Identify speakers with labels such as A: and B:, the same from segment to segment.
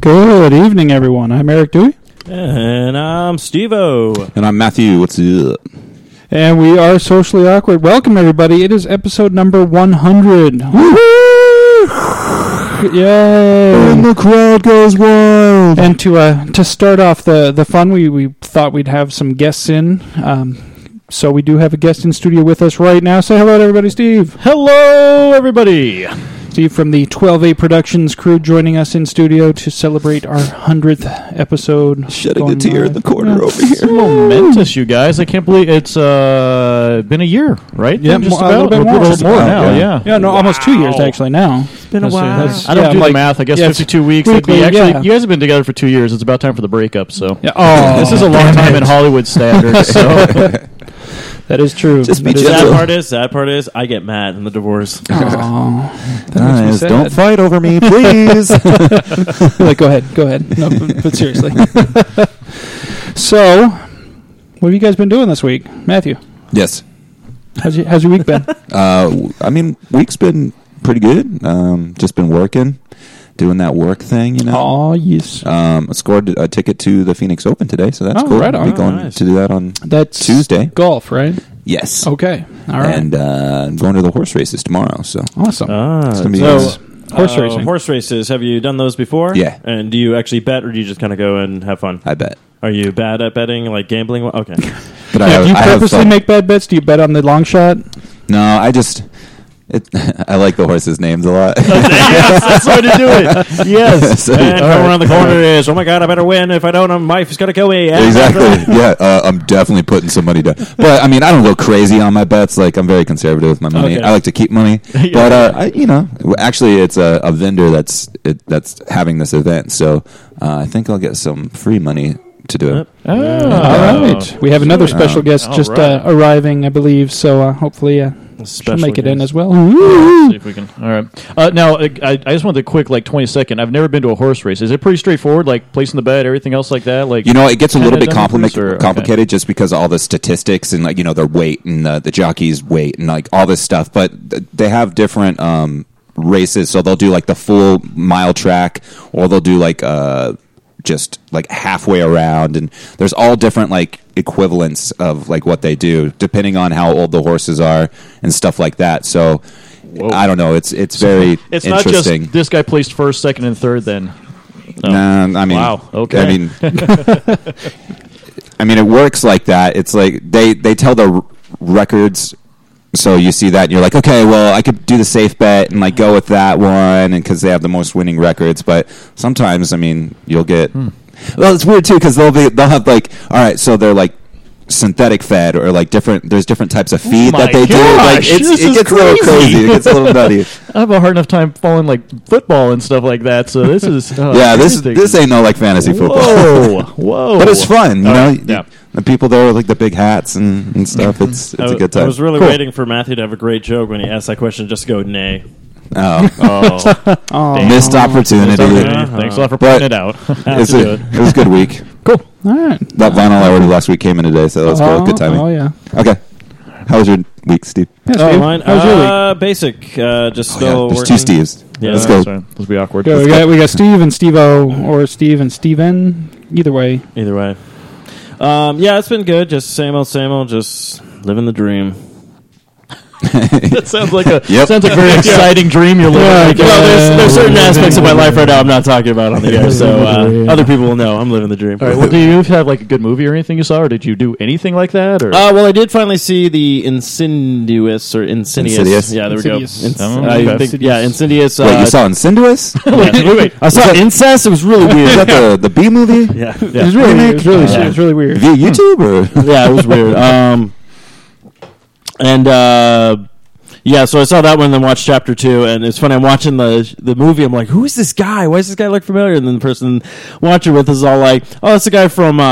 A: Good evening, everyone. I'm Eric Dewey,
B: And I'm Steve O.
C: And I'm Matthew. What's up?
A: and we are socially awkward. Welcome, everybody. It is episode number 100. Yay!
C: the crowd goes wild.
A: And to uh, to start off the the fun, we we thought we'd have some guests in. Um, so we do have a guest in studio with us right now. Say hello to everybody, Steve.
B: Hello, everybody.
A: Steve from the 12A Productions crew joining us in studio to celebrate our 100th episode.
C: Shedding a
A: Going
C: tear in
A: live.
C: the corner
A: Yeah.
C: over here.
B: Momentous, you guys. I can't believe it's uh, been a year, right?
A: Yeah,
B: just
A: mo- a little
B: about.
A: bit more. Just
B: more
C: about,
B: now,
C: yeah.
B: yeah.
A: Yeah, no, almost two years
B: Wow.
A: actually now.
D: been a
B: That's-
D: while.
B: that's- I don't
A: Yeah,
B: do
A: like-
B: the math. I guess
A: yeah, it's
B: 52 weeks. It'd be
A: weekly,
B: actually,
A: yeah.
B: You guys have been together for two years. It's about time for the breakup. So
A: Yeah. Oh,
B: this is a long time in Hollywood standards. So
A: That is true.
C: Just be
A: That is-
C: gentle.
E: Sad part is, sad part is, I get mad in the divorce.
A: Aw.
C: Guys,
A: sad.
C: don't fight over me, please.
A: like, go ahead, go ahead. No, but, but seriously. so, what have you guys been doing this week, Matthew?
C: yes.
A: How's your, how's your week been?
C: Uh, w- I mean, week's been pretty good. Um, just been working, doing that work thing, you know.
A: oh yes,
C: Um, I scored a ticket to the Phoenix Open today, so that's
A: Oh,
C: cool.
A: right on.
C: Be going
E: Nice.
C: to do that on
A: that's
C: Tuesday.
A: golf, right?
C: Yes.
A: Okay, all right,
C: And uh, I'm going to the horse races tomorrow. So
A: awesome.
E: Ah,
C: it's gonna be
E: so,
C: nice.
E: uh,
A: Horse racing.
E: Horse races. Have you done those before?
C: Yeah. Uh,
E: And do you actually bet, or do you just kind of go and have fun?
C: I bet.
E: Are you bad at betting, like gambling? Okay.
C: But I
A: Now,
C: have,
A: do you
C: I have
A: purposely
C: fun.
A: make bad bets? Do you bet on the long shot?
C: No, I just it, I like the horses' names a lot.
B: yes, that's the way to do it. Yes.
C: So-
E: and come around the corner is, oh my god, I better win. If I don't, my wife's gonna kill me. And-
C: exactly. Yeah, uh, I'm definitely putting some money down. But I mean, I don't go crazy on my bets. Like I'm very conservative with my money.
E: Okay.
C: I like to keep money.
B: Yeah.
C: But uh, I, you know, w- actually, it's a, a vendor that's it, that's having this event, so uh, I think I'll get some free money to do it.
B: Oh.
A: all right, Uh, we have another
C: Sure.
A: special guest
B: All
A: just
B: right.
A: uh, arriving, I believe. So uh, hopefully, uh, she'll
E: Special
A: make it in
E: guest.
A: as well. Woo!
B: See if we can. All right. Uh, now, I, I I just wanted a quick, like, twenty second. I've never been to a horse race. Is it pretty straightforward? Like placing the bet, everything else like that. Like
C: You know, it gets a little
B: Kinda
C: bit
B: done
C: complica-
B: this, or- okay.
C: complicated just because of all the statistics and like you know their weight and the, the jockeys' weight and like all this stuff. But th- they have different um, races, so they'll do like the full mile track, or they'll do like uh, just like halfway around, and there's all different like equivalents of like what they do depending on how old the horses are and stuff like that. So. I don't know. It's it's very
B: It's not just
C: interesting.
B: this guy placed first, second, and third. Then
C: Nah, I mean,
B: Wow, okay.
C: I mean, I mean, it works like that. It's like they they tell the r- records, so you see that and you're like, okay, well, I could do the safe bet and like go with that one, and because they have the most winning records. But sometimes, I mean, you'll get. Well, it's weird too because they'll be they'll have like, all right, so they're like synthetic fed or like different. There's different types of feed
B: Oh my
C: that they do. Like
B: gosh,
C: it's,
B: this
C: it
B: is
C: gets a little
B: crazy.
C: crazy. It gets a little nutty.
B: I have a hard enough time following like football and stuff like that. So this is uh,
C: yeah, this
B: interesting.
C: this ain't no like fantasy football.
B: Whoa, whoa!
C: But it's fun, you
B: All
C: know.
B: right, yeah.
C: The people there with like the big hats and, and stuff. It's it's
E: I,
C: a good time.
E: I was really
B: Cool.
E: waiting for Matthew to have a great joke when he asked that question. Just go nay.
C: oh,
B: Oh,
A: Aw.
C: missed opportunity.
E: opportunity.
B: thanks a lot for
C: But-
B: pointing it out.
C: It's
E: to do
C: a,
E: it.
C: it was a good week.
B: cool.
A: All right.
C: That vinyl I ordered last week came in today, so that's
A: oh,
C: cool. Good timing.
A: Oh yeah.
C: Okay, how was your week, Steve?
A: Yeah,
E: Oh,
A: Steve,
E: mine.
A: How's your week?
E: uh, basic. Uh, just
C: Oh, yeah,
E: still
C: there's
E: working.
C: two Steves.
E: Yeah,
C: Let's go.
B: Sorry, let's be awkward.
A: Yeah, we got we got Steve and Steve O or Steve and Steven. Either way.
E: Either way. Um, yeah, it's been good. Just same old, same old. Just living the dream.
B: that sounds like a
C: Yep.
B: sounds like a very exciting dream you're living.
A: Yeah,
B: Like,
A: well,
B: uh,
E: Well, there's, there's certain
B: living
E: aspects of my
B: the
E: life right now I'm not talking about on the air, so uh,
B: Yeah.
E: other people will know I'm living the dream.
B: All right. Well, do you have like a good movie or anything you saw, or did you do anything like that? Or
E: Uh, well, I did finally see the Insidious or Insidious.
C: Insidious?
E: Yeah, there
A: Insidious.
E: we go. Ins-
B: Oh,
E: I
B: okay.
E: think- yeah, Insidious. Uh,
C: Wait, you saw Insidious? Is
B: wait, wait, wait.
E: I saw incest. It was really weird.
C: that the the B movie?
E: yeah, Hmm.
A: It
E: yeah,
A: was really it was really
E: Yeah.
A: it was really weird.
C: Via YouTube or
E: yeah, it was weird. Um, and uh, yeah, so I saw that one, and then watched chapter two. And it's funny. I'm watching the the movie. I'm like, who is this guy? Why does this guy look familiar? And then the person watching with is all like, oh, it's the guy from uh,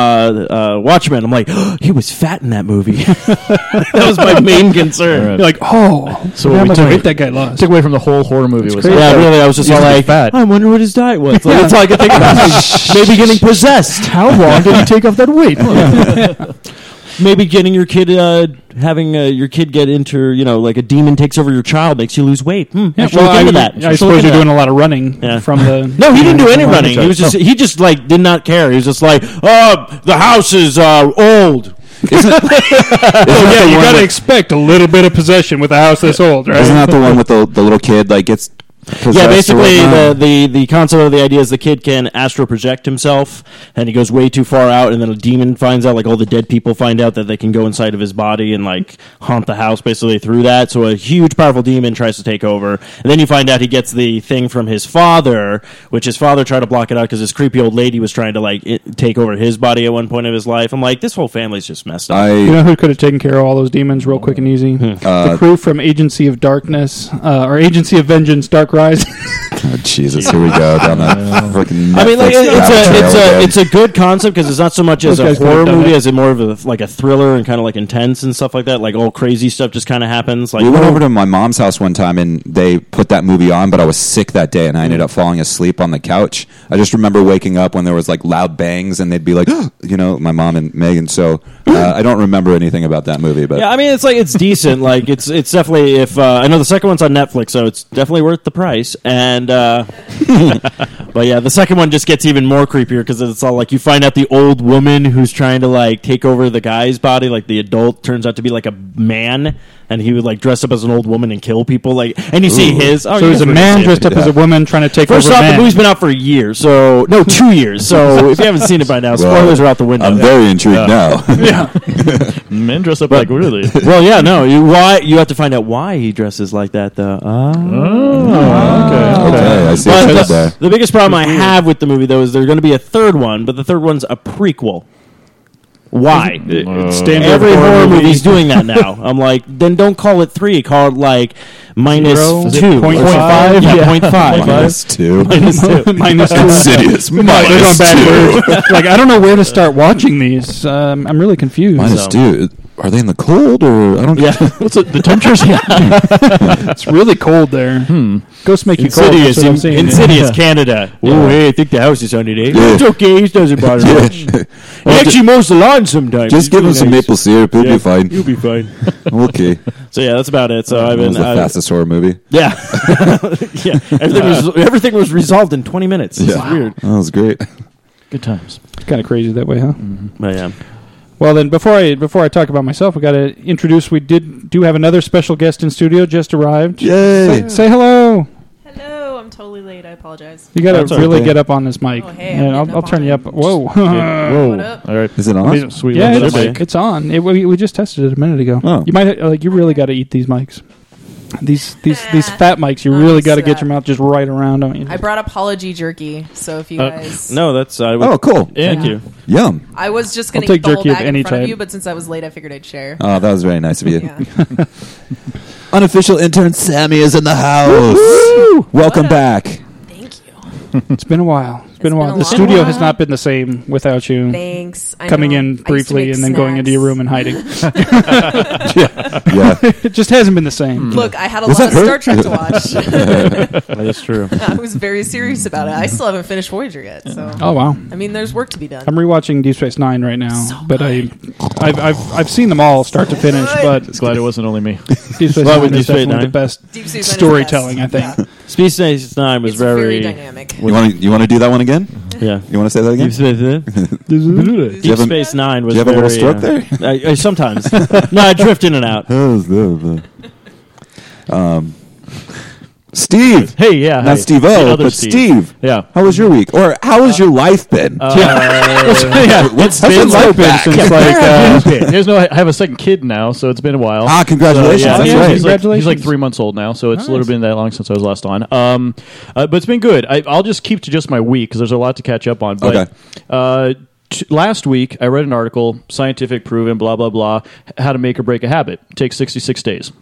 E: uh, Watchmen. I'm like, he was fat in that movie. that was my main concern.
B: All right.
A: You're like, oh, so
B: So what
A: how
B: we
A: much
B: took-
A: weight that guy lost.
B: took away from the whole horror movie was
A: crazy.
E: Yeah, really. I was just
B: He's
E: all
B: gonna be
E: like,
B: fat.
E: I wonder what his diet was. Like, That's all I could think about. Like, maybe getting possessed.
B: how long did you take off that weight?
E: Maybe getting your kid uh, having uh, your kid get into you know like a demon takes over your child makes you lose weight. Hmm, I
A: Yeah,
E: should look into that.
A: I, I
E: should look
A: suppose
E: into
A: you're
E: that.
A: doing a lot of running
E: Yeah.
A: from the.
E: No, he didn't do any
A: from the Oh,
E: running. He was just he just like did not care. He was just like, "Oh, the house is uh, old."
C: Isn't, isn't
A: Oh,
C: that
A: yeah,
C: the
A: you
C: one
A: got to
C: with-
A: expect a little bit of possession with a house this old, right?
C: Isn't that the one with the, the little kid like gets?
E: Yeah,
C: possessed or
E: basically the,
C: whatnot?
E: the the concept of the idea is the kid can astral project himself, and he goes way too far out, and then a demon finds out. Like all the dead people find out that they can go inside of his body and like haunt the house basically through that. So a huge powerful demon tries to take over, and then you find out he gets the thing from his father, which his father tried to block it out because this creepy old lady was trying to like it, take over his body at one point of his life. I'm like, this whole family's just messed up.
A: You
C: I
A: know who could have taken care of all those demons real quick and easy? the
E: Uh,
A: crew from Agency of Darkness uh, or Agency of Vengeance: Dark Rise.
C: oh, Jesus, here we go down that freaking.
E: I mean, like it- it's
C: rabbit
E: a
C: trail
E: it's a
C: again.
E: it's a good concept because it's not so much
A: Those
E: as a
A: guys could've
E: horror
A: done
E: movie
A: it.
E: as it more of a like a thriller and kind of like intense and stuff like that. Like all crazy stuff just kind of happens. Like
C: We went over to my mom's house one time and they put that movie on, but I was sick that day and I ended up falling asleep on the couch. I just remember waking up when there was like loud bangs and they'd be like, you know, my mom and Megan. So uh, I don't remember anything about that movie, but uh,
E: yeah, I mean it's like it's decent. like it's it's definitely if uh, I know the second one's on Netflix, so it's definitely worth the price. And uh, but yeah, the second one just gets even more creepier because it's all like you find out the old woman who's trying to like take over the guy's body, like the adult turns out to be like a man, and he would like dress up as an old woman and kill people. Like and you see his oh,
A: so
E: you
A: it was
E: guys
A: a
E: were
A: man
E: gonna see it.
A: dressed up as a
C: Yeah.
A: woman trying to take
E: First
A: over
E: off,
A: man.
E: the movie's been out for a year, so no, two years. So if you haven't seen it by now, spoilers are out the window.
C: I'm very intrigued now.
A: yeah,
B: Men dress up like really.
E: well, yeah, no, you why you have to find out why he dresses like that, though. Oh.
C: okay, I see what you
E: But
C: did
E: the,
C: there.
E: the biggest problem I have with the movie, though, is there's going to be a third one, but the third one's a prequel. Why?
A: standard
E: Every
A: horror
E: horror
A: movie.
E: movie's doing that now. I'm like, then don't call it three. Call it like minus
A: Zero? Is it
E: two,
A: point
E: or
A: five?
E: something. Yeah,
A: Yeah.
E: point five.
C: Minus two.
E: Minus two.
A: Minus two.
C: Insidious.
A: They're going
C: Minus two.
A: backwards. like I don't know where to start watching these. Um, I'm really confused.
C: Minus two. Are they in the cold or I don't
E: Yeah.
B: What's it, the temperatures?
A: It's really cold there. Ghosts make you cold.
E: Hmm.
A: That's
E: Insidious,
A: what I'm
E: in-
A: saying.
E: Insidious, Canada. Oh, hey, I think the house is on eh? today. It's okay, it doesn't bother much. He actually mows the lawn sometimes. He's
C: Just give
E: really
C: him some
E: nice.
C: maple syrup. He'll be fine.
E: You'll be fine.
C: Okay.
E: So yeah, that's about it. So
C: That
E: I've
C: was
E: been,
C: the
E: I've-
C: fastest horror movie.
E: yeah, yeah. Everything was everything was resolved in twenty minutes. This is weird.
C: That was great.
B: Good times.
A: kind of crazy that way, huh?
E: But yeah,
A: Well, then before I before I talk about myself, we got to introduce. We did do have another special guest in studio. Just arrived.
C: Yay.
A: Say, say hello.
D: Hello, I'm totally late. I apologize.
A: You got
B: That's
A: to
B: okay.
A: really get up on this mic.
D: Oh, hey, I'm
A: and I'll,
D: getting
A: I'll
D: up
A: turn
D: on
A: you
D: it.
A: up. Whoa.
D: Uh, What
B: Whoa.
D: up?
B: All right.
C: Is it on?
B: These are Sweet
A: yeah,
B: little
A: it's,
B: mic.
A: it's on. It, we, we just tested it a minute ago.
C: Oh.
A: You might like you really got to eat these mics. These these these
D: Ah,
A: fat mics. You
D: I'm
A: really
D: used
A: got to
D: to
A: get
D: that.
A: your mouth just right around, don't you?
D: I brought apology jerky, so if you
B: Uh,
D: guys,
E: no, that's uh,
C: Oh, cool.
B: Thank
D: Yeah.
B: you.
C: Yum.
D: I was just
A: I'll
D: gonna
A: take
D: eat the whole
A: jerky of
D: bag
A: any
D: in front
A: type. Uh,
D: of you, but since I was late, I figured I'd share.
C: Oh, that was very nice of you.
D: yeah.
C: Unofficial intern Sammy is in the house. Welcome
D: What up?
C: back.
D: Thank you.
A: It's been a while. It's been a
D: been
A: while.
D: a
A: the
D: long
A: studio has
D: while.
A: not been the same without you.
D: Thanks. I
A: Coming
D: know. I
A: in
D: used to
A: briefly
D: make
A: and then going into your room and
D: snacks.
A: hiding.
C: Yeah.
A: it just hasn't been the same.
D: Look, I had a
C: Was
D: lot
C: that
D: of
C: her?
D: Star Trek to watch.
E: that is true.
D: I was very serious about it. I still haven't finished Voyager yet, so
A: Oh wow.
D: I mean, there's work to be done.
A: I'm rewatching Deep Space Nine right now,
D: So
A: but I, I've, I've I've seen them all start to finish. But
B: It's glad it wasn't only me.
A: Deep Space
E: Well,
A: Nine
E: with
A: is
E: Deep Space
A: definitely
E: Nine.
A: the best
D: Deep Space Nine is the
A: storytelling. I
D: best.
A: think.
D: Yeah.
E: Space Space Nine was
D: It's very,
E: very,
D: dynamic.
C: You want to you want to do that one again?
E: yeah.
C: You want to say that again?
E: Deep Space, Deep
C: Do you have a,
E: Space Nine was
C: do you have a
E: very,
C: little stroke
E: uh,
C: there?
E: I, I, sometimes, no, I drift in and out.
C: um, Steve,
B: Hey, yeah.
C: not
B: hey.
C: Steve
B: The
C: O,
B: other
C: but Steve.
B: Yeah.
C: How was your week, or how
E: Uh,
C: has your life been?
B: yeah.
C: What's how's your life been
A: since like uh,
B: There's no. I have a second kid now, so it's been a while.
C: Ah,
B: So,
C: congratulations!
B: yeah,
C: That's
B: he's,
C: right.
B: He's like, he's like
A: Congratulations.
B: three months old now, so it's a
A: Nice.
B: little bit that long since I was last on. Um, uh, but it's been good. I, I'll just keep to just my week because there's a lot to catch up on. But,
C: Okay.
B: Uh, t- last week I read an article, scientific proven, blah blah blah, how to make or break a habit. Takes 66 days.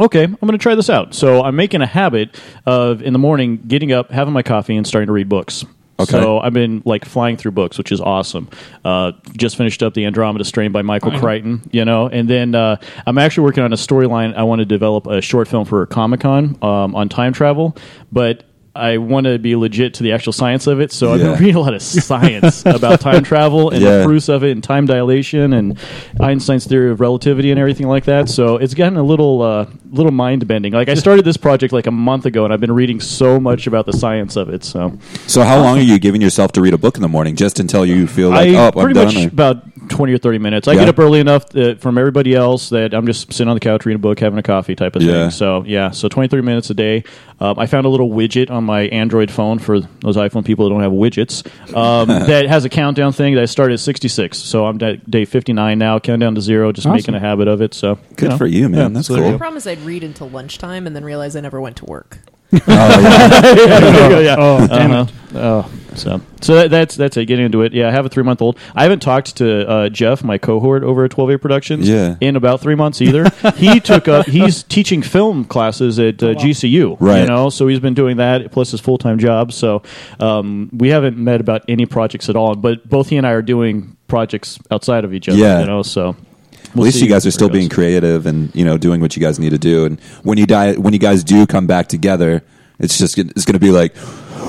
B: Okay, I'm going to try this out. So I'm making a habit of in the morning getting up, having my coffee, and starting to read books.
C: Okay.
B: So I've been like flying through books, which is awesome. Uh, just finished up the Andromeda Strain by Michael Crichton, you know, and then uh, I'm actually working on a storyline. I want to develop a short film for Comic Con um, on time travel, but I want to be legit to the actual science of it, so I've
C: Yeah.
B: been reading a lot of science about time travel and
C: Yeah.
B: the proofs of it, and time dilation, and Einstein's theory of relativity, and everything like that. So it's gotten a little, uh, little mind bending. Like I started this project like a month ago, and I've been reading so much about the science of it. So
C: So how long are you giving yourself to read a book in the morning just until you feel
B: I
C: like, oh, I'm
B: pretty
C: done?
B: much
C: or-
B: about twenty or thirty minutes. I
C: Yeah.
B: get up early enough that, from everybody else that I'm just sitting on the couch reading a book, having a coffee type of
C: Yeah.
B: thing. So yeah, so 20, 30 minutes a day. Um, I found a little widget on my Android phone for those iPhone people that don't have widgets um, that has a countdown thing that I started at sixty six. So I'm at day fifty nine now, countdown to zero, just
A: Awesome.
B: making a habit of it. So
C: Good
B: know.
C: for you, man.
B: Yeah,
C: That's
B: so there you
C: cool.
D: I promise I'd read until lunchtime and then realize I never went to work.
C: Oh, yeah.
B: yeah.
A: Oh, damn
B: Uh-huh. Oh, so so that, that's that's it. Getting into it. Yeah, I have a three month old. I haven't talked to uh, Jeff, my cohort over at Twelve A Productions,
C: Yeah.
B: in about three months either. he took up. He's teaching film classes at uh,
E: Oh,
B: GCU,
C: Right.
B: You know, so he's been doing that plus his full time job. So um, we haven't met about any projects at all. But both he and I are doing projects outside of each other.
C: Yeah.
B: You know, so.
C: At
B: we'll
C: least
B: see
C: you guys
B: where
C: are
B: it
C: still
B: goes.
C: being creative and you know doing what you guys need to do. And when you die, when you guys do come back together, it's just gonna- it's going to be like,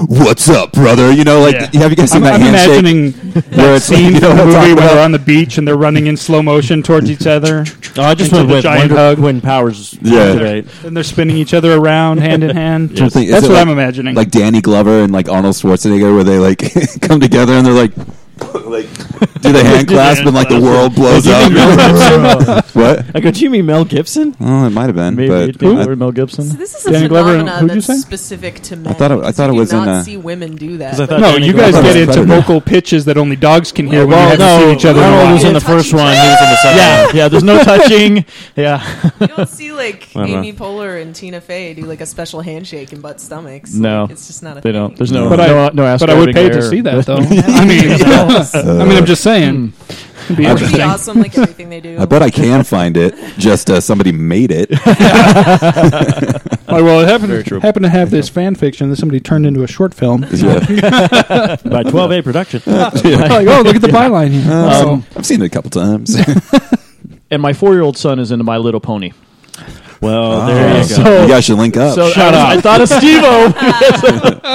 C: "What's up, brother?" You know, like
B: Yeah.
C: have you guys seen
A: I'm,
C: that
A: I'm
C: handshake?
A: imagining
C: where
A: that
C: it's-
A: scene
C: you know
A: from the
C: what I'm
A: movie where
C: talking
A: they're
C: about?
A: on the beach and they're running in slow motion towards each other,
E: Oh, I just
A: Into
E: went
A: the
E: with
A: giant
E: Wonder
A: hug.
E: Twin Powers
C: Yeah.
E: today.
A: and they're spinning each other around hand in hand.
C: Is it
A: That's what
C: like-
A: I'm imagining.
C: Like Danny Glover and like Arnold Schwarzenegger, where they like come together and they're like, like do the hand clasp and like the world blows up. what?
E: I go, do you mean Mel Gibson?
C: Oh, it might have been,
B: Maybe
C: but
B: it'd be
C: I-
B: Lord Mel Gibson.
D: So this is a
A: Danny Glover,
D: phenomenon
A: who'd you
D: that's
A: say?
D: specific to men.
C: thought it- I thought it
D: You do
C: was in,
D: not
C: uh,
D: see women do that.
E: 'Cause I
D: but-
E: thought
A: no,
E: Danny
A: you guys
C: Glover
A: get
C: was
A: into
C: better.
A: vocal pitches that only dogs can hear when you
E: Well,
A: haven't seen
E: no,
A: each other in a
E: Arnold
A: while.
E: was in the
D: Touching
E: first one. He was in the second
B: yeah, yeah. There's no touching. Yeah,
D: You don't see like
E: don't know.
D: Amy Poehler and Tina Fey do like a special handshake and butt stomachs.
B: No.
D: Like, it's just not a
B: they
D: thing.
B: don't. There's no.
A: But
B: no, uh,
A: I,
B: no
A: but I would
B: ascribing
A: pay to
B: error.
A: see that though. I mean, I mean, I'm just
B: Mm.
A: saying.
B: Hmm.
A: It'd be
D: It would
A: interesting.
D: be awesome, like everything they do.
C: I bet I can find it. Just uh, somebody made it.
A: Like, well, it happened,
B: true.
A: happened to have this fan fiction that somebody turned into a short film.
C: Yeah.
E: by 12A production.
A: like, oh, look at the byline here.
C: Um, I've seen it a couple times.
B: and my four-year-old son is into My Little Pony.
E: well,
C: Oh,
E: there you go.
A: so-
C: you guys should link Oh, up.
B: So I, I thought of Steve-O.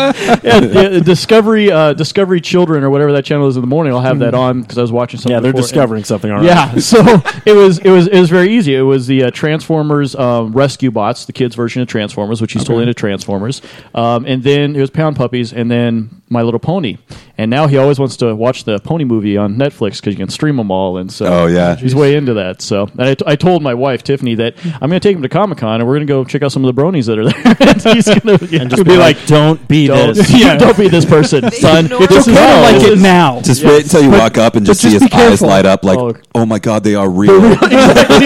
B: yeah, yeah, Discovery, uh, Discovery Children, or whatever that channel is in the morning. I'll have that
A: Mm.
B: on because I was watching something.
E: Yeah, they're
B: before.
E: discovering something, all right.
B: Yeah, so it was it was it was very easy. It was the uh, Transformers um, Rescue Bots, the kids' version of Transformers, which he's totally into Transformers. Um, and then it was Pound Puppies, and then My Little Pony. And now he always wants to watch the Pony movie on Netflix because you can stream them all. And so,
C: Oh, yeah.
B: he's way into that. So, and I, t- I told my wife Tiffany that I'm going to take him to Comic Con and we're going to go check out some of the bronies that are there. and he's going to
E: Just be like, don't be
B: don't,
E: this.
B: yeah, don't be this person, son.
D: ignore It's
B: This
D: okay
B: is
A: Kind
B: how
A: of like
B: it
A: it
B: is.
A: now.
C: just wait until you walk up and just,
A: just
C: see his
A: be
C: eyes
A: careful.
C: light up like,
B: Oh.
C: oh, my God, they are real.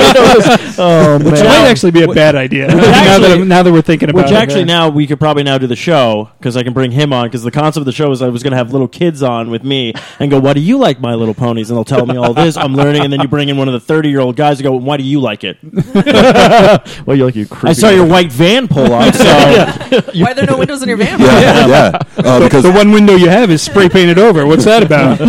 B: oh man.
A: Which might actually be a bad idea. now, that I'm- now that we're thinking about
E: Which
A: it.
E: actually now we could probably now do the show because I can bring him on because the concept of the show is I was going to have little kids on with me and go, "Why do you like My Little Ponies?" and they'll tell me all this I'm learning, and then you bring in one of the thirty year old guys and go, "Why do you like it?"
B: Well, you're like you. Creepy
E: I saw your white van pull up, so
D: Why are there no windows in your van?
C: Yeah, yeah. Uh, because
A: the one window you have is spray painted over. What's that about?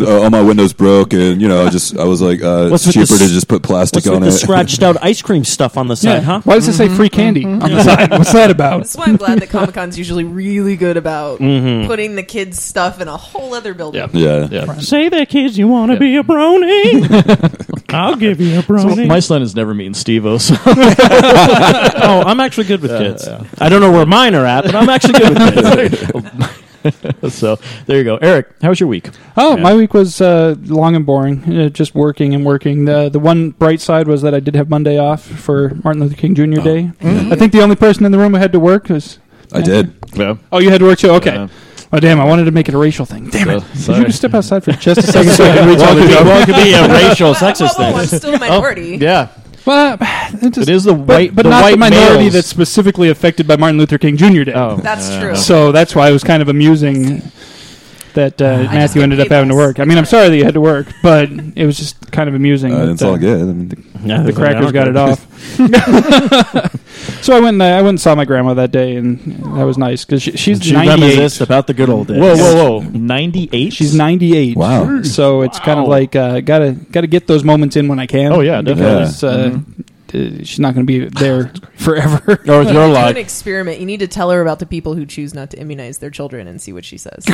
C: uh, all my windows broke, and you know, I just I was like, uh,
E: What's
C: it's
E: with
C: cheaper
E: this-
C: to just put plastic
E: what's
C: on
E: with the
C: it.
E: scratched out ice cream stuff on the side, huh?
A: Why does it say free candy on the side? What's that about?
D: That's why I'm glad that Comic Con's usually really good about putting the kids' stuff in a whole other building.
B: Yeah.
C: yeah,
B: Yeah.
E: Say that, kids, you want to
B: Yeah.
E: be a brony? I'll give you a brony.
B: My son has never mean Steve O. So.
E: oh, I'm actually good with kids. I don't know where mine are at, but I'm actually good with kids.
B: so there you go, Eric. How was your week?
A: Oh,
B: Yeah.
A: my week was uh, long and boring, uh, just working and working. The the one bright side was that I did have Monday off for Martin Luther King Jr. Day. I think the only person in the room who had to work was.
C: I did.
B: Yeah.
A: Oh, you had to work too. Okay.
B: Yeah.
A: Oh, damn! I wanted to make it a racial thing. Damn it!
B: So-
A: Could you
B: sorry.
A: just step outside for just a second so I can reach
E: Well,
A: out
E: it
A: the
E: could be,
A: joke?
E: well, it could be a racial
D: But-
E: sexist
D: whoa, whoa, I'm
E: thing.
D: still a minority.
B: Yeah,
A: Well, uh, it, just,
B: it is the
A: but,
B: white,
A: but
B: the
A: not
B: white
A: the minority
B: males.
A: that's specifically affected by Martin Luther King Jr. Day.
B: Oh.
D: That's true.
A: So that's why it was kind of amusing that uh, Matthew
D: get
A: ended up
D: paid
A: having to
D: less.
A: work. I mean, I'm sorry that you had to work, but it was just kind of amusing.
C: Uh,
A: that,
C: it's all
A: uh,
C: good. I mean,
A: The crackers got it off. so I went. And, I went and saw my grandma that day, and that was nice because she, she's
E: She
A: 98.
E: reminisced about the good old days.
B: Whoa, whoa, whoa! Ninety-eight.
A: She's 98.
C: Wow.
A: So it's kind of
B: Wow.
A: like uh, gotta gotta get those moments in when I can.
B: Oh, yeah, definitely.
A: Because, uh, uh, she's not going to be there forever.
E: Or with your
D: do
E: luck.
D: an experiment. You need to tell her about the people who choose not to immunize their children and see what she says.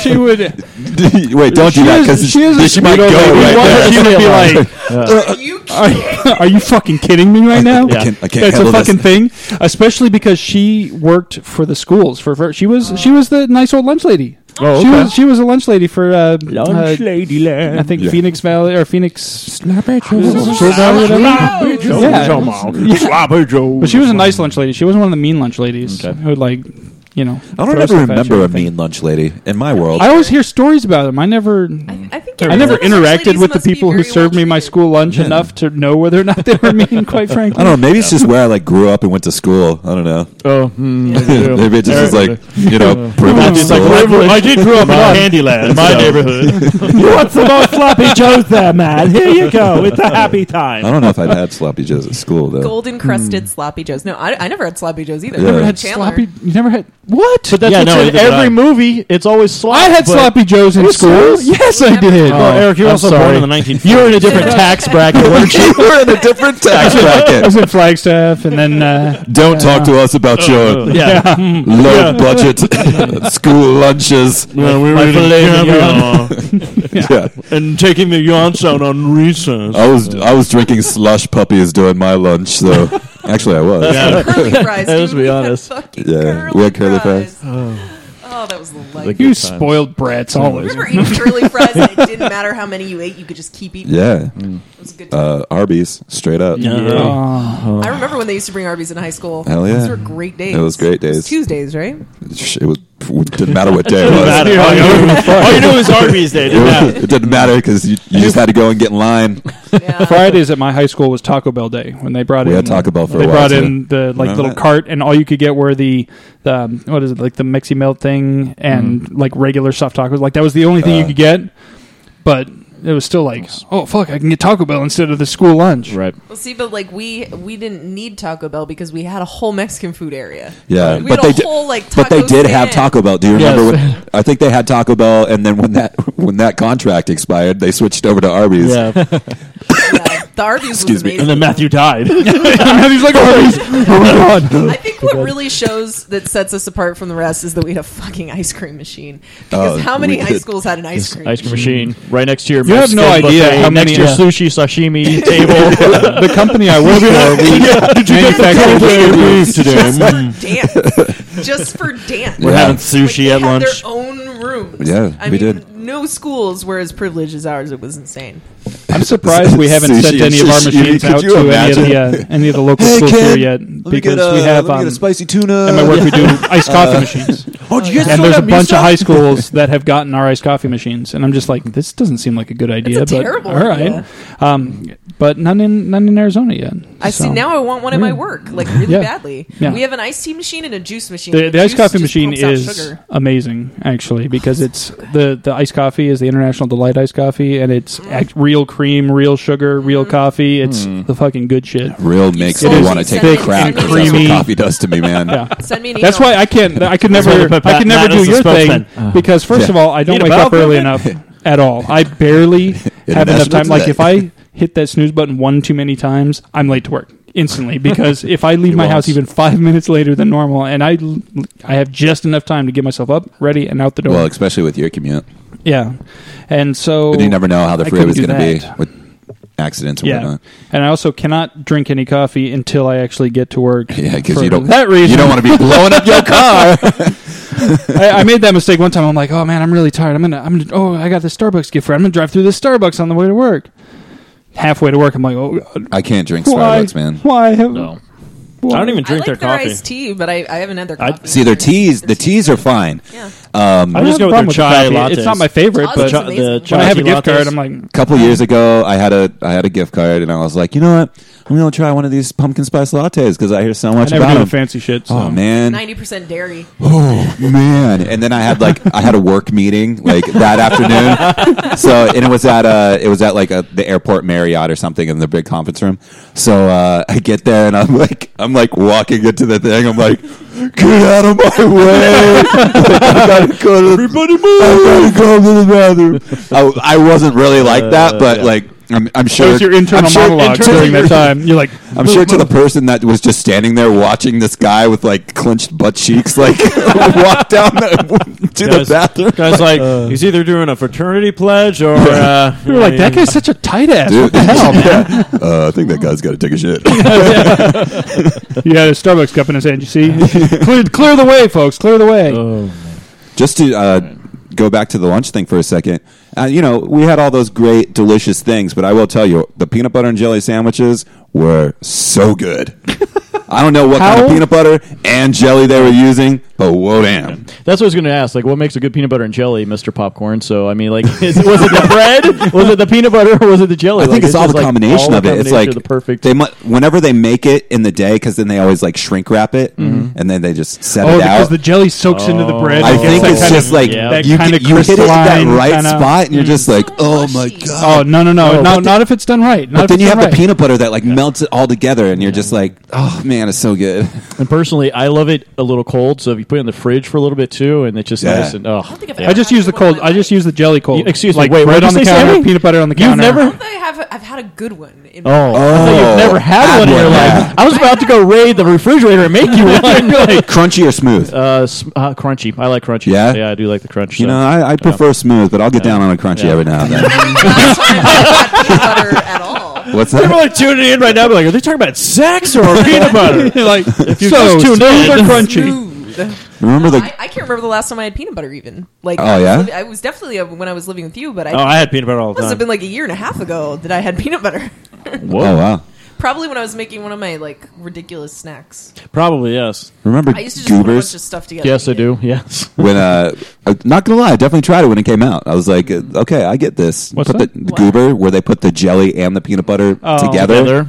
A: she would.
C: Wait, don't do that
A: is-
C: because
A: she is a
C: she might go
A: sweet old lady.
C: right
A: What
C: there.
A: if
B: She would be like,
D: Are you
A: Are,
D: kidding?
A: are you fucking kidding me right now?
C: I can't, I can't
A: That's a
C: handle this.
A: fucking thing, especially because she worked for the schools. For, for she was she was the nice old lunch lady.
B: Oh,
A: She
B: okay.
A: was she was a lunch lady for uh, uh,
B: lady
A: I think
C: Yeah.
A: Phoenix Valley or Phoenix. Yeah.
B: Yeah.
A: But she was a nice lunch lady. She wasn't one of the mean lunch ladies
B: Okay.
A: who would like, you know.
C: I
A: throw
C: don't ever
A: stuff at you,
C: remember
A: I
C: a
A: think.
C: mean lunch lady in my world.
A: I always hear stories about them. I never.
D: I, I think
A: I never
D: those ladies
A: interacted with the
D: must be
A: people who
D: very
A: served me my
D: well-treated.
A: school lunch
C: Yeah.
A: enough to know whether or not they were mean. Quite frankly,
C: I don't know. Maybe it's just where I like grew up and went to school. I don't know.
B: Oh, hmm,
C: Maybe it just is like you know privilege.
E: Matthew's like,
C: soul.
E: "Well, I grew- I
B: did grow up in
E: Candyland.
B: In my
E: so-
B: neighborhood.
F: You want some more sloppy joes there, man? Here you go. It's a happy time.
C: I don't know if I'd had sloppy joes at school though.
D: Golden crusted sloppy joes. No, I, I never had sloppy joes either.
C: Yeah. Never
A: Hmm. had
D: Chandler.
A: sloppy. You never had what?
B: But that's
E: Yeah,
B: what's
E: no,
B: in
E: neither did I.
B: every movie. It's always sloppy.
A: I had
B: but-
A: sloppy joes in school.
D: serious?
A: Yes,
D: We
A: I
D: never-
A: did.
E: Oh, Eric, you're
B: I'm
E: also
B: sorry.
E: born in the 1950s.
B: You were in a different tax bracket, weren't you?
C: you were in a different tax
A: I was
C: bracket.
A: in Flagstaff, and then uh,
C: Don't talk to us about your
E: yeah.
C: low budget school lunches.
E: yeah, we were
B: My filet
E: in
C: Yeah.
E: and taking the yarn sound on
B: Oh,
E: recess.
C: I was I was drinking slush puppies during my lunch, so actually I was.
E: Yeah.
D: curly fries.
B: Let's
D: dude.
B: be
D: We had
B: honest.
D: fucking
C: Yeah, we had curly
D: Oh. that was the life.
A: you
B: times.
A: spoiled brats always.
D: Remember eating curly fries and it didn't matter how many you ate, you could just keep eating.
C: Yeah.
D: It was a good time.
C: Uh, Arby's, straight up.
E: Yeah.
A: Oh,
D: I remember when they used to bring Arby's in high school.
C: Hell yeah.
D: Those were great days.
C: It was great
D: It was
C: days.
D: Tuesdays, right?
C: It, was, it didn't matter what day it was.
A: Oh,
E: All you knew was Arby's Day.
C: It, was- it didn't matter because you, you just had to go and get in line.
D: Yeah.
A: Fridays at my high school was Taco Bell day when they brought
C: We
A: in
C: had Taco Bell for
A: they
C: a while.
A: brought
C: too.
A: in the like
C: Remember
A: little
C: that?
A: cart, and all you could get were the, the um, what is it like the mixie melt thing and like regular soft tacos. Like that was the only thing you
C: Mm-hmm. Uh.
A: could get, but it was still like, oh fuck, I can get Taco Bell instead of the school lunch.
B: Right.
D: Well, see, but like we we didn't need Taco Bell because we had a whole Mexican food area.
C: Yeah,
D: we
C: but
D: had
C: they
D: a
C: did.
D: whole like. Taco
C: But they did have
D: stand.
C: Taco Bell. Do you remember? When, I think they had Taco Bell, and then when that when that contract expired, they switched over to Arby's.
E: Yeah.
D: Yeah. The Arby's was
C: Excuse me.
D: amazing.
E: And then Matthew died.
A: and he's oh, like, Arby's.
D: I think what really shows that sets us apart from the rest is that we had a fucking ice cream machine. Because
C: Oh,
D: how many
C: we
D: high
C: did.
D: schools had an ice cream?
B: Ice cream machine right next to your.
A: You have no
B: Mexican
A: idea
B: buffet,
A: how
B: next
A: many- uh,
B: to your
A: yeah.
B: sushi sashimi table.
A: the company I work for, we manufactured
D: Just
C: Mm.
D: for dance. Just for dance.
C: We're having
E: sushi
D: like,
E: at
D: they had
E: lunch.
D: Their own rooms.
C: Yeah,
D: I
C: we
D: mean,
C: did.
D: No schools were as privileged as ours. It was insane.
A: I'm surprised we haven't sent
C: Sushi,
A: any of our
C: sushi,
A: machines
C: could
A: out
C: you
A: to any of, the,
C: imagine?
A: uh, any of the local schools here yet because we
C: uh,
A: have um,
C: spicy tuna.
A: at my work we do iced
D: Uh,
A: coffee machines.
C: Oh, do you guys
A: and
C: still
A: there's a
C: have
A: bunch
C: Misa?
A: of high schools that have gotten our iced coffee machines, and I'm just like, this doesn't seem like a good idea.
D: It's a
A: but
D: terrible
A: all right,
D: idea.
A: Um, but none in none in Arizona yet.
D: I see.
A: So-
D: Now I want one at my work, like really
A: Yeah.
D: badly.
A: Yeah.
D: We have an iced tea machine and a juice machine.
A: The, the iced
D: juice
A: coffee
D: just
A: machine
D: pumps out
A: is
D: sugar. Oh,
A: amazing, actually, because it's the, the iced coffee is the International Delight iced coffee, and it's
D: Mm.
A: act, real cream, real sugar, real coffee. It's the fucking good shit.
C: Real makes
D: It
C: me
D: is
C: want to
D: thick
C: take a
D: and
C: crap because that's
A: creamy.
C: what coffee does to me, man.
A: Yeah.
D: Send me an email.
A: That's why I can't. I could
E: why
A: never.
E: they put
A: I could
E: Pat
A: never
E: Matt
A: do
E: as the
A: your thing
E: spokesman. Uh-huh.
A: because first of all, I don't
E: Need a
A: wake up
E: bowel
A: early enough
E: movement?
A: at all. I barely have enough
C: national
A: time. Like
C: today.
A: if I hit that snooze button one too many times, I'm late to work instantly because if I leave my house
C: won't.
A: even five minutes later than normal, and I l- I have just enough time to get myself up, ready, and out the door.
C: Well, especially with your commute,
A: yeah, and so
C: but you never know how the
A: Oh, I
C: freeway
A: couldn't do
C: is going to be
A: that.
C: with accidents and
A: Yeah,
C: whatnot.
A: and I also cannot drink any coffee until I actually get to work.
C: Yeah, because
A: For
C: you don't
A: that reason.
C: you don't want to be blowing up your car.
A: I, I made that mistake one time. I'm like, oh man, I'm really tired. I'm gonna, I'm gonna, oh, I got this Starbucks gift for. I'm gonna drive through this Starbucks on the way to work. Halfway to work, I'm like, oh, God,
C: I can't drink
A: why,
C: Starbucks, man.
A: Why? Have,
B: No.
A: why?
E: I don't even drink
D: I like
E: their coffee.
D: iced tea, but I, I haven't had their
E: I-
D: coffee.
C: See, their teas, the teas are fine.
D: Yeah.
C: Um,
A: I
E: I
A: don't
E: just
A: have
E: go
A: a problem
E: with their
A: with the
E: chai
A: coffee.
E: lattes.
A: It's not my favorite,
D: Chai-
A: but
D: chai-
A: when I have a gift
E: lattes.
A: card, I'm like,
C: couple years ago, I had a I had a gift card, and I was like, you know what? I'm gonna try one of these pumpkin spice lattes because I hear so much
A: I never do
C: about
A: the
C: them.
A: fancy shit. So.
C: oh man,
D: Ninety percent dairy.
C: oh man! And then I had like I had a work meeting like that afternoon. So and it was at uh it was at like a, the airport Marriott or something in the big conference room. So uh, I get there and I'm like I'm like walking into the thing. I'm like, get out of my way! I gotta go to the, I gotta go to the bathroom. I, I wasn't really like that, but like I'm, I'm sure.
A: Uh, That was your internal
C: I'm sure-
A: monologue
C: I'm sure-
A: during that time. You're like,
C: I'm sure to the person that was just standing there watching this guy with like clenched butt cheeks, like walk down the, to the
E: Guys-
C: bathroom.
E: Guys, like
A: Uh.
E: he's either doing a fraternity pledge or uh,
A: you were like, that guy's such a tight ass.
C: Dude,
A: What the hell?
C: yeah. Uh, I think that guy's got to take a shit.
A: He had a Starbucks cup in his hand. You see, Oh. clear, clear the way, folks. Clear the way.
C: Just to uh, go back to the lunch thing for a second, uh, you know, we had all those great, delicious things, but I will tell you, the peanut butter and jelly sandwiches were so good. I don't know what kind of
A: How?
C: peanut butter and jelly they were using, but whoa, damn!
B: That's what I was going to ask. Like, what makes a good peanut butter and jelly, Mister Popcorn? So, I mean, like, is, was it the bread? Was it the peanut butter? Or was it the jelly?
C: I think
B: Like,
C: it's, all
B: just,
C: the
B: like,
C: combination
B: all
C: of it.
B: the
C: it's
B: combination
C: like
B: of the perfect.
C: They mu- whenever they make it in the day, because then they always like shrink wrap it,
B: Mm-hmm.
C: and then they just set
A: Oh,
C: it out.
A: because the jelly soaks into the bread.
C: I
A: It gets
C: think
A: that
C: it's
A: kind of-
C: just like
B: yeah.
A: that
C: you,
A: kind
C: can,
A: of
C: you hit it at that
A: crystalline
C: right
A: kinda-
C: spot, and you're just
B: Mm-hmm.
C: like, oh my
D: mushy.
C: god!
A: Oh no no no no!
C: Oh, but
A: Not if it's done right. Not
C: But
A: if
C: then
A: it's
C: you have
A: done
C: the
A: right.
C: peanut butter that like melts it all together, and you're just like, oh man, it's so good.
B: and personally, I love it a little cold. So if you put it in the fridge for a little bit too, and it's just
C: Yeah.
B: nice and oh.
D: don't think I've
B: yeah.
D: ever
A: I just
D: had
A: use the
D: one in
A: cold.
D: my
A: I just
D: life.
A: use the jelly cold.
B: You- excuse me,
A: like
B: wait,
A: bread
B: what'd
A: on
B: you
A: the
B: say,
A: counter,
B: Sammy?
A: peanut butter on the
B: You've
A: counter.
B: never-
D: I don't think I have. I've had a good one. In
B: Oh, I
D: my
B: thought
C: Oh.
B: you've never had
C: Had
B: one in your
C: one,
B: life.
C: yeah.
B: I was about to go raid the refrigerator and make you one. like,
C: Crunchy or smooth?
B: uh, s- uh, crunchy. I like crunchy.
C: Yeah?
B: yeah, I do like the crunch.
C: you
B: so.
C: know, I, I prefer smooth, but I'll get down on a crunchy
B: Yeah.
C: every now and then.
D: life. peanut butter at all.
C: What's
E: people
C: that?
E: are tuning in right now. Be like, are they talking about sex or peanut butter?
A: like if you so
E: So
A: just tuned in,
E: smooth
A: they're
E: and
A: crunchy.
C: Remember the?
D: I, I can't remember the last time I had peanut butter even. Like,
C: Oh,
D: I was
C: yeah?
D: living- I was definitely uh when I was living with you, but I
E: Oh, I had peanut butter all the
D: must have
E: time.
D: been like a year and a half ago that I had peanut butter.
C: Oh wow!
D: Probably when I was making one of my like ridiculous snacks.
E: Probably yes.
C: Remember
D: I used to just put a bunch
C: goobers?
D: of stuff together.
B: yes, I
D: and eat
B: do. Yes.
C: when uh, uh, not gonna lie, I definitely tried it when it came out. I was like, uh, okay, I get this.
A: What's
C: put
A: that? Oh,
C: the goober where they put the jelly and the peanut butter together.
B: Together.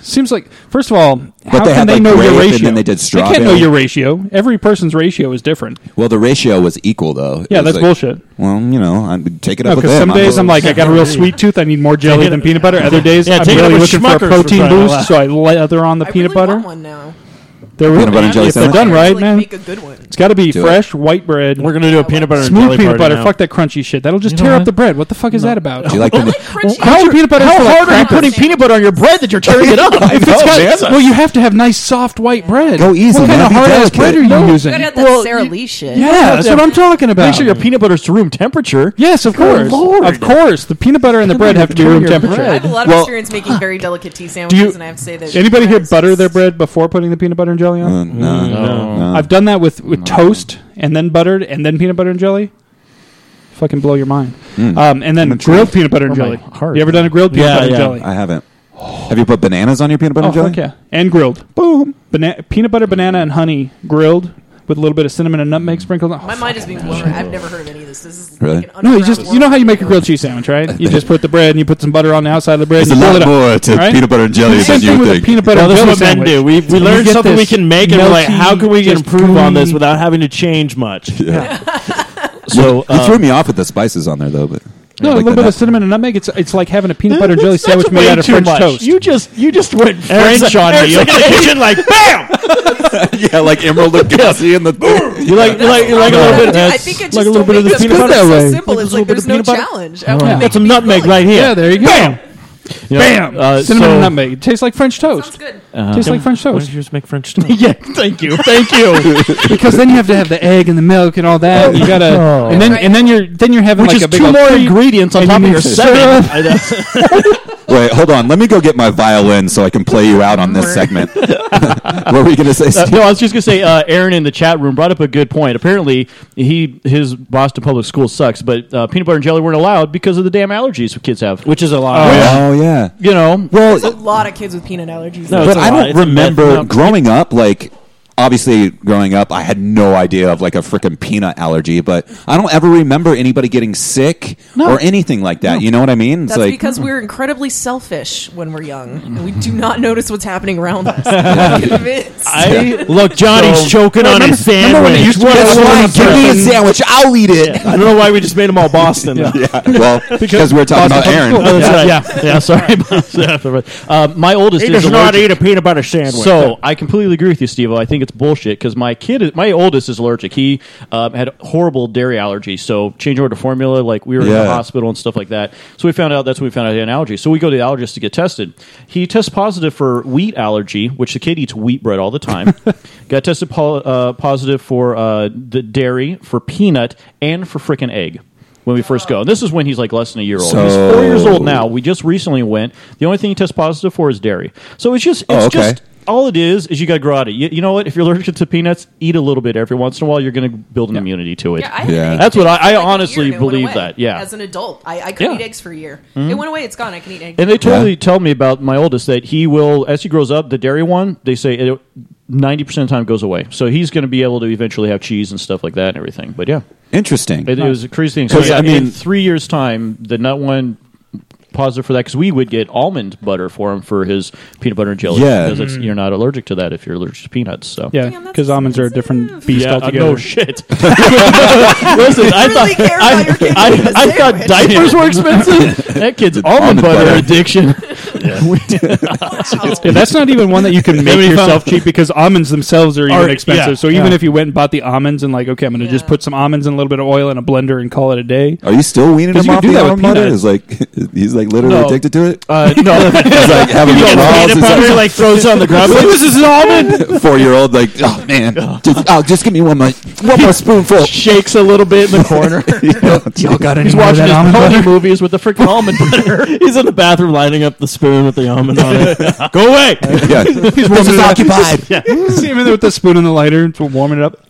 A: Seems like first of all, how can
C: they had,
A: they
C: like,
A: know
C: grape,
A: your
C: and
A: ratio?
C: then they did
A: can't know
C: strawberry.
A: your ratio. Every person's ratio is different.
C: Well, the ratio was equal though. It
A: Yeah,
C: was
A: that's
C: like,
A: bullshit.
C: Well, you know, I take it up with
A: Because
C: them.
A: some days I'm like, I got a real
E: Yeah.
A: sweet tooth. I need more jelly
E: it
A: than
E: up-
A: peanut butter. Other days,
E: Yeah,
A: I'm
E: take it
A: really
E: up with
A: looking for a
E: Schmuckers for
A: protein
E: crying out
A: boost,
E: loud.
A: so I lather on the
D: I
A: peanut
D: really
A: butter.
D: Want one now.
A: They're really-
C: Peanut butter and jelly
A: if they're
C: sandwich?
A: done
D: Like,
A: right,
D: like,
A: man.
D: Make a good one.
A: It's got to be
C: Do it.
A: fresh white bread.
E: We're gonna do a peanut butter and
A: smooth
E: jelly
A: peanut
E: party
A: butter.
E: now.
A: Fuck that crunchy shit. That'll just
E: You know
A: tear
E: what?
A: up the bread. What the fuck is that about?
C: Do you like
D: I like
C: the?
D: crunchy.
A: How's your peanut butter? for, like, crackers?
B: peanut butter on your bread that you're tearing it up?
A: If it's
C: No,
A: got-
C: man.
A: well, you have to have nice soft white bread.
C: Go easy,
A: What
C: man.
A: kind of
C: Be
A: hard ass
C: delicate.
A: bread are you
C: No.
A: using?
D: Got
A: Yeah,
D: out that
B: Well,
D: Sara
B: you-
D: Lee shit.
A: that's what I'm talking about.
B: Make sure your peanut butter's to room temperature.
A: Yes, of
B: Good
A: course.
B: Lord.
A: Of course, the peanut butter and the bread have to be room
B: your
D: I
A: temperature.
D: have a lot of
C: Well,
D: experience making very delicate tea
A: Do
D: sandwiches,
A: you?
D: and I have to say that.
A: Did anybody here
D: yours
A: butter
D: is-
A: their bread before putting the peanut butter and jelly on?
B: Uh-uh.
C: Uh, no,
B: No.
C: no.
A: I've done that with, with toast and then buttered and then peanut butter and jelly. Fucking blow your mind.
B: Mm.
A: Um, and then grilled peanut butter and
B: Oh, my
A: jelly.
B: heart.
A: You ever done a grilled peanut
E: Yeah,
A: butter
E: yeah.
A: and jelly?
C: I haven't. Have you put bananas on your peanut butter
A: Oh,
C: and jelly?
A: fuck yeah. And grilled. Boom. Bana- peanut butter, banana, and honey grilled with a little bit of cinnamon and nutmeg sprinkled on.
D: My mind is being blown. I've never heard of any of this. This is
C: Really?
D: like an
A: No, you
D: underground
A: just you know how you make a grilled
D: world.
A: cheese sandwich, right? You just put the bread and you put some butter on the outside of the bread.
C: There's
A: and
C: a
A: you
C: lot
A: roll it up,
C: more to
A: right?
C: peanut butter and jelly
A: Same
C: than you
A: thing
C: would
A: with
C: think.
A: a peanut butter
E: Well,
A: and
E: this is
A: jelly
E: what men
A: sandwich.
E: do. We we
A: You
E: learn
A: get
E: something we
A: this
E: can make, and we're like, how
A: melty,
E: can we
A: just
E: improve on this
A: gooey-
E: without having to change much?
C: So
E: uh,
C: you threw me off with the spices on there though, but
A: Uh, No,
C: I
A: a
C: like
A: little
C: the
A: bit of
C: nut-
A: cinnamon and nutmeg. It's it's like having a peanut butter and jelly
B: That's
A: sandwich
B: way
A: made out of
B: too
A: French
B: much.
A: toast.
B: You just you just went French on me.
E: Eric's in the kitchen, like, bam!
C: yeah, like Emerald Lagasse and the.
E: You like you like you like a little bit. of
D: I
E: this.
D: think it's
A: like
D: just
A: a little bit of
D: because
A: the peanut butter
D: it's so
A: away.
D: simple.
A: Like
D: It's
A: a little
D: like
A: bit of
D: there's no
A: peanut butter.
D: challenge. I want
A: yeah.
D: to
E: Got
D: make
E: some
D: it
E: nutmeg
D: really-
E: right here.
A: yeah, there you go.
E: Bam!
B: You know,
A: Bam!
B: uh,
A: cinnamon
B: so-
A: and nutmeg. It tastes like French
D: Sounds
A: toast.
D: good.
A: tastes like French
E: Why don't
A: toast.
E: you just make Uh-huh. French toast?
B: Yeah, thank you, thank you.
A: because then you have to have the egg and the milk and all that. and you gotta,
E: Oh.
A: and then and then you're then you're having
B: Which
A: like
B: is
A: a big
B: two
A: old
B: more
A: treat.
B: ingredients on
A: and you
B: top of
A: need
B: your
A: syrup.
B: seven. I know.
C: Wait, hold on. Let me go get my violin so I can play you out on this segment. what were you gonna say?
B: Uh,
C: Steve?
B: no, I was just gonna say, uh, Aaron in the chat room brought up a good point. Apparently, he his Boston public school sucks, but uh, peanut butter and jelly weren't allowed because of the damn allergies kids have.
E: Which is a lot.
C: oh yeah.
B: You know,
C: Well,
D: There's a lot of kids with peanut allergies.
E: No,
C: but
E: it's a
C: I
E: lot.
C: don't
E: It's a myth.
C: remember
E: No.
C: growing up like obviously growing up I had no idea of like a freaking peanut allergy but I don't ever remember anybody getting sick or anything like that you know what I mean it's
D: That's
C: like
D: because we're incredibly selfish when we're young, and we do not notice what's happening around us. I'm convinced.
B: I
E: Look, Johnny's
B: So-
E: choking on his sandwich.
A: remember when they used to
E: What
A: get
E: a
A: a
E: son
A: line,
E: of a
A: give me a
E: bitch.
C: sandwich I'll eat it
E: I don't know why we just made them all Boston. though.
C: yeah well because we were talking about Aaron
E: Oh, that's right.
B: yeah, yeah. Sorry, about that. Uh, my oldest
E: He
B: is
E: does not
B: allergic-
E: eat a peanut butter sandwich.
B: So I completely agree with you, Steve. I think think it's bullshit because my kid, is, my oldest, is allergic. He uh, had horrible dairy allergies, so change order formula. Like we were in the
C: Yeah.
B: hospital hospital and stuff like that. So we found out that's when we found out he had an allergy. So we go to the allergist to get tested. He tests positive for wheat allergy, which the kid eats wheat bread all the time. Got tested po- uh, positive for uh, the dairy, for peanut, and for frickin' egg. When we first go, and this is when he's like less than a year old. he's four years old now. We just recently went. The only thing he tests positive for is dairy. So it's just, it's
C: Oh, okay.
B: just all it is is you got to grow out of it. You, you know what? If you're allergic to peanuts, eat a little bit every once in a while. You're going to build an immunity to it.
D: Yeah, I had an
C: Yeah.
D: egg
B: That's what I-
D: for
B: I
D: like a year
B: honestly
D: and it went
B: believe
D: away.
B: that, yeah.
D: as an adult, I, I could
B: Yeah.
D: eat eggs for a year. It went away. It's gone. I can eat eggs.
B: And they totally
C: Yeah.
B: tell me about my oldest that he will, as he grows up, the dairy one, they say it, 90% of the time goes away. So he's going to be able to eventually have cheese and stuff like that and everything. But yeah,
C: Interesting.
B: it, it was a crazy thing. So
C: 'Cause,
B: yeah,
C: I
B: in
C: mean-
B: three years' time, the nut one positive for that because we would get almond butter for him for his peanut butter and jelly.
C: Yeah.
B: Because it's, you're not allergic to that if you're allergic to peanuts. So
A: Yeah,
D: Damn, that's
A: because almonds are a different
D: expensive.
A: beast
B: Yeah, uh,
A: altogether.
B: no shit. Listen, I
D: really
B: thought
D: care about your kid
B: I,
D: eating a
B: I thought
D: sandwich.
B: diapers were expensive. That kid's almond,
C: almond
B: butter,
C: butter.
B: addiction.
A: Yeah, that's not even one that you can make
B: Nobody found-
A: yourself cheap because almonds themselves are even
B: Are-
A: expensive.
B: yeah,
A: so even
B: yeah.
A: if you went and bought the almonds and like, okay, I'm going to just
D: Yeah.
A: put some almonds and a little bit of oil in a blender and call it a day.
C: Are you still weaning
A: 'Cause
C: him
A: you
C: off
A: can do
C: the
A: that with
C: almond butter?
A: peanut.
C: Is like he's like literally
B: No.
C: addicted to it.
B: Uh, no,
C: He's like having withdrawals. It's like-
B: like throws on the ground. this is an almond.
C: four year old like oh man just, oh, just give me one more one more spoonful
B: Shakes a little bit in the corner.
A: Y'all got any
B: He's
A: more of
B: watching
A: that almond
B: his pony
A: butter?
B: movies with the freaking almond butter.
E: He's in the bathroom lining up the spoon with the almond on it. Go away.
C: yeah this is occupied
A: See him in there with the spoon and the lighter to warm it up.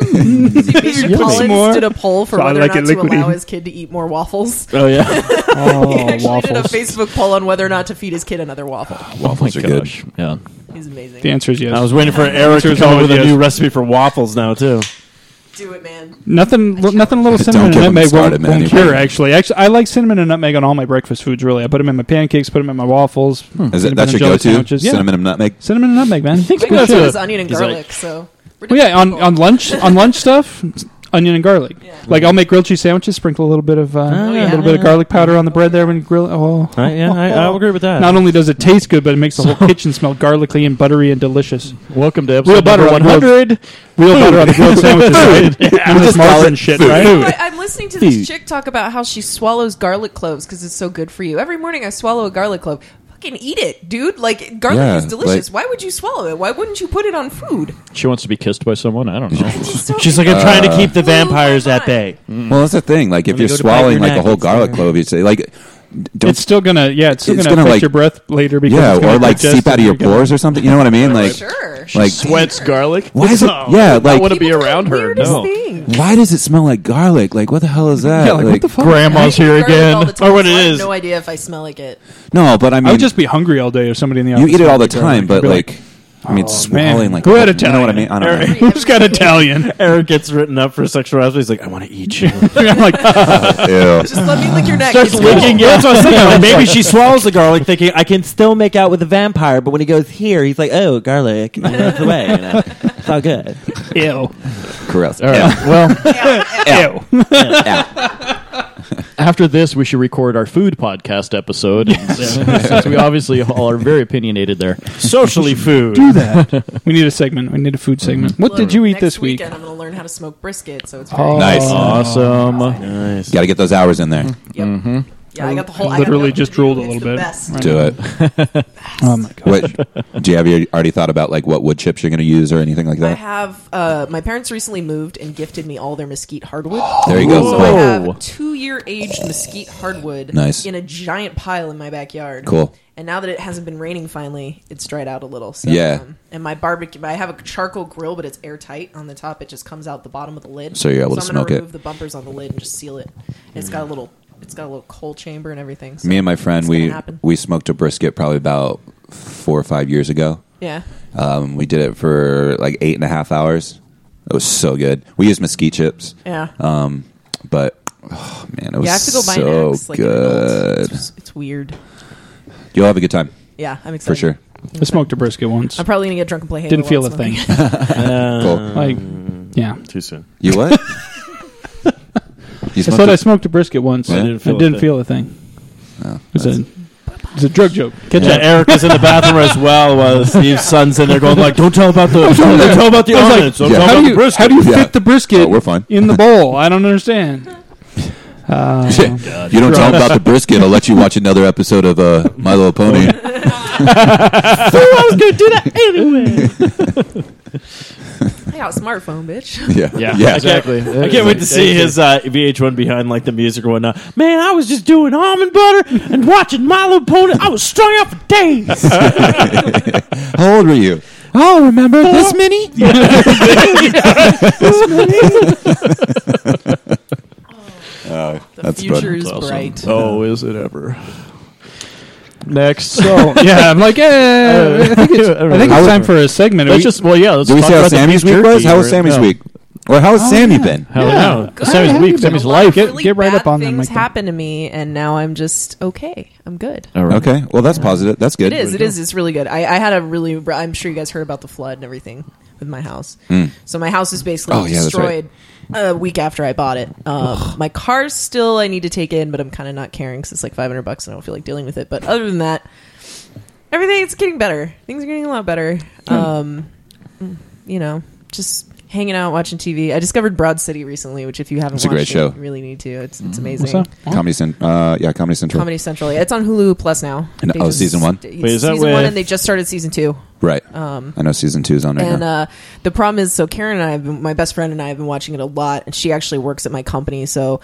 D: Peter
A: put some more.
D: Collins did a poll for
A: So I
D: whether
A: like
D: or
A: it
D: not to
A: liquidy.
D: allow his kid to eat more waffles.
E: Oh yeah.
D: he actually did a
A: waffles.
D: Facebook poll on whether or not to feed his kid another waffle.
C: waffles are good
B: Oh, Yeah.
D: He's amazing.
A: The answer is yes.
E: I was waiting for Eric to
A: Cheers,
E: come up with a
A: yes.
E: new recipe for waffles now too.
D: Do it, man.
A: Nothing, li- nothing. A little cinnamon and
C: get me
A: nutmeg
C: started,
A: won't,
C: man.
A: won't cure. Actually, actually, I like cinnamon and nutmeg on all my breakfast foods. Really, I put them in my pancakes, put them in my waffles.
C: Hmm.
A: peanut
C: is it
A: butter and
C: that's your
A: jelly
C: go to
A: sandwiches. Yeah.
C: cinnamon and nutmeg
A: cinnamon and nutmeg, man.
D: Big
B: that's
D: one
B: a-
D: is onion and
B: he's like-
D: garlic. so we're
A: Well, yeah, on,
D: different
A: on lunch on lunch stuff, it's onion and garlic.
D: Yeah.
A: Like I'll make grilled cheese sandwiches, sprinkle a little bit of uh,
D: yeah.
A: a little bit of garlic powder on the bread there when you grill. it. Oh,
E: I, yeah, I, I agree with that.
A: not only does it taste good, but it makes the whole kitchen smell garlicky and buttery and delicious.
B: Welcome to episode
A: Real butter
B: number
A: on
B: 100.
A: Real butter on the grilled sandwiches, right? None of this
C: Just call
A: margarine
C: it
A: shit,
C: food.
A: right?
D: people. But Oh, I'm listening to this chick talk about how she swallows garlic cloves because it's so good for you. Every morning I swallow a garlic clove. Fucking eat it, dude. Like, garlic
C: Yeah,
D: is delicious.
C: like-
D: Why would you swallow it? Why wouldn't you put it on food?
B: She wants to be kissed by someone. I don't know.
D: It's just so-
E: She's like, I'm trying
C: Uh,
E: to keep the
D: Blew my
E: vampires at
D: mind.
E: bay.
A: Mm.
C: well that's the thing like if you're
E: When they go to bite
C: swallowing
E: your
C: like a
E: neck,
C: whole
E: it's
C: garlic
E: there.
C: clove you say like don't
A: It's still gonna, yeah, it's still
C: It's
A: gonna,
C: gonna,
A: affect
C: like-
A: your breath later because
C: yeah
A: it's gonna
C: or like
A: digest
C: seep out of your
A: and you're gonna-
C: pores or something you know what I mean like
D: Sure.
C: like
B: Sweats garlic.
C: why is it yeah
B: I want
C: like
B: to be
D: People do the
B: around her.
D: weirdest
B: No.
D: thing.
C: why does it smell like garlic like what the hell is that
A: Yeah, like, what the fuck?
B: Grandma's here
D: Garlic all
B: again.
D: the time,
E: Or what
D: so
E: it
D: I have
E: is.
D: no idea if I smell like it.
C: no but I
A: I
C: mean
A: would just be hungry all day if somebody in the
C: Oh, you
A: office.
C: eat it all the
A: made garlic.
C: time but
A: You'd be "Oh,
C: like I mean it's
A: man,
C: swallowing like
A: go ahead,
C: you know what I
A: Italian.
C: mean I don't know
A: Who's got Italian?
E: Eric gets written up for sexual harassment. He's like, I want to eat you.
A: I'm like,
C: Ew.
D: Just let me lick your neck. It's cool.
E: licking it. That's what I was thinking. Like, maybe she swallows the garlic, thinking I can still make out with a vampire. But when he goes here, he's like, "Oh, garlic, and he runs away." You know? It's all good.
A: ew,
C: Gross.
B: All right. Well,
A: ew.
B: after this, we should record our food podcast episode. Since we obviously all are very opinionated there.
E: Socially food.
A: We need a segment. We need a food
C: Mm-hmm.
A: segment. What did you eat
D: Next
A: this week?
D: Weekend, I'm going to learn how to smoke brisket, so it's very
A: Oh.
C: Nice.
B: Awesome.
E: Nice.
C: Got to get those hours in
B: Mm,
C: there.
D: Yep. Yeah, I got the whole. I
A: literally
D: got nothing
A: just
D: to do.
A: drooled a
D: It's
A: little
D: the
A: bit.
D: Best.
C: Do it.
A: Oh my god.
C: What do you have you already thought about like what wood chips you're going to use or anything like
D: I
C: that?
D: have. Uh, my parents recently moved and gifted me all their mesquite hardwood.
C: There you go.
D: So I
C: Cool.
D: have two-year aged mesquite hardwood.
C: Nice.
D: In a giant pile in my backyard.
C: Cool.
D: And now that it hasn't been raining, finally, it's dried out a little. So,
C: Yeah.
D: um, and my barbecue, I have a charcoal grill, but it's airtight on the top. It just comes out the bottom of the lid.
C: So you're able to
D: I'm gonna
C: smoke it.
D: remove the bumpers on the lid and just seal it. It's got a little. It's got a little coal chamber and everything. So
C: Me and my friend
D: it's gonna
C: we
D: happen.
C: we smoked a brisket probably about four or five years ago.
D: yeah.
C: Um, we did it for like eight and a half hours. It was so good. We used mesquite chips.
D: Yeah.
C: Um, but oh man, it was
D: Yeah, I have to go buy
C: so
D: an axe. Like an adult.
C: good.
D: It's, it's weird.
C: You'll have a good time
D: Yeah, I'm
C: for
D: excited
C: sure.
A: I smoked a brisket once.
D: I'm probably gonna get drunk and play Halo.
A: Didn't feel a
D: while it's
A: thing.
D: smoking.
E: Uh,
C: Cool.
A: Like, yeah.
E: Too soon.
C: Mm. You what?
A: I
C: you smoked
A: said
C: a-
A: I smoked a brisket once.
C: Yeah? I
A: I
E: didn't
A: didn't
E: feel
A: feel,
C: Oh.
E: a thing.
A: a thing. It was a It's a drug joke. Catch
E: Yeah, Eric was in the bathroom as well while Steve's son's in there going like, "Don't tell about the, don't tell about the
A: I was like,
E: ornaments, don't
C: yeah.
E: tell
A: How
E: about
A: do
E: the
A: you,
E: brisket."
A: how do you
C: Yeah.
A: fit the brisket
C: Oh, we're fine.
A: in the bowl? I don't understand. Uh,
C: you don't tell them about the brisket. I'll let you watch another episode of uh, My Little Pony.
D: I got a smartphone, bitch.
C: Yeah,
B: Yeah,
C: yeah.
B: exactly.
E: I can't wait to see his uh, VH1 behind like the music and whatnot. Man, I was just doing almond butter and watching Milo Pony. I was strung out for days.
C: How old were you?
A: oh, remember this mini?
D: The
C: That's funny.
D: future is bright.
B: Oh, is it ever? Next,
A: So yeah, I'm like, eh, I think it's, I think it's time for a segment.
B: let's
A: We-
B: just well, yeah. Let's
C: Did we
B: talk
C: see how
B: about the
C: Sammy's
B: beef
C: week was?
B: jerky
C: How was
B: or-
C: Sammy's
B: no.
C: week? Or how has Sammy been?
B: How,
A: Yeah.
B: no.
A: How
B: Sammy's
A: have you
B: week.
A: been?
B: Sammy's
D: A lot of
B: life.
A: Get-
D: really
A: get right
D: bad
A: up on them,
D: Things
A: Mike.
D: happen to me, and now I'm just okay. I'm good.
B: All right.
C: Okay, well that's positive. That's good.
D: It is. It is. It's really good. I, I had a really. I'm sure you guys heard about the flood and everything with my house. So my house is basically
C: Hmm. Oh, yeah, that's right.
D: destroyed a week after I bought it. Um, my car's still I need to take in, but I'm kind of not caring because it's like 500 bucks and I don't feel like dealing with it. But other than that, everything's getting better. Things are getting a lot better.
C: Hmm.
D: Um, you know, just hanging out, watching TV. I discovered Broad City recently, which if you haven't
C: It's a
D: watched
C: great
D: it,
C: show. Mm-hmm.
D: you really need to. It's it's amazing.
A: so-
C: Comedy Cent- uh Yeah, Comedy Central.
D: Comedy Central. Yeah, It's on Hulu Plus now.
C: And-
D: They
C: oh, season one?
D: it's
B: Wait, is that
D: season one,
B: with-
D: and they just started season two.
C: Right. I know season two is on right
D: Um, And
C: now.
D: uh, the problem is, so Karen and I, have been, my best friend and I, have been watching it a lot, and she actually works at my company. So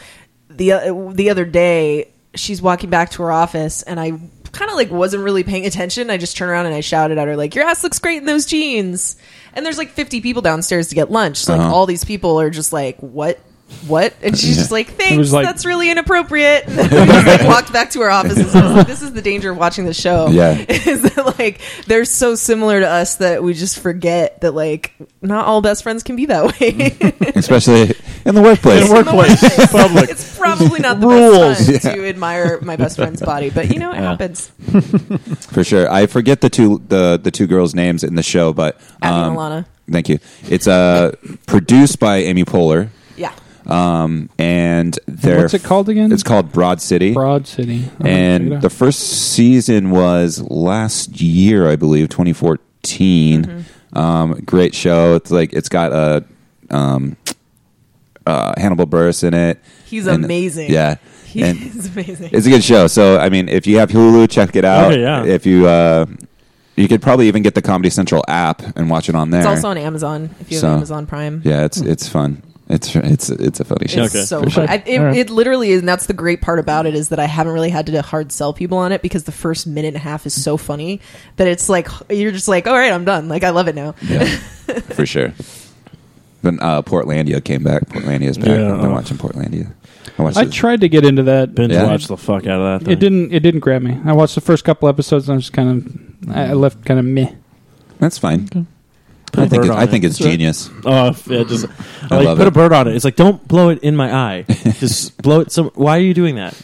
D: the uh, the other day, she's walking back to her office, and I kind of like wasn't really paying attention. I just turned around and I shouted at her like, "Your ass looks great in those jeans!" And there's like 50 people downstairs to get lunch, so
C: Uh-huh.
D: like all these people are just like, "What?" What? And she's just like, thanks,
A: was like-
D: that's really inappropriate. And then we just like walked back to her office and I was like, this is the danger of watching the show
C: Yeah.
D: is that like they're so similar to us that we just forget that like not all best friends can be that way.
C: Especially in the workplace.
B: Workplace. Public.
D: it's probably not the best
B: Rules.
D: time to admire my best friend's body, but you know it happens.
C: For sure. I forget the two the the two girls' names in the show, but
D: Abby
C: um,
D: Milana.
C: Thank you. It's uh produced by Amy Poehler.
D: Yeah.
C: Um and they're
A: What's it called again?
C: It's called Broad City.
A: Broad City. I'll check it
C: and
A: out.
C: the first season was last year, I believe, 2014. Um, great show. It's like it's got a um, uh, Hannibal Burris in it.
D: He's
C: And-
D: amazing.
C: Yeah,
D: He
C: And
D: is amazing.
C: it's a good show. So I mean, if you have Hulu, check it out.
E: Okay, yeah.
C: If you uh, you could probably even get the Comedy Central app and watch it on there.
D: It's also on Amazon if you have
C: So-
D: Amazon Prime.
C: yeah, it's it's fun. It's it's it's a funny show.
D: It's so
A: for
D: funny.
A: sure.
D: I, it,
A: All right.
D: it literally is, and that's the great part about it is that I haven't really had to hard sell people on it because the first minute and a half is so funny that it's like you're just like, all right, I'm done. Like I love it now.
C: Yeah, for sure. Then uh, Portlandia came back. Portlandia's back.
E: Yeah,
C: I've been
E: oh.
C: watching Portlandia. I watched
A: uh, I
C: it.
A: tried to get into that.
E: Binge
C: Yeah.
E: watch the fuck out of that. Thing.
A: It didn't. It didn't grab me. I watched the first couple episodes, and I was kind of. I I left kind of meh.
C: That's fine. I
E: a
C: think it,
E: bird on
C: I think
E: it.
C: it's genius.
E: Oh, f- yeah, just
C: I
E: like
C: love
E: put
C: it.
E: a bird on it. It's like don't blow it in my eye. just blow it. Some. Why are you doing that?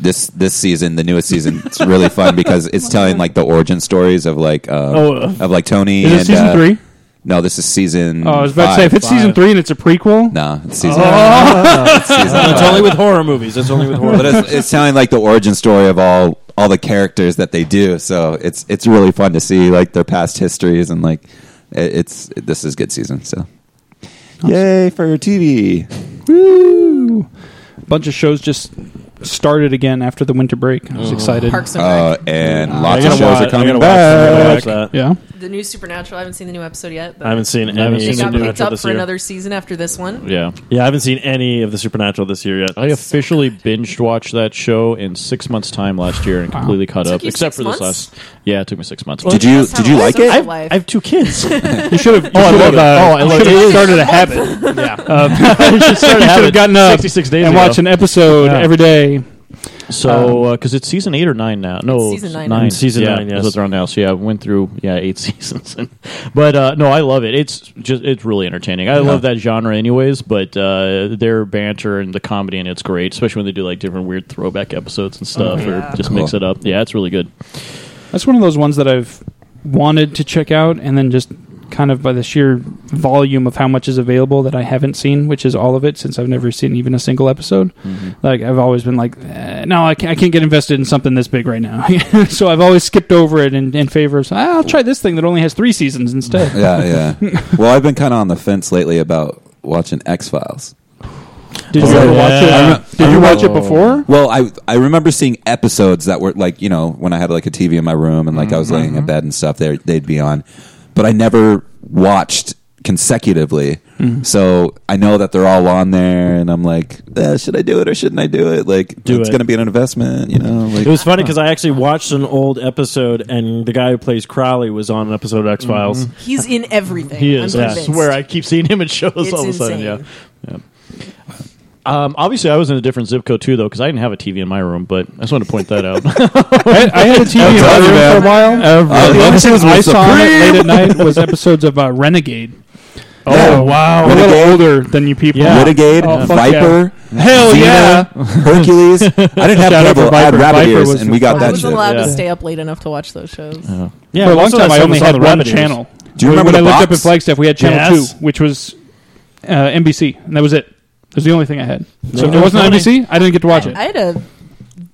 C: This this season, the newest season, it's really fun because it's telling like the origin stories of like um,
E: Oh, uh,
C: of like Tony.
A: Is
C: and,
A: it season
C: uh,
A: three?
C: No, this is season.
A: Oh, I was about to say
C: five.
A: if it's Oh. season three and it's a prequel.
C: no, it's season. it's season
E: It's
C: five.
E: only with horror movies. It's only with horror.
C: but it's, it's telling like the origin story of all all the characters that they do. So it's it's really fun to see like their past histories and like it, it's this is good season. So yay for TV!
A: Woo! A bunch of shows just started again after the winter break. I was
C: Mm.
A: excited.
D: Parks and Rec.
C: Uh, and
E: I
C: lots of
E: gotta
C: shows
E: watch-
C: are coming
E: I gotta
C: back.
E: Watch, I gotta watch that.
A: Yeah.
D: the new Supernatural. I haven't seen the new episode yet. But
E: I haven't seen any
B: haven't
D: It
B: seen
D: got picked
E: Supernatural
D: up
E: this
D: for
E: year.
D: another season after this one.
B: Yeah.
E: yeah, I haven't seen any of the Supernatural this year yet.
B: I officially binged watched that show in six months' time last year and completely caught
D: Took
B: up,
D: you
B: except
D: six
B: for this
D: months?
B: last. Yeah, it took me six months.
C: Did you
D: That's how
C: did you
D: I
C: like
D: was
C: it?
D: alive.
E: I have two kids.
A: You should have.
B: Oh, I love that. Oh, I love
A: should have
B: it.
A: started a habit.
B: yeah.
A: you should have gotten up
B: 66 days
A: and
B: ago.
A: watch an episode
E: Yeah.
A: every day.
B: So, because it's season eight or nine now. No,
D: It's season nine now.
E: It's season
B: yeah,
E: nine, yes.
B: That's what they're on now. So yeah, I went through yeah eight seasons, and, but uh, no, I love it. It's just it's really entertaining. I love that genre, anyways. But uh, their banter and the comedy and it's great, especially when they do like different weird throwback episodes and stuff, or
D: yeah.
B: just mix
C: Cool.
B: it up. Yeah, it's really good.
A: That's one of those ones that I've wanted to check out and then just kind of by the sheer volume of how much is available that I haven't seen, which is all of it since I've never seen even a single episode. Like I've always been like, eh, no, I can't, I can't get invested in something this big right now. so I've always skipped over it in, in favor of, ah, I'll try this thing that only has three seasons instead.
C: yeah, yeah. well, I've been kind of on the fence lately about watching X Files.
A: Did you
C: Oh,
A: ever
C: yeah.
A: watch
C: I remember-
A: it? Did you watch it before?
C: Well, I I remember seeing episodes that were like you know when I had like a TV in my room and like I was laying
A: Mm-hmm.
C: in bed and stuff. They they'd be on, but I never watched consecutively.
A: Mm-hmm.
C: So I know that they're all on there, and I'm like, eh, should I do it or shouldn't I do it? Like
E: Do
C: it's
E: it.
C: going to be an investment, you know? Like
E: It was funny because I actually watched an old episode, and the guy who plays Crowley was on an episode of X Files.
D: He's in everything.
B: He is.
D: I'm
B: I
D: convinced.
B: swear, I keep seeing him in shows
D: It's
B: all of a sudden. Yeah.
D: insane.
B: yeah. Um, obviously, I was in a different zip code too, though, because I didn't have a TV in my room. But I just wanted to point that out.
A: I, I had a TV in my
C: telling you,
A: room for a
C: man.
A: while.
C: I
A: the only
C: love
A: thing
C: Season
A: I
C: of
A: saw on it late at
C: Supreme.
A: night was episodes of uh, Renegade.
B: oh wow!
A: I'm a little
C: Renegade?
A: older than you people.
B: Yeah.
C: Renegade,
A: Oh, fuck
C: Viper,
A: Hell
C: Xena,
A: yeah.
C: Hercules. I didn't have
A: Shout out
C: cable.
A: for
C: I had
A: Viper.
C: rabbit
A: Viper
C: ears,
A: was
C: and we got
A: fun.
D: I
C: that
D: was
C: shit.
D: allowed
B: Yeah.
D: to stay up late enough to watch those shows.
B: Yeah,
A: For a long
B: most of
A: time,
B: that
A: I
B: stuff
A: only
B: was on
A: had
B: the
A: one
B: Rabbit ears.
A: channel.
C: Do you
A: When-
C: remember
A: when
C: the
A: I lived up in
C: box?
A: Flagstaff? We had channel
B: Yes.
A: two, which was uh, NBC, and that was it. That was the only thing I had. So if it
E: Yeah.
A: wasn't on NBC, I didn't get to watch it.
D: I had a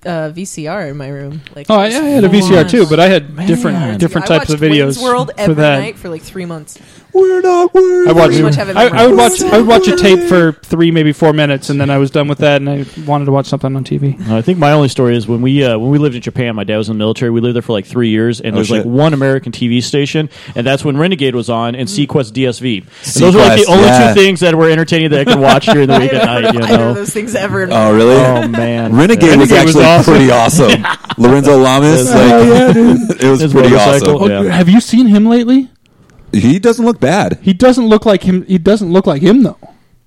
D: uh, VCR in my room. Like,
A: Oh, I, I had a
D: full
A: VCR
D: on.
A: too, but I had different
B: Man.
A: different
D: I
A: types of
D: watched
A: videos
D: Wayne's World
A: for
D: every
A: that.
D: night for like three months.
C: We're not worried.
A: I watched.
D: Pretty much have it
A: I, I would watch.
D: memorized.
A: I would watch a tape for three, maybe four minutes, and then I was done with that, and I wanted to watch something on TV.
B: Uh, I think my only story is when we uh, when we lived in Japan. My dad was in the military. We lived there for like three years, and
C: Oh,
B: there's like
C: shit.
B: one American TV station, and that's when Renegade was on and Sequest DSV. And those are like
C: Sequest,
B: the only
C: yeah.
B: two things that were entertaining that I could watch during the
D: I
B: week
D: don't
B: at night. You
D: know either of
B: know.
D: those things ever. in my
C: Oh really?
B: Oh man,
C: Renegade was
B: Renegade was
C: actually
B: awesome.
C: pretty awesome. Lorenzo Lamas, like, it was
B: His
C: pretty
B: motorcycle.
C: awesome.
B: Yeah.
A: Oh, Have you seen him lately?
C: He doesn't look bad.
A: He doesn't look like him. He doesn't look like him though.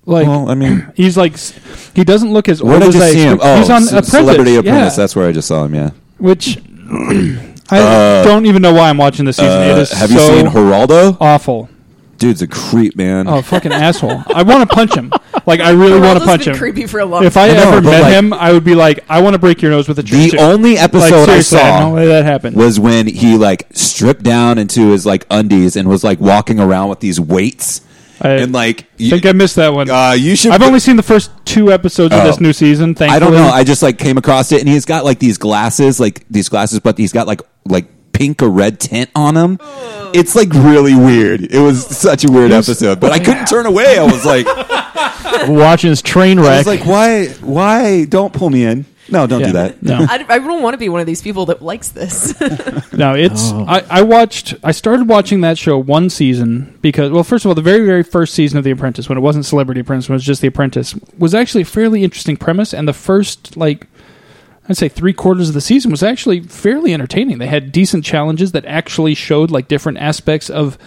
A: Like
C: well, I mean,
A: he's like s- he doesn't look as
C: where
A: old
C: did I
A: as
C: just see him?
A: expect-
C: Oh,
A: he's on
C: Ce-
A: Apprentice.
C: Celebrity
A: yeah.
C: Apprentice. That's where I just saw him. Yeah.
A: which I
C: Uh,
A: don't even know why I'm watching this season. it
C: Uh,
A: is
C: have you
A: so
C: seen Geraldo?
A: awful.
C: Dude's a creep, man.
A: Oh, fucking asshole! I want to punch him. Like I really want
D: Geraldo's
A: to punch
D: been
A: him.
D: Creepy for a long
A: If
D: time.
A: I,
C: I know,
A: ever
C: but,
A: met
C: like-
A: him, I would be like, I want to break your nose with a
C: the
A: chopstick.
C: only episode I
A: seriously, I
C: saw
A: know that happened.
C: was when he like stripped down into his like undies and was like walking around with these weights
A: I
C: and like.
A: I
C: You,
A: think I missed that one.
C: uh, you should.
A: I've only seen the first two episodes of
C: Oh.
A: this new season. Thankfully,
C: I don't know. I just like came across it, and he's got like these glasses, like these glasses, but he's got like like pink or red tint on them. It's like really weird. It was such a weird episode, but I couldn't turn away. I was like, I
B: Watching this train wreck.
C: was like, why, why don't pull me in? No, don't do that.
A: no,
D: I, I don't want to be one of these people that likes this.
A: no. It's I, I watched. I started watching that show one season because, well, first of all, the very, very first season of The Apprentice, when it wasn't Celebrity Apprentice, when it was just The Apprentice, was actually a fairly interesting premise, and the first like. I'd say three quarters of the season was actually fairly entertaining. They had decent challenges that actually showed like different aspects of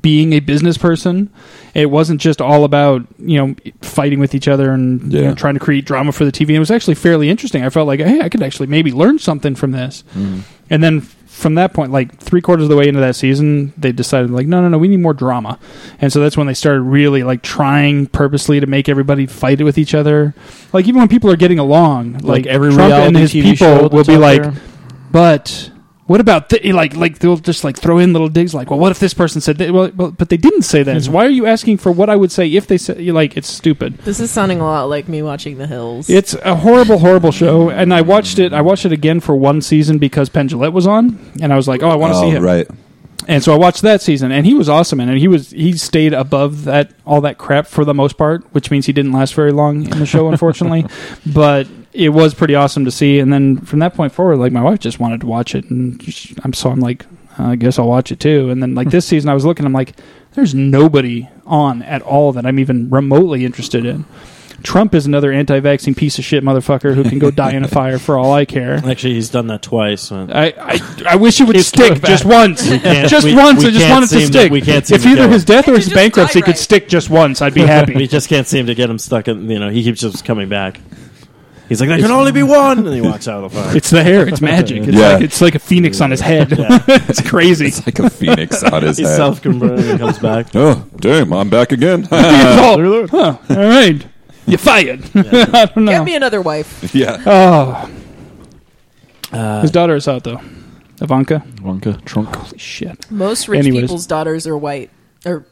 A: being a business person. It wasn't just all about you know fighting with each other and you
C: Yeah.
A: know, trying to create drama for the TV. It was actually fairly interesting. I felt like hey, I could actually maybe learn something from this. And then from that point, like three quarters of the way into that season, they decided like no, no, no, we need more drama. And so that's when they started really like trying purposely to make everybody fight with each other. Like even when people are getting along, like,
B: Like every
A: Trump and
B: reality
A: his
B: TV show
A: people will
B: that's
A: be
B: out
A: like,
B: there.
A: but what about th-? like like they'll just like throw in little digs like, well, what if this person said that? Well, well, but they didn't say that.
B: Mm-hmm.
A: So why are you asking for what I would say if they said you're like it's stupid?
D: this is sounding a lot like me watching The Hills.
A: It's a horrible, horrible show. And I watched it. I watched it again for one season because Penn Jillette was on, and I was like, oh, I want to
C: Oh,
A: see him.
C: right.
A: And so I watched that season, and he was awesome, in it. he was he stayed above that all that crap for the most part, which means he didn't last very long in the show, unfortunately. but it was pretty awesome to see. And then from that point forward, like my wife just wanted to watch it, and sh I'm so I'm like, "Uh, I guess I'll watch it too. And then like this season, I was looking, I'm like, there's nobody on at all that I'm even remotely interested in. Trump is another anti-vaccine piece of shit motherfucker who can go die in a fire for all I care.
E: Actually, he's done that twice. uh,
A: I, I, I wish it would stick just once.
E: can't-
A: Just
E: we-
A: once.
E: we
A: I just
E: can't
A: want it to
E: seem to-
A: stick.
E: we can't seem
A: if
E: to
A: either
E: do
A: his
E: it.
A: death
D: I
A: or
D: could
A: his
D: just
A: bankruptcy
D: die
A: could
D: right.
A: stick just once, I'd be
E: we
A: happy.
E: just can't seem to get him stuck in. You know, he keeps just coming back. He's like, there can only be one, and he walks out of the fire.
A: it's the hair. It's magic. It's,
C: Yeah.
A: like, it's like a phoenix on his head. it's crazy.
C: It's like a phoenix on his
E: He's
C: head.
E: self-converted and comes back.
C: oh, damn! I'm back again.
A: It's all- huh, all right. You're fired. I don't
D: Get
A: know.
D: me another wife.
C: yeah.
A: oh. his daughter is out, though. Ivanka.
B: Wonka, trunk.
A: Holy shit.
D: Most rich
A: Anyways.
D: people's daughters are white. or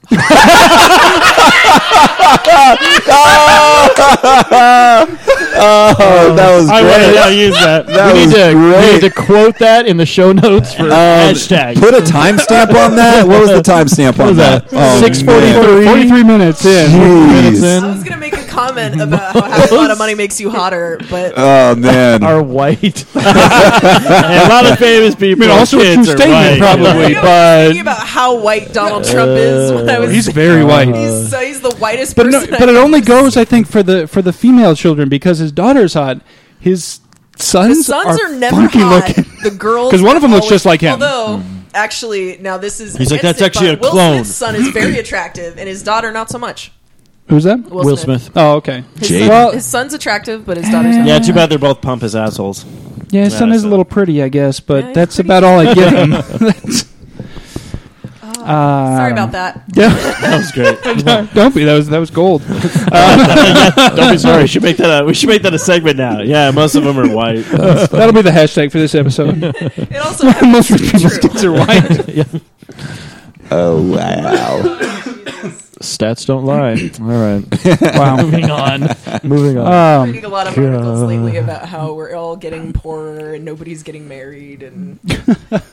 C: Oh, that was
B: I wanted
C: great.
B: to use that.
C: That
B: we, need
C: was
B: to, we need
C: great.
B: to quote that in the show notes
A: Um,
B: for hashtag.
C: Put a timestamp on that. What was the timestamp on that? Oh, man.
B: 643.
A: 43 minutes in.
C: Jeez.
D: I was gonna make a comment about how having a lot of money makes you hotter, but
C: Oh man.
B: Are white. a lot of famous people.
A: I mean, also a
B: kids
A: true
B: are
A: statement,
B: white.
A: probably.
D: I was thinking about how white Donald Trump is when I was
A: He's very white.
D: he's, so he's the whitest
A: But
D: person.
A: no, but
D: I've
A: it only
D: ever
A: goes, I think, for the for the female children because his daughter's hot. His sons,
D: The sons are, never
A: funky
D: hot.
A: looking.
D: The girls,
A: 'Cause one of them looks
D: always-
A: just like him.
D: Although, actually, now this is
E: Hmm. He's like,
D: against
E: "That's
D: it,
E: actually
D: but
E: a
D: Will
E: clone."
D: Smith's son is very attractive, and his daughter not so much.
A: Who's that?
D: Will,
E: Will
D: Smith.
E: Smith.
A: Oh, okay.
D: His,
C: Jade.
D: son-
A: Well-
D: his son's attractive, but his daughter's not.
E: Yeah, too bad they're both pump as assholes.
A: Yeah, his
E: Yeah,
A: son
E: I
A: is a
E: saw
A: little pretty, I guess, but
D: Yeah, he's
A: that's
D: pretty.
A: about all I give him. That's-
D: Oh,
A: Uh,
D: sorry about that.
A: Yeah,
E: That was great.
A: don't be. That was that was gold.
E: Don't be sorry. We should make that. A, we should make that a segment now. Yeah, most of them are white.
A: That'll be the hashtag for this episode.
D: It also happens
A: Most
D: to
A: of
D: be
A: people's
D: true.
A: kids are white.
C: Oh wow.
B: Stats don't lie. All right.
A: Wow.
B: Moving on. Moving on.
D: I'm
A: Um,
D: reading a lot of articles lately about how we're all getting poorer and nobody's getting married and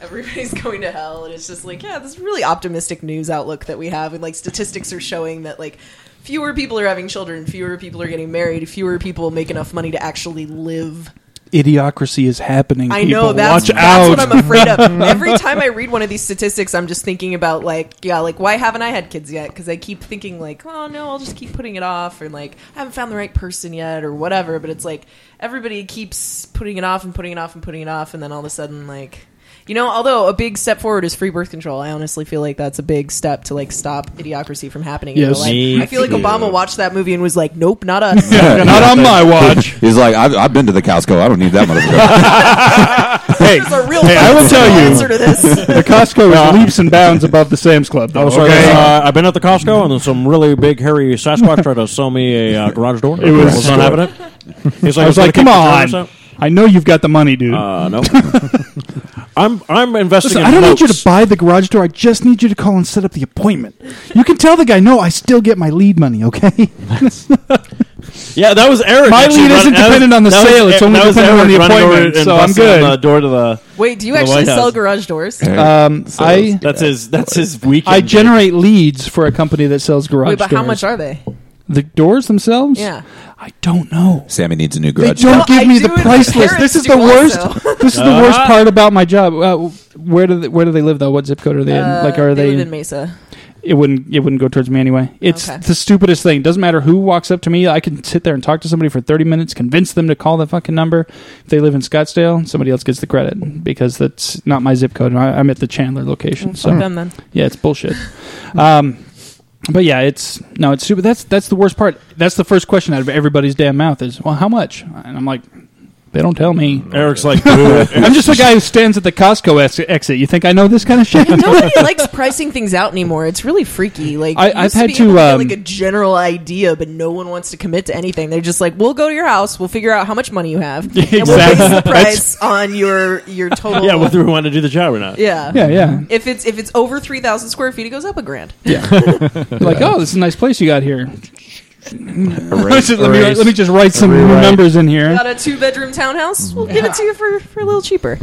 D: everybody's going to hell and it's just like yeah this really optimistic news outlook that we have and like statistics are showing that like fewer people are having children fewer people are getting married fewer people make enough money to actually live
A: idiocracy is happening.
D: I know
A: people.
D: that's,
A: Watch
D: that's
A: out.
D: what I'm afraid of. Every time I read one of these statistics, I'm just thinking about like, yeah, like why haven't I had kids yet? Because I keep thinking like, oh no, I'll just keep putting it off, and like I haven't found the right person yet, or whatever. But it's like everybody keeps putting it off and putting it off and putting it off, and then all of a sudden like. You know, although a big step forward is free birth control, I honestly feel like that's a big step to like stop idiocracy from happening. in
A: Yes.
D: real life.
E: Me
D: I feel like
E: too.
D: Obama watched that movie and was like, "Nope, not us."
A: Not on my watch.
C: He's like, I've, I've been to the Costco. I don't need that motherfucker.
B: hey,
D: There's a real
B: Hey, I will
D: fucking
B: tell you.
D: answer to this.
A: The Costco is leaps and bounds above the Sam's Club. Though,
E: Oh, sorry.
A: okay?
E: Uh, I've been at the Costco and then some really big hairy Sasquatch tried to sell me a uh, garage door. It
A: was-
E: not having it. He's
A: I was
E: "It's
A: like,
E: gonna
A: come
E: kick the
A: on.
E: doors
A: I know you've got the money, dude.
E: out." Uh, no. I'm I'm investing.
A: Listen,
E: in
A: I don't need you
E: floats.
A: to buy the garage door. I just need you to call and set up the appointment. You can tell the guy, no, I still get my lead money, okay?
E: Yeah, that was Eric.
A: My
E: actually
A: lead
E: run-
A: isn't
E: that
A: dependent on the
E: that was
A: sale,
E: E-
A: it's only
E: that was
A: dependent on
E: Eric
A: the
E: running over uh,
A: appointment,
E: and
A: so I'm
E: busting on
A: good.
E: The door to the.
D: Wait, do you
E: The
D: actually
E: White
D: sell
E: House.
D: garage doors?
A: Um, I
E: That's his. That's his weekend.
A: I generate leads for a company that sells garage
D: Wait, but
A: doors.
D: how much are they?
A: the doors themselves?
D: Yeah.
A: I don't know.
C: Sammy needs a new
A: They
C: garage.
A: don't
D: No,
A: give
D: I
A: me
D: do,
A: the
D: and
A: price
D: my
A: list.
D: parents
A: This is
D: do
A: the worst.
D: also.
A: This is the worst part about my job. Uh, where do they, where do they live though? What zip code are they in? like are
D: Uh, they
A: they?
D: live in Mesa?
A: it wouldn't it wouldn't go towards me anyway. It's
D: Okay.
A: the stupidest thing. Doesn't matter who walks up to me. I can sit there and talk to somebody for thirty minutes, convince them to call the fucking number. If they live in Scottsdale, somebody else gets the credit because that's not my zip code. And I, I'm at the Chandler location. So
D: Mm, Fuck them then.
A: yeah, it's bullshit. Um, but yeah, it's no, it's stupid. That's that's the worst part. That's the first question out of everybody's damn mouth is, well, how much? And I'm like, they don't tell me.
E: Eric's like, "Boo."
A: I'm just a guy who stands at the Costco ex- exit. You think I know this kind of shit?
D: Nobody likes pricing things out anymore. It's really freaky. Like
A: I-
D: you
A: I've
D: used
A: had
D: be
A: to,
D: able get,
A: um,
D: like a general idea, but no one wants to commit to anything. They're just like, "We'll go to your house. We'll figure out how much money you have, and we'll
A: Exactly.
D: base the price on your your total."
E: yeah, whether we want to do the job or not.
D: yeah.
A: yeah, yeah.
D: If it's if it's over three thousand square feet, it goes up a grand.
A: Like, oh, this is a nice place you got here.
C: Erase,
A: Just- let, me,
C: erase.
A: let me just write some new
E: Rewrite.
A: numbers in here.
D: Got a two bedroom townhouse. We'll give it to you for, for a little cheaper.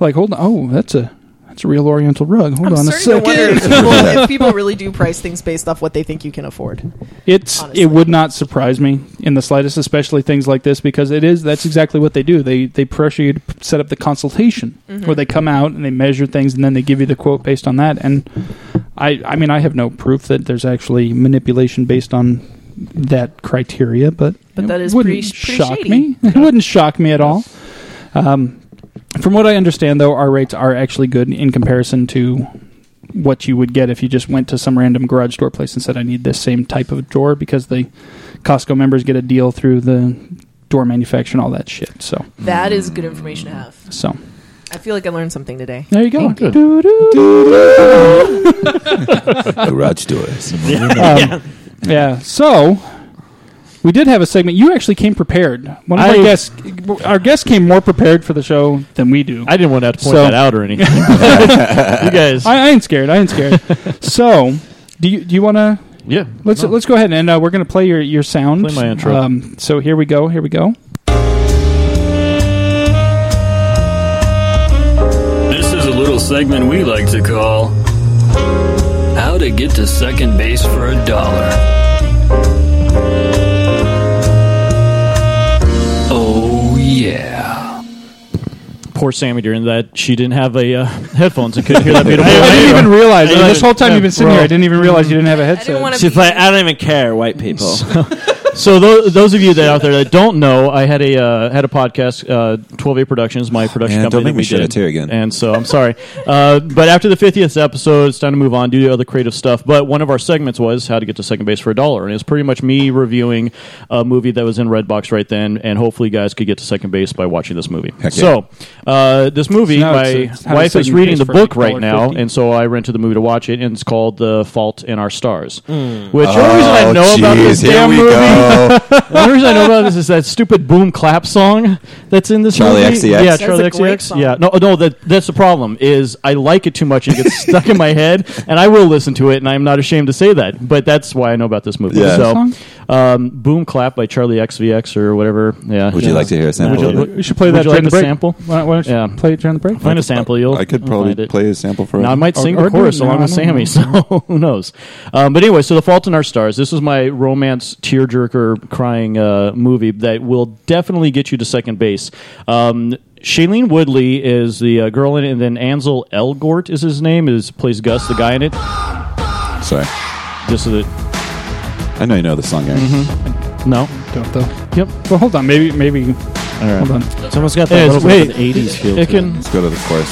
A: Like, hold on. Oh, that's a that's a real Oriental rug. Hold
D: I'm
A: on a
D: starting to wonder if
A: second.
D: people, if people really do price things based off what they think you can afford.
A: It's
D: honestly.
A: it would not surprise me in the slightest, especially things like this, because it is that's exactly what they do. They they pressure you to p- set up the consultation
D: Mm-hmm.
A: where they come out and they measure things and then they give you the quote based on that. And I I mean I have no proof that there's actually manipulation based on that criteria, but
D: But
A: it
D: that is
A: wouldn't
D: pretty- pretty
A: shock
D: shady.
A: me. It wouldn't shock me at all. Um, from what I understand, though, our rates are actually good in comparison to what you would get if you just went to some random garage door place and said, "I need this same type of door," because the Costco members get a deal through the door manufacturer and all that shit. So,
D: That is good information to have.
A: so
D: I feel like I learned something today.
A: there you go.
B: Good.
A: Doo-doo.
C: garage doors.
A: Yeah. So we did have a segment. You actually came prepared. One of
B: I-
A: our guests, our guests came more prepared for the show than we do.
B: I didn't want to have to point
A: So-
B: that out or anything. you guys.
A: I, I ain't scared. I ain't scared. so Do you do you want to
B: Yeah.
A: let's
B: No.
A: let's go ahead and uh, we're gonna play your your sound.
B: Play my intro.
A: Um, so here we go. Here we go.
G: This is a little segment we like to call How to Get to Second Base for a Dollar. Oh, yeah.
B: Poor Sammy during that. She didn't have a uh, headphones and couldn't hear that
A: I,
B: beautiful.
A: I didn't even realize.
B: Yeah,
A: this whole time
B: yeah,
A: you've been sitting
B: bro.
A: here, I didn't even realize you didn't have a
D: I
A: headset.
D: didn't want to.
E: She's like, I don't even care, white people.
B: So those, those of you that out there that don't know, I had a uh, had a podcast, uh, 12A Productions, my production
C: Man,
B: company.
C: don't make
B: that
C: me
B: we
C: shut
B: did.
C: it too again.
B: And so I'm sorry, uh, but after the 50th episode, it's time to move on, do other creative stuff. But one of our segments was how to get to second base for a dollar, and it's pretty much me reviewing a movie that was in Redbox right then, and hopefully you guys could get to second base by watching this movie.
C: Heck yeah.
B: So uh, this movie,
A: No,
B: my
A: it's- it's how to
B: wife is
A: second
B: reading
A: base
B: the
A: for
B: book
A: like
B: right now,
A: $1.50.
B: and so I rented the movie to watch it, and it's called The Fault in Our Stars,
A: Hmm.
B: which the only reason I know about this
C: Oh, here
B: damn
C: we
B: movie.
C: go.
B: The only reason I know about this is that stupid boom clap song that's in this
C: Charli
B: movie.
C: XCX.
B: Yeah,
C: That's
B: Charlie
D: a great
B: XCX.
D: song.
B: Yeah, no, no, that that's the problem is I like it too much and it gets stuck in my head, and I will listen to it, and I'm not ashamed to say that. But that's why I know about this movie.
C: Yeah.
B: So, um, boom clap by Charlie XVX or whatever. Yeah.
C: Would you like to hear a sample
B: Would
C: of
B: you-
C: it?
A: We should play
B: Would
A: that
B: you
A: during
B: like
A: the
B: a
A: break.
B: sample?
A: Why don't, why don't
B: Yeah.
A: you play it during the break?
B: Find a sample. You'll.
C: I could
B: you'll
C: probably
B: find it.
C: play a sample for
B: Now, I
C: us.
B: might sing
A: Or- or
B: the chorus
A: do it.
B: along
A: No,
B: with
A: I
B: Sammy,
A: don't
B: so who knows? Um, but anyway, so The Fault in Our Stars. This was my romance tearjerker crying uh, movie that will definitely get you to second base. Um, Shailene Woodley is the uh, girl in it, and then Ansel Elgort is his name. Is plays Gus, the guy in it.
C: Sorry,
B: This is it.
C: I know you know the song. eh? Aaron.
B: Mm-hmm. No.
A: Don't though.
B: Yep.
A: Well, hold on. Maybe maybe. Hold on.
E: Someone's got
B: Hey,
E: that little bit of
B: wait.
E: an 80s feel. to
B: It can.
C: Let's go to the chorus.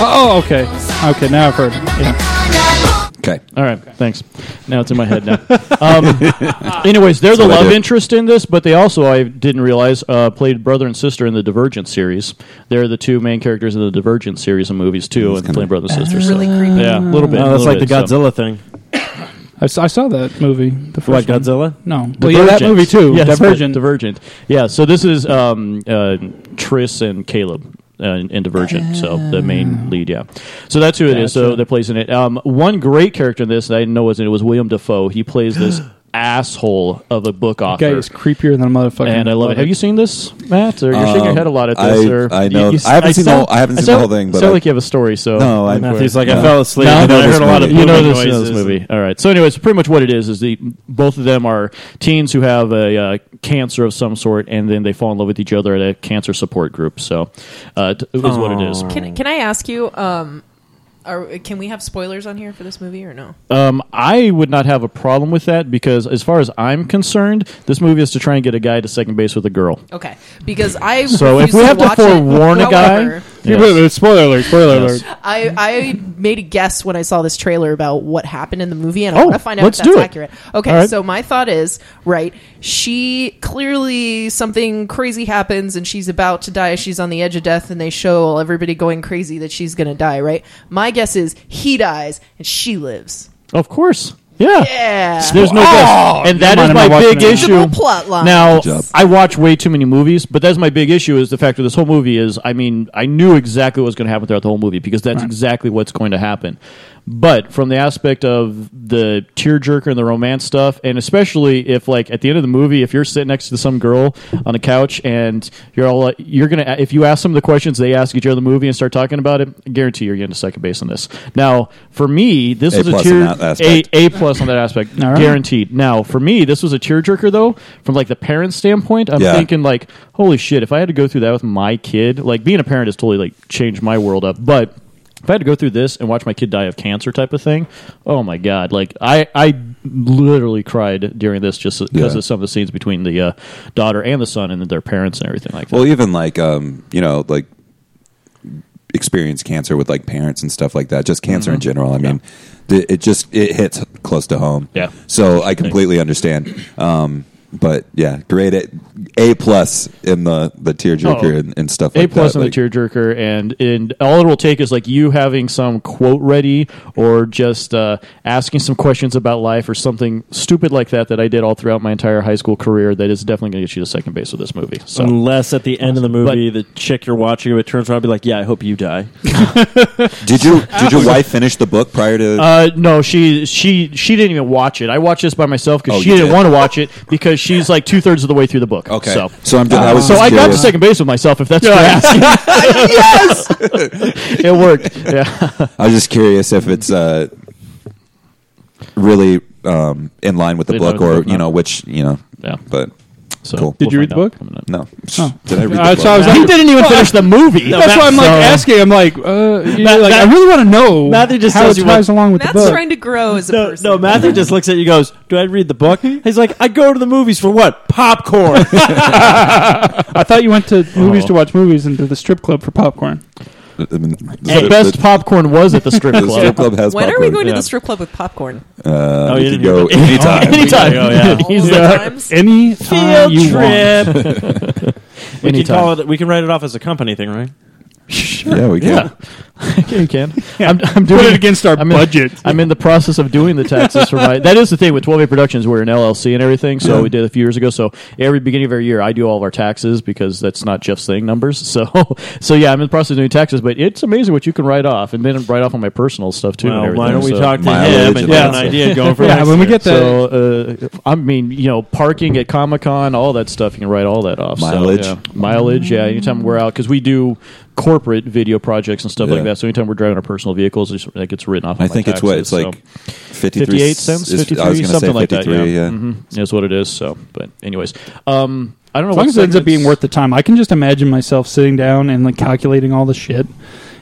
A: Oh, oh, okay. Okay, now I've heard. Yeah.
C: Okay,
B: All right, thanks. Now it's in my head now. Um, anyways, they're the
C: what I
B: love
C: do.
B: interest in this, but they also, I didn't realize, uh, played brother and sister in the Divergent series. They're the two main characters in the Divergent series of movies, too, and playing brother and sister. so-
D: really creepy.
B: yeah, a little bit.
E: No, that's
B: little
E: like the
B: bit, so-
E: Godzilla thing.
A: I saw, I saw that movie. The
E: What,
A: first one.
E: Godzilla?
A: No. Well, yeah, that
B: Divergent.
A: movie too.
B: Yes, but
A: Divergent.
B: Divergent. Yeah. So this is um, uh, Tris and Caleb uh, in in Divergent. So the main lead. Yeah. So that's who it is. So that plays in it. Um, one great character in this that I didn't know was in it was William Defoe. He plays this asshole of a book
A: guy
B: author.
A: is creepier than a motherfucker.
B: and I love it. Have you seen this, Matt? Or you're shaking your
C: Um,
B: head a lot at this?
C: I-
B: or
C: I know- I haven't seen the whole- I haven't seen the
B: sound-
C: whole thing, but
B: sound
C: I-
B: like you have a story. So
C: no, I,
E: Matthew's like,
C: no.
E: I fell asleep.
B: No,
E: and then
B: I
E: I
B: this
E: heard a lot of
B: movie. you know
E: booming
B: this, you know
E: noises.
B: this movie. All right. So, anyways, pretty much what it is is the both of them are teens who have a uh, cancer of some sort, and then they fall in love with each other at a cancer support group. So, uh, t- is what it is.
D: Can Can I ask you? Um, are, can we have spoilers on here for this movie or no?
B: Um, I would not have a problem with that because, as far as I'm concerned, this movie is to try and get a guy to second base with a girl.
D: Okay, because I
B: So, if
D: refuse
B: we have to
D: watch it.
B: forewarn a guy,
D: However,
B: Yes.
A: Spoiler alert! Spoiler
B: Yes.
A: alert!
D: I, I made a guess when I saw this trailer about what happened in the movie, and I
B: Oh,
D: want to find out
B: let's
D: if that's
B: do it.
D: accurate. Okay,
B: All right.
D: so my thought is right. She clearly something crazy happens, and she's about to die. She's on the edge of death, and they show everybody going crazy that she's going to die. Right. My guess is he dies and she lives.
B: of course, yeah.
D: Yeah.
B: There's no guess, and that
A: mind,
B: is
A: I'm
B: my
A: not watching
B: big
A: it.
D: It's a little
B: issue.
D: plot line.
B: Now
C: job.
B: I watch way too many movies, but that's my big issue. Is the fact that this whole movie is. I mean, I knew exactly what was going to happen throughout the whole movie because that's exactly what's going to happen. But from the aspect of the tearjerker and the romance stuff, and especially if like at the end of the movie, if you're sitting next to some girl on a couch and you're all like, you're gonna if you ask them the questions they ask each other in the movie and start talking about it, I guarantee you're getting to second base on this. Now for me, this
C: A
B: is a
C: plus in
B: tear
C: that
B: a,
C: aspect.
B: a plus on that aspect,
A: All right.
B: guaranteed. Now, for me, this was a tearjerker though. From like the parent standpoint, I'm
C: Yeah.
B: thinking like, holy shit! If I had to go through that with my kid, like being a parent has totally like changed my world up. But if I had to go through this and watch my kid die of cancer type of thing, oh my god! Like I, I literally cried during this just because
C: Yeah.
B: of some of the scenes between the uh, daughter and the son and their parents and everything like that.
C: Well, even like um, you know, like experience cancer with like parents and stuff like that. Just cancer
B: Mm-hmm.
C: in general. I mean, th- it just it hits close to home.
B: Yeah.
C: So I completely understand. Um, but yeah, great. It, A plus in the the tearjerker and, and stuff.
B: Oh. A
C: like
B: plus
C: that.
B: on
C: like,
B: the tearjerker, and and all it will take is like you having some quote ready, or just uh, asking some questions about life, or something stupid like that that I did all throughout my entire high school career. That is definitely going to get you to second base with this movie. So
C: Mm.
E: Unless at the end of the movie, the chick you're watching it turns around and be like, "Yeah, I hope you die."
C: Did you did your wife finish the book prior to?
B: Uh, no, she she she didn't even watch it. I watched this by myself because
C: Oh,
B: she
C: you
B: didn't
C: did?
B: want to watch it because she's like two thirds of the way through the book.
C: okay,
B: so.
C: so, I'm. I was
B: So
C: just
B: I got to
C: curious.
B: second base with myself. If that's what you're asking, yes, it worked. Yeah,
C: I was just curious if it's uh, really um, in line with the
B: In line with
C: book,
B: the
C: or
B: book,
C: you
B: no.
C: know which you know.
B: yeah.
C: But
B: So
C: Cool.
A: Did you read
B: find
A: the
B: out.
C: no,
A: Oh.
C: did I read the
A: Uh,
C: book?
A: so I was like,
B: He didn't even finish the movie.
A: that's why I'm like asking. I'm like, uh, you know, like
E: Matt-
A: I really want to know
E: Matthew just
A: how it
E: tells you what-
A: ties along with
D: Matt's
A: the book.
D: trying to grow as a
E: No,
D: person.
E: no. Matthew just looks at you, and goes, "Do I read the book?"
A: Hmm?
E: He's like, "I go to the movies for what? Popcorn."
A: I thought you went to movies to watch movies and to the strip club for popcorn.
C: I mean,
B: The best popcorn was at the strip
C: The
B: club.
C: strip club has
D: when are
C: popcorn.
D: we going
E: yeah.
D: to the strip club with popcorn?
C: Uh,
E: Oh, you
C: we
E: didn't
C: could
E: hear
C: go
E: about-
C: anytime.
B: Anytime.
E: Oh, yeah.
D: All the
A: Yeah.
D: times?
A: Any time you want.
E: we can
B: Anytime.
E: call it. We can write it off as a company thing, right?
C: Yeah, we can.
B: Yeah. Yeah, you can. I'm, I'm doing
A: it against our
B: I'm
A: budget.
B: In, I'm in the process of doing the taxes for my. That is the thing with 12A Productions. We're an LLC and everything, so
C: Yeah.
B: we did a few years ago. So every beginning of every year, I do all of our taxes because that's not Jeff's thing. Numbers. So, so yeah, I'm in the process of doing taxes, but it's amazing what you can write off, and then write off on my personal stuff too. and
E: Well,
B: everything,
E: why don't we
B: so.
E: talk to
C: mileage
E: him and
C: and
E: get
C: all
E: an
C: that
E: idea going for
A: Yeah,
E: next
A: when we
E: year?
A: get that,
B: So, uh, I mean, you know, parking at Comic Con, all that stuff, you can write all that off. So,
C: Mileage.
B: yeah. Mileage, yeah. Anytime we're out, because we do corporate video projects and stuff like
C: Yeah.
B: that. So, anytime we're driving our personal vehicles, it's- that gets written off.
C: I
B: on my
C: think it's what it's
B: taxes,
C: like.
B: so.
C: 53
B: 58 cents,
C: is-
B: 53,
C: I was gonna
B: something
C: say
B: like that.
C: 53,
B: Yeah.
C: yeah.
B: Mm-hmm. Is what it is. So, but, anyways, um, I don't know
A: As
B: what
A: long as it ends up being
B: segments-
A: worth the time, I can just imagine myself sitting down and like calculating all the shit,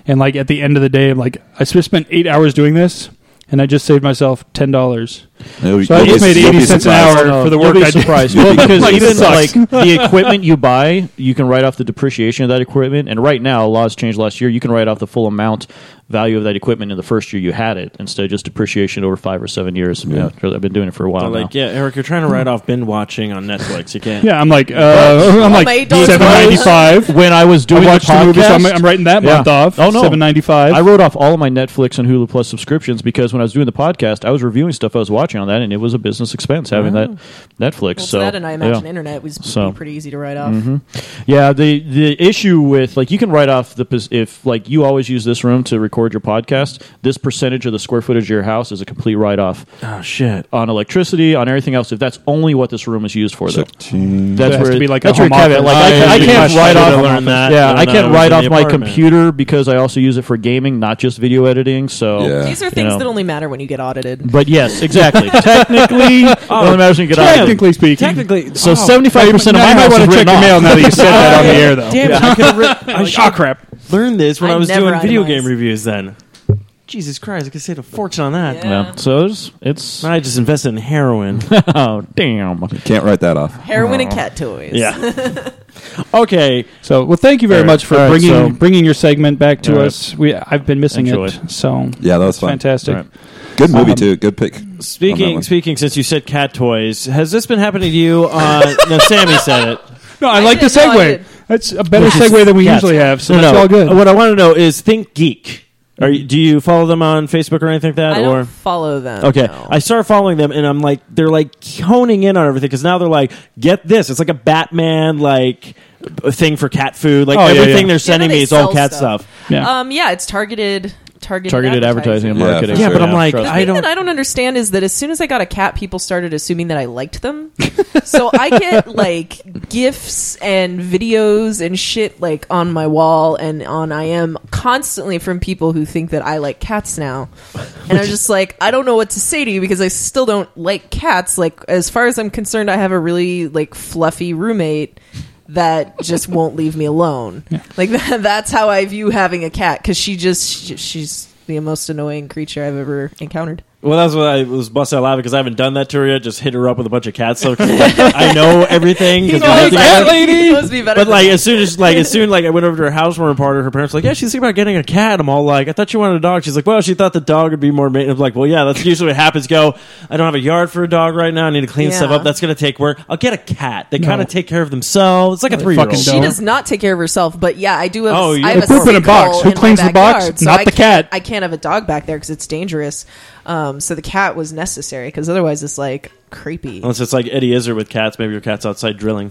A: and like at the end of the day, I'm like I sp- spent eight hours doing this, and I just saved myself ten dollars.
C: You'll-
A: So I
C: you'll
A: just
C: be-
A: made
C: you'll be
A: 80 cents an
C: surprised.
A: hour. for the work
B: you'll be
A: I did.
B: surprised.
C: You'll
B: well,
C: be
B: because
C: completely
B: even like
C: sucked.
B: the equipment you buy, you can write off the depreciation of that equipment. And right now, laws changed last year. You can write off the full amount value of that equipment in the first year you had it instead of just depreciation over five or seven years. Yeah. I've been doing it for a
A: Oh,
B: while
E: They're like,
B: now.
E: yeah, Eric, you're trying to write off bin watching on Netflix. You can't.
A: Yeah, I'm like uh, I'm
D: my
A: like
D: adult
A: seven ninety five.
B: When I was doing
A: I
B: the
A: watched the movie, so I'm,
B: podcast-
A: I'm writing that
B: Yeah.
A: month off.
B: Oh no,
A: seven ninety five.
B: I wrote off all of my Netflix and Hulu Plus subscriptions because when I was doing the podcast, I was reviewing stuff I was watching on that, and it was a business expense having that Netflix.
D: Well,
B: so
D: that and I
B: yeah.
D: imagine internet was
B: So.
D: pretty easy to write off.
B: Yeah, the the issue with like you can write off the pos- if like you always use this room to record your podcast, this percentage of the square footage of your house is a complete write off
E: Oh shit.
B: on electricity, on everything else. If that's only what this room is used for, though.
A: It
B: That's
A: has
B: where
A: to be like a
B: that's where
A: home
B: caveat.
A: office.
B: Like I,
E: Oh,
B: can-
E: yeah,
B: I
E: you
B: can't
E: should
B: write
E: have
B: off.
E: learned that
B: yeah,
E: when
B: I
E: I
B: can't
E: was
B: write
E: in
B: off
E: the
B: my
E: apartment.
B: computer because I also use it for gaming, not just video editing. So
C: Yeah.
D: These are
B: you
D: things
B: know.
D: that only matter when you get audited.
B: But yes, exactly. technically, it only matters when you get out. of it.
A: Oh. technically speaking.
E: Technically, oh.
B: So seventy-five percent of
A: Now
B: my
A: you might
B: house
A: want
B: is
A: to check
B: written
A: your mail
B: off.
A: now that you said that on the air, though.
E: Damn it! I could have written. I
A: Ah,
E: should
A: crap.
E: learned this when I,
D: I
E: was
D: never
E: doing video
D: itemized.
E: game reviews. Then, Jesus Christ, I could save a fortune on that.
D: Yeah.
B: Yeah. So it's, it's
E: Now I just invested in heroin.
B: oh damn.
C: Can't write that off.
D: Heroin and cat toys.
E: yeah. okay.
A: So, well, thank you very
B: Alright.
A: much for
B: Alright,
A: bringing
B: so-
A: bringing your segment back to
B: Alright.
A: us. We I've been missing
B: Enjoy.
A: it, so
C: Yeah, that was fun.
A: fantastic.
B: Alright.
C: Good movie
A: Um,
C: too. Good pick. On that
E: Speaking
C: one.
E: speaking, since you said cat toys, has this been happening to you? Uh, no, Sammy said it.
A: No, I,
D: I
A: like the
D: didn't know I
A: segue.
D: did.
A: That's a better
E: Which is-
A: segue than we
E: yes.
A: usually have, so
E: No,
A: that's
E: no.
A: all good.
E: What I want to know is Think Geek. Are you, do you follow them on Facebook or anything like that?
D: I
E: or
D: don't follow them.
E: Okay,
D: no.
E: I started following them, and I'm like, they're like honing in on everything because now they're like, get this, it's like a Batman like b- thing for cat food, like
A: Oh, yeah,
E: everything
A: yeah.
E: they're sending
D: they
E: me is all
D: sell
E: cat
D: stuff.
E: stuff.
A: yeah.
D: Um, yeah, it's targeted targeted
B: Targeted advertising and
C: Yeah,
B: marketing.
C: for Yeah,
E: but sure. I'm like,
D: The
B: Trust
E: I
D: thing
E: don't-
D: that I don't understand is that as soon as I got a cat, people started assuming that I liked them. so I get like gifts and videos and shit like on my wall and on I am constantly from people who think that I like cats now. And I'm just like, I don't know what to say to you because I still don't like cats. Like as far as I'm concerned, I have a really like fluffy roommate that just won't leave me alone. Like that, that's how I view having a cat because she just she, she's the most annoying creature I've ever encountered.
E: Well, that's what I was busting out laughing because I haven't done that to her yet. Just hit her up with a bunch of cat stuff. 'cause, like, I know everything. 'cause
D: knows
E: we're looking at
D: that
E: it.
D: lady. He's supposed to be better
E: But
D: than
E: like
D: that.
E: as soon as like as soon like I went over to her housewarming party, her parents were like, yeah, she's thinking about getting a cat. I'm all like, I thought she wanted a dog. She's like, well, she thought the dog would be more maintenance. I'm like, well, yeah, that's usually what happens. Go, I don't have a yard for a dog right now. I need to clean
D: Yeah.
E: stuff up. That's gonna take work. I'll get a cat. They kind of take care of themselves. It's like a three year
A: fucking
E: old.
A: don't.
D: She does not take care of herself, but yeah, I do have.
E: Oh, you-
D: I have
A: They poop in a
D: sinkhole
A: box. Who
D: in my
A: cleans the box?
D: backyard, so
A: Not
D: I
A: the
D: can't-
A: cat.
D: I can't have a dog back there because it's dangerous. Um, so the cat was necessary because otherwise it's like creepy.
A: Oh.
E: Unless it's like Eddie Izzard with cats. Maybe your cat's outside drilling.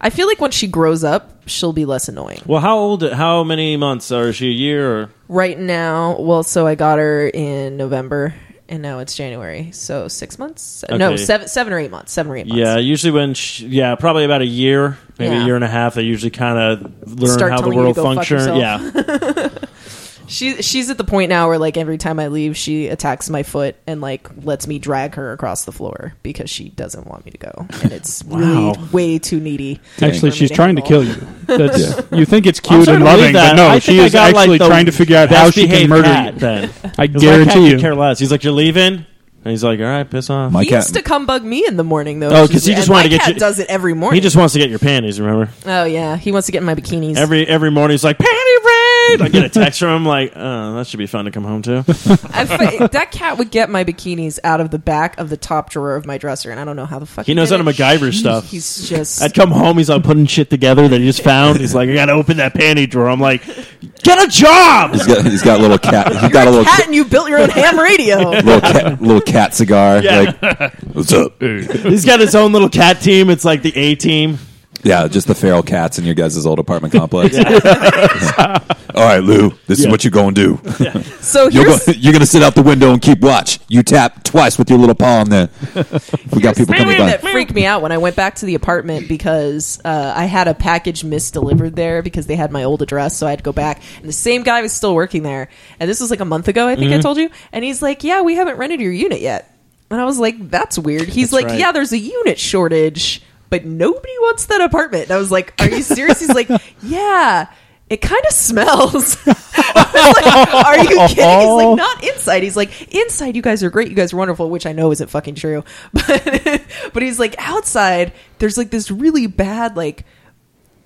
D: I feel like once she grows up, she'll be less annoying.
E: Well, how old? How many months? Or is she a year? Or
D: Right now, well, so I got her in November, and now it's January, so six months. Uh, No,
E: Okay.
D: seven, seven or eight months. Seven or eight months.
E: Yeah, usually when she, yeah, probably about a year, maybe a
D: Yeah.
E: year and a half. They usually kind of learn
D: Start
E: how the
D: telling you
E: world
D: to go fuck
E: functions. Yeah,
D: yourself. She she's at the point now where like every time I leave, she attacks my foot and like lets me drag her across the floor because she doesn't want me to go, and it's really way too needy.
A: Actually,
D: For me
A: she's trying to
D: handle.
A: kill you. That's, You think it's
E: I'm
A: cute
E: starting
A: and
E: to believe
A: loving, but
E: that.
A: no,
E: I
A: she
E: think I
A: is
E: got, like,
A: actually
E: the
A: trying to figure out how she can
E: best-behaved
A: murder
E: cat
A: you.
E: Then
A: I
E: 'Cause my cat
A: guarantee
E: could
A: you.
E: care less. He's like, "You're leaving," and he's like, "All right, piss off."
C: My
D: he
C: cat-
D: used to come bug me in the morning though.
E: Oh,
D: which
E: 'cause
D: is
E: he
D: weird.
E: just
D: And
E: wanted
D: my
E: to get
D: cat
E: you-
D: Does it every morning?
E: he just wants to get your panties. Remember,
D: Oh yeah, he wants to get in my bikinis.
E: every every morning he's like, "Panty raid!" I get a text from him like, "Oh, that should be fun to come home to."
D: I fi- that cat would get my bikinis out of the back of the top drawer of my dresser, and I don't know how the fuck
E: He knows
D: did
E: how to
D: it.
E: MacGyver stuff.
D: He's just
E: I'd come home. He's like putting shit together that he just found. He's like, "I gotta open that panty drawer." I'm like, "Get a job!"
C: He's got, he's got a little cat. He's got a little
D: cat, and you built your own ham radio.
C: little cat, little cat cigar.
E: Yeah.
C: Like, what's up?
E: He's got his own little cat team. It's like the A team.
C: Yeah, just the feral cats in your guys' old apartment complex. All right, Lou, this is what you're going to do.
D: So
C: You're,
D: here's
C: go- you're going to sit out the window and keep watch. You tap twice with your little palm there. We got people coming
D: that
C: by.
D: freaked me out when I went back to the apartment because uh, I had a package misdelivered there because they had my old address, so I had to go back. And the same guy was still working there, and this was like a month ago, I think
E: Mm-hmm.
D: I told you. And he's like, "Yeah, we haven't rented your unit yet." And I was like, "That's weird." He's like,
E: right.
D: "Yeah, there's a unit shortage, but nobody wants that apartment." And I was like, "Are you serious?" he's like, "Yeah." It kind of smells. I was like, are you kidding? He's like, not inside. He's like, inside, you guys are great. You guys are wonderful, which I know isn't fucking true. But, but he's like, outside, there's like this really bad, like,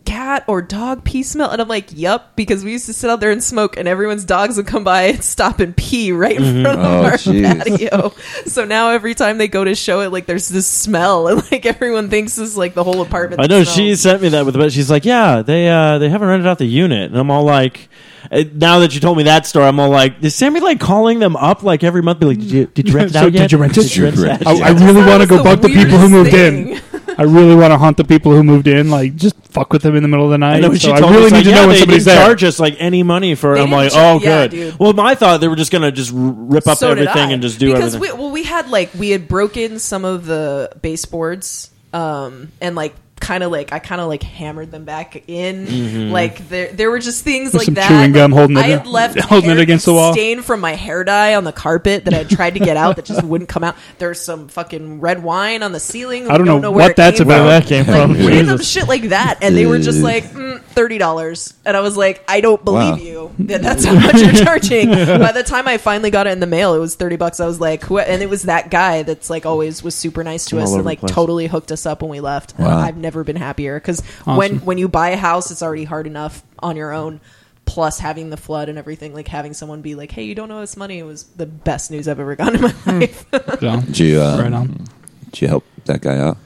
D: cat or dog pee smell. And I'm like, yep, because we used to sit out there and smoke, and everyone's dogs would come by and stop and pee right in front of
C: Oh,
D: our
C: jeez.
D: patio. So now every time they go to show it, like, there's this smell, and like, everyone thinks this, like, the whole apartment.
E: I know
D: smells.
E: she sent me that with, but she's like, "Yeah, they uh, they haven't rented out the unit," and I'm all like, eh, "Now that you told me that story, I'm all like, is Sammy like calling them up like every month? Be like, did you, did you rent it
A: So
E: out
A: did
E: yet?
A: you rent it?
C: Did you rent
E: it
C: it?
A: I,
E: yet?"
A: I really
D: That
A: want to go
D: was the
A: bug the people who moved
D: weirdest
A: in.
D: thing.
A: I really want to hunt the people who moved in. Like, just fuck with them in the middle of the night.
E: I know she
A: so I
E: told
A: really
E: me,
A: need to
E: she's like,
A: know
E: yeah,
A: when
E: they
A: somebody's
E: didn't
A: there.
E: charge us like any money for it.
D: They
E: I'm like,
D: didn't
E: oh,
D: ch- yeah,
E: good.
D: dude.
E: Well, I thought they were just gonna just r- rip up
D: so did
E: everything
D: I.
E: and just do
D: because
E: everything.
D: We, well, we had like we had broken some of the baseboards, um, and like kind of like I kind of like hammered them back in.
E: Mm-hmm.
D: Like there, there were just things like
A: some
D: that.
A: chewing gum
D: Like,
A: holding it-
D: I had left
A: holding it
D: hair-
A: against the wall.
D: Stain from my hair dye on the carpet that I tried to get out that just wouldn't come out. There's some fucking red wine on the ceiling.
A: I don't know
D: where
A: what
D: it
A: that's
D: came
A: about.
D: from
A: Where that
E: came
D: like
E: from.
D: random shit like that, and they were just like mm, thirty dollars, and I was like, I don't
C: Wow.
D: believe you that that's how much you're charging. By the time I finally got it in the mail, it was thirty bucks. I was like, who? And it was that guy that's like always was super nice to us
E: over
D: and
E: the
D: like
E: place.
D: totally hooked us up when we left. And
C: Wow.
D: I've never been happier because when when you buy a house, it's already hard enough on your own. Plus, having the flood and everything, like having someone be like, "Hey, you don't owe us money," was the best news I've ever gotten in my
B: Hmm.
D: life.
A: So,
C: Did you, uh,
A: right on.
C: did you help that guy out?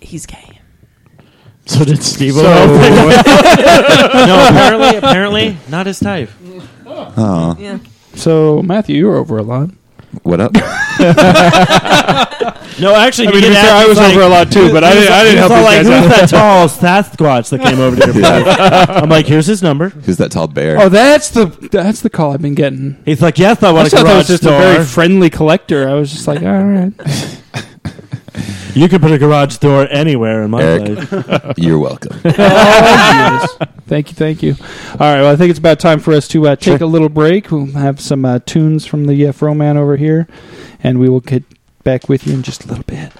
D: He's gay.
E: so did Steve?
A: So,
E: no, apparently, apparently not his type.
D: Yeah.
A: so, Matthew, you were over a lot.
C: What up?
E: No, actually,
A: I
E: he
A: mean, to be
E: did
A: fair,
E: ask,
A: I
E: he's
A: was
E: like-
A: over a lot too, but I didn't, I didn't help
E: So
A: these guys
E: like, who's
A: out.
E: that tall Sasquatch that came over to your place? I'm like, here's his number.
C: Who's that tall bear?
A: Oh, that's the that's the call I've been getting.
E: He's like, yes, I
A: I
E: want a
A: thought that was
E: garage
A: just
E: door.
A: a very friendly collector. I was just like, all right.
E: you could put a garage door anywhere in my
C: Eric.
E: life.
C: You're welcome.
A: Thank you, thank you. All right, well, I think it's about time for us to uh, take a little break. We'll have some uh, tunes from the uh, Fro Man over here, and we will get back with you in just a little bit.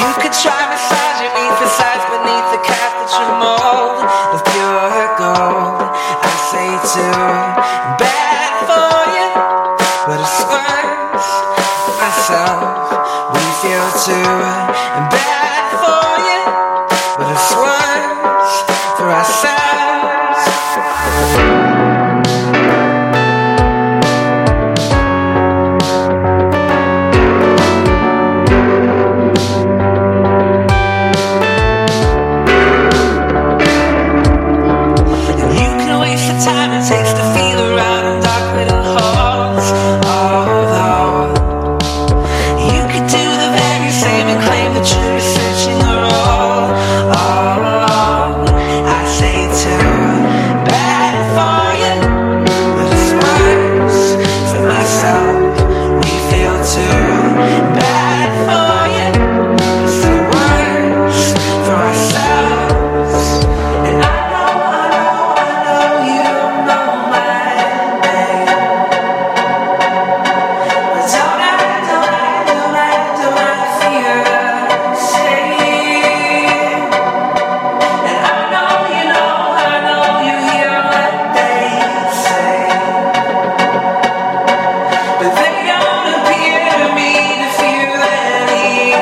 H: You could try massaging emphasize beneath the cathedral mold of pure gold. I say too bad for you, but it's worse for myself. We feel too bad for you, but it's worse for ourselves. And you can waste the time it takes to feel around in dark little halls. Although you could do the very same and claim that you were searching a role all along. Oh, I say too bad for you, but it's worse for myself. We feel too bad for you, it's the worst for ourselves. And I know, I know, I know you know my name. Don't I, don't I, don't I, don't I feel the same? And I know you know, I know you hear what they say, but they don't appear to me to feel anything.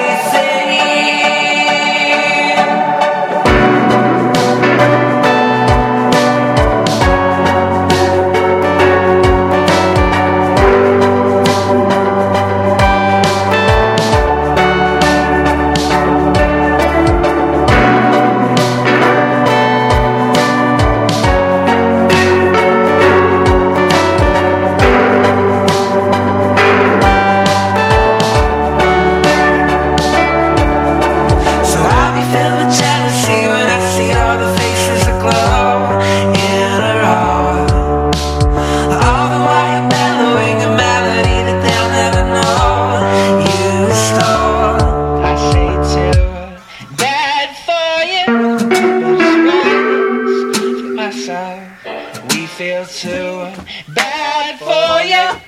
H: So I'll be filled with jealousy when I see all the faces aglow in a row. All the while mellowing a melody that they'll never know you stole. I say too bad for you, but it's right for myself. We feel too bad for you,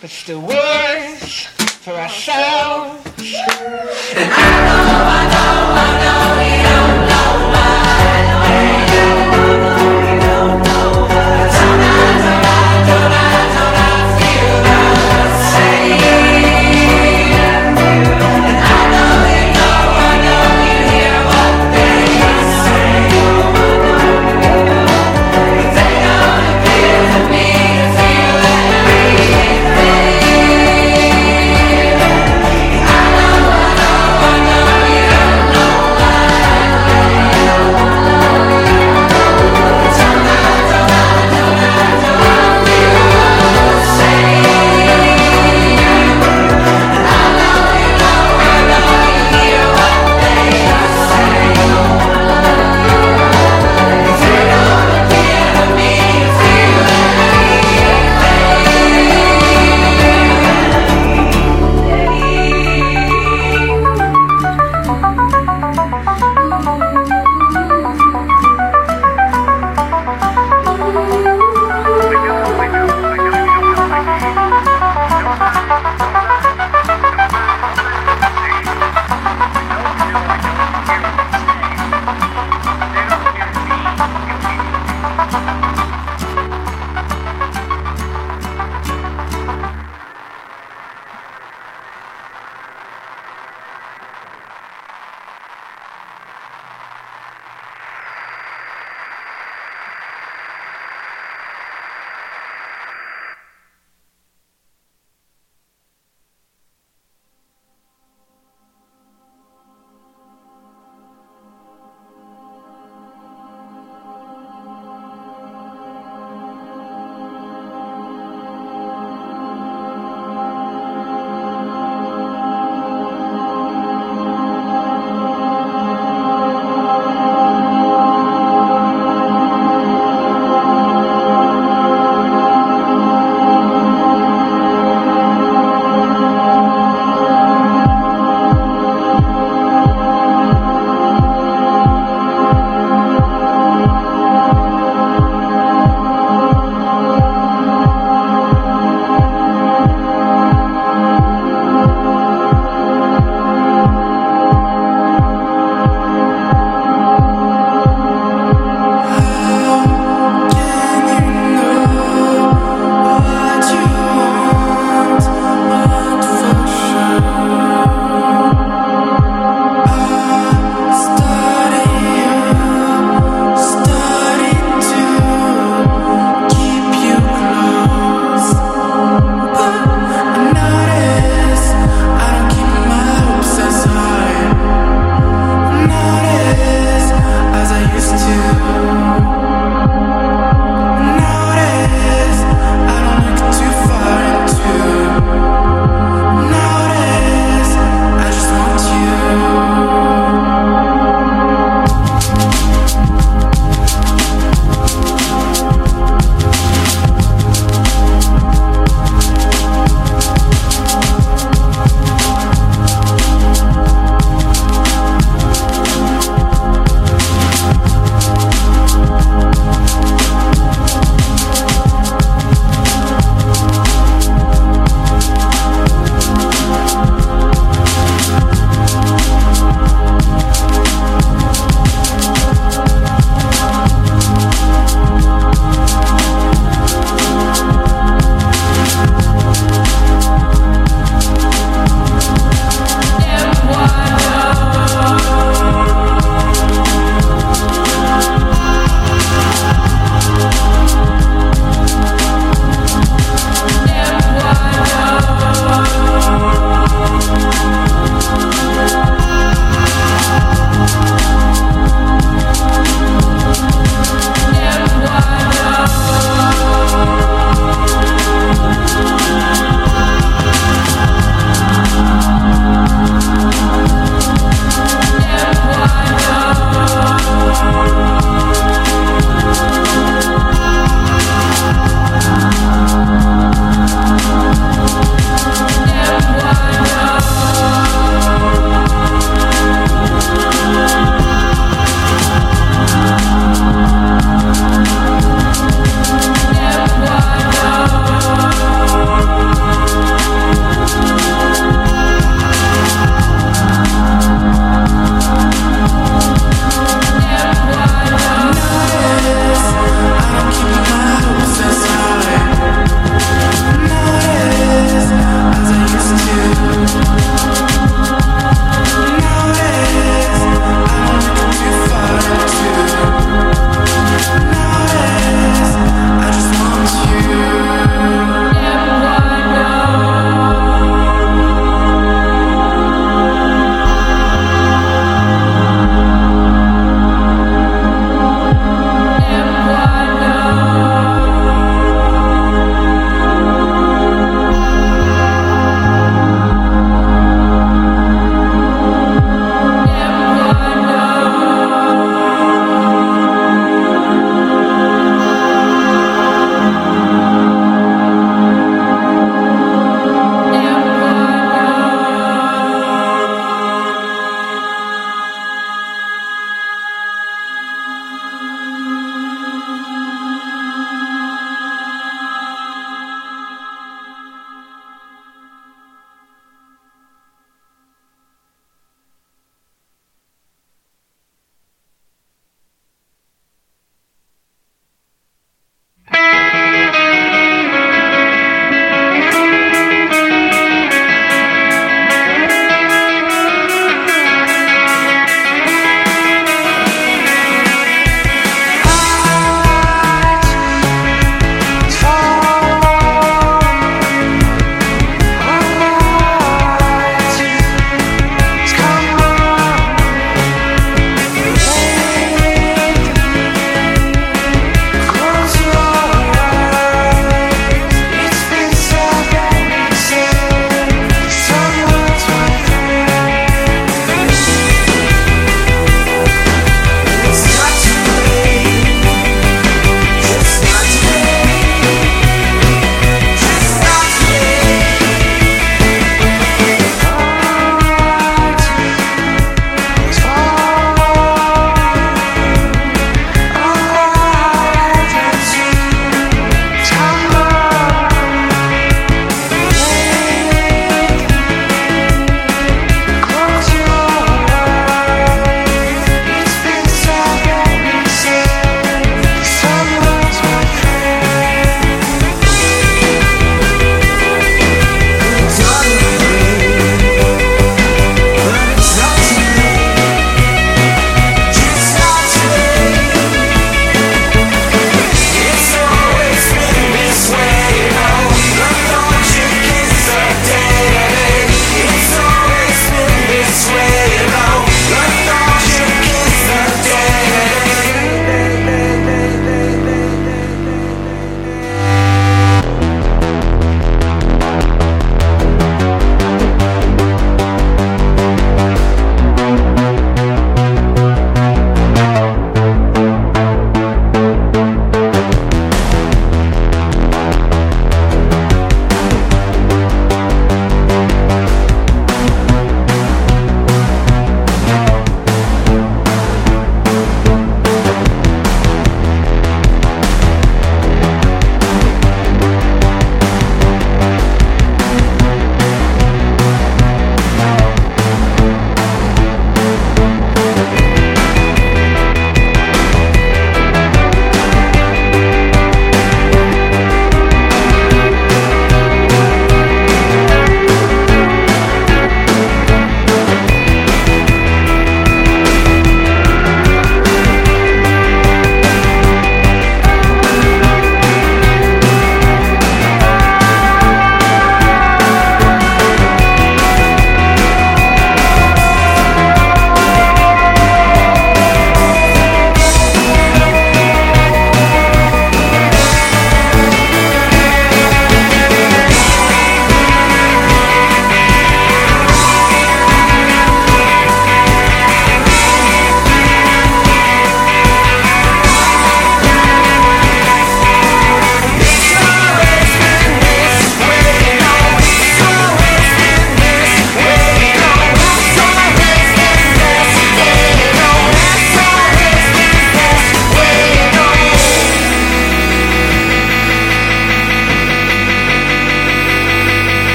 H: but it's the worst for ourselves. Thank you.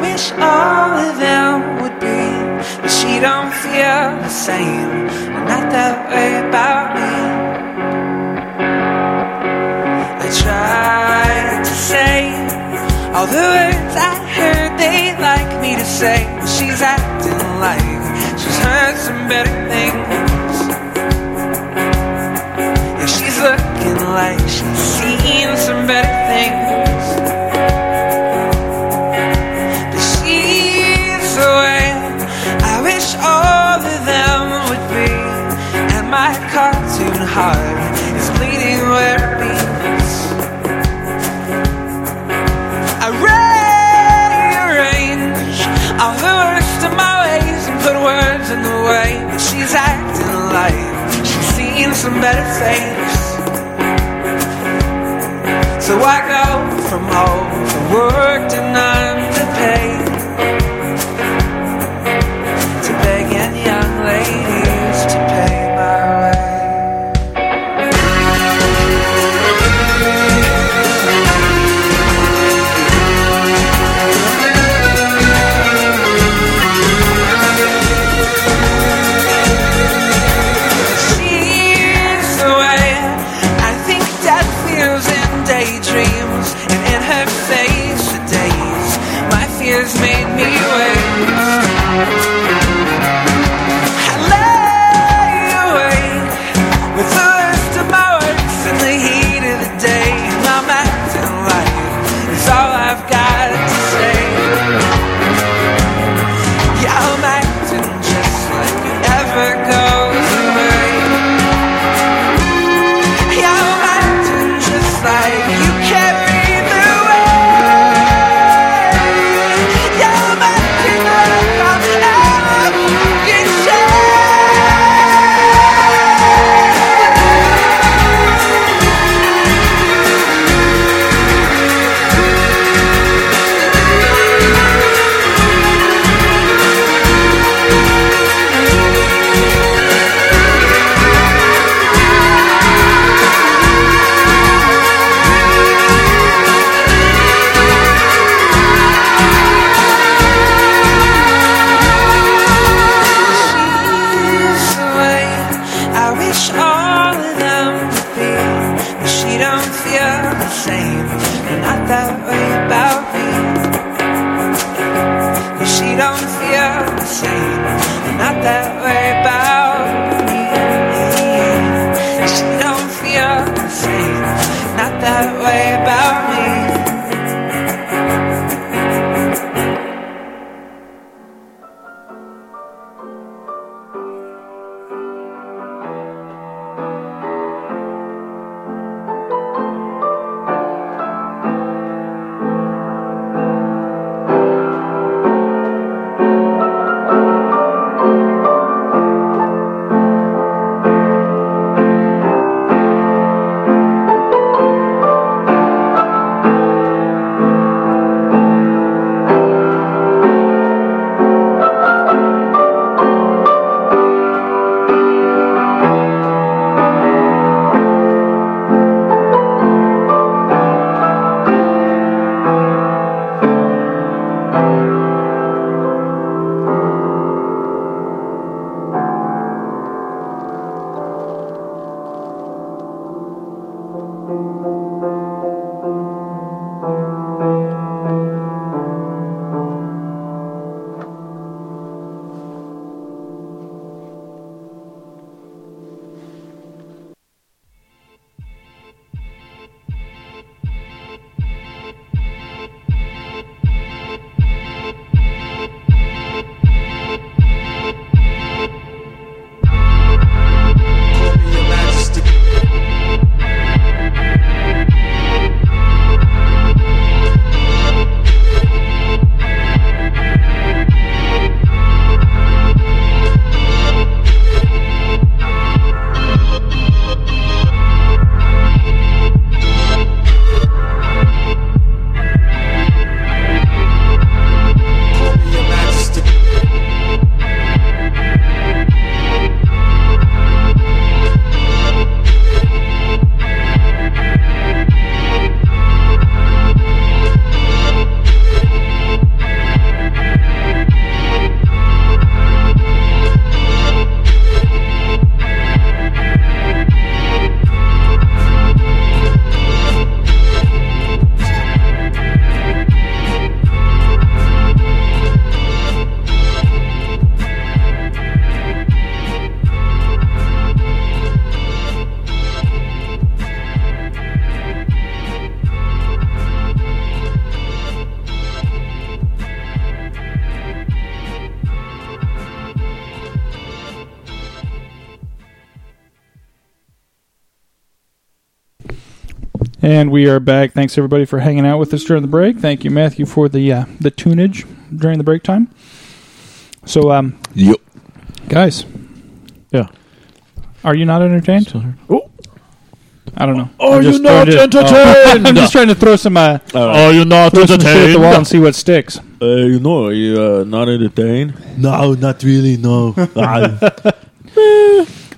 H: wish all of them would be, but she don't feel the same. Not that way about me. I tried to say all the words I heard they like me to say, but she's acting like she's heard some better things. Yeah, she's looking like she's seen some better things. But she's away. I wish all of them would be, and my cartoon heart is bleeding where it beats. I rearrange all the worst of my ways and put words in the way. But she's acting like she's seen some better things. So I go from home from work to none to pay to begging young ladies to pay my way. She's away. I think that feels in daydreams and in her face for days. My fears made me waste. I lay awake with the worst of my works in the heat of the day. And I'm acting like it's all I've got to say. Yeah, I'm acting just like it ever goes away. Yeah, I'm acting just like you carry the way. Yeah, I'm acting like I'm ever fucking She's away. I wish all of them would be, but she don't feel the same. Not that way about me. But she don't feel the same. Not that way about me. She don't feel the same. Not that way about me.
I: Thank
A: And we are back. Thanks everybody for hanging out with us during the break. Thank you, Matthew, for the uh, the tunage during the break time. So, um,
C: Yep.
A: guys,
B: Yeah.
A: are you not entertained? Oh. I don't know.
B: Are you
A: I'm
B: not entertained?
A: just trying to throw some uh,
B: Are you not
A: throw some shit at the wall and
B: entertained?
A: see what sticks.
E: Uh, you know, are you uh, not entertained? No, not really. No. Ah,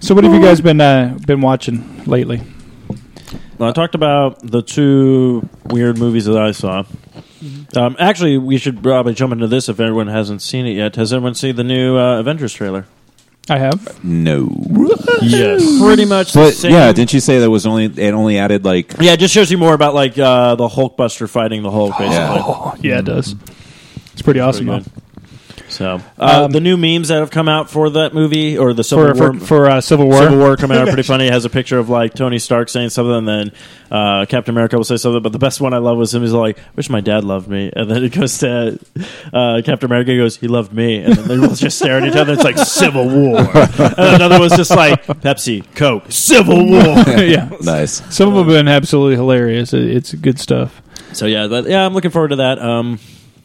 A: So, what have you guys been uh, been watching lately?
E: I talked about the two weird movies that I saw. Um, actually, we should probably jump into this if everyone hasn't seen it yet. Has everyone seen the new uh, Avengers trailer?
A: I have.
C: No.
B: Yes.
E: Pretty much the
C: But
E: same.
C: yeah, didn't you say that was only it only added like
E: Yeah, it just shows you more about like uh, the Hulkbuster fighting the Hulk, basically.
A: Oh, yeah, it does. Mm-hmm. It's pretty awesome.
E: Pretty
A: though.
E: good. So uh,
A: Um,
E: the new memes that have come out for that movie or the Civil
A: For
E: War
A: for, for uh, Civil War.
E: Civil War coming out pretty funny. It has a picture of like Tony Stark saying something, and then uh, Captain America will say something. But the best one I love was him. He's like, "Wish my dad loved me," and then it goes to uh, Captain America. Goes, "He loved me," and then they both just stare at each other. It's like Civil War. And another was just like Pepsi, Coke, Civil War.
A: yeah.
C: nice?
A: Some of them have been absolutely hilarious. It- It's good stuff.
E: So yeah, that, yeah, I'm looking forward to that. Um,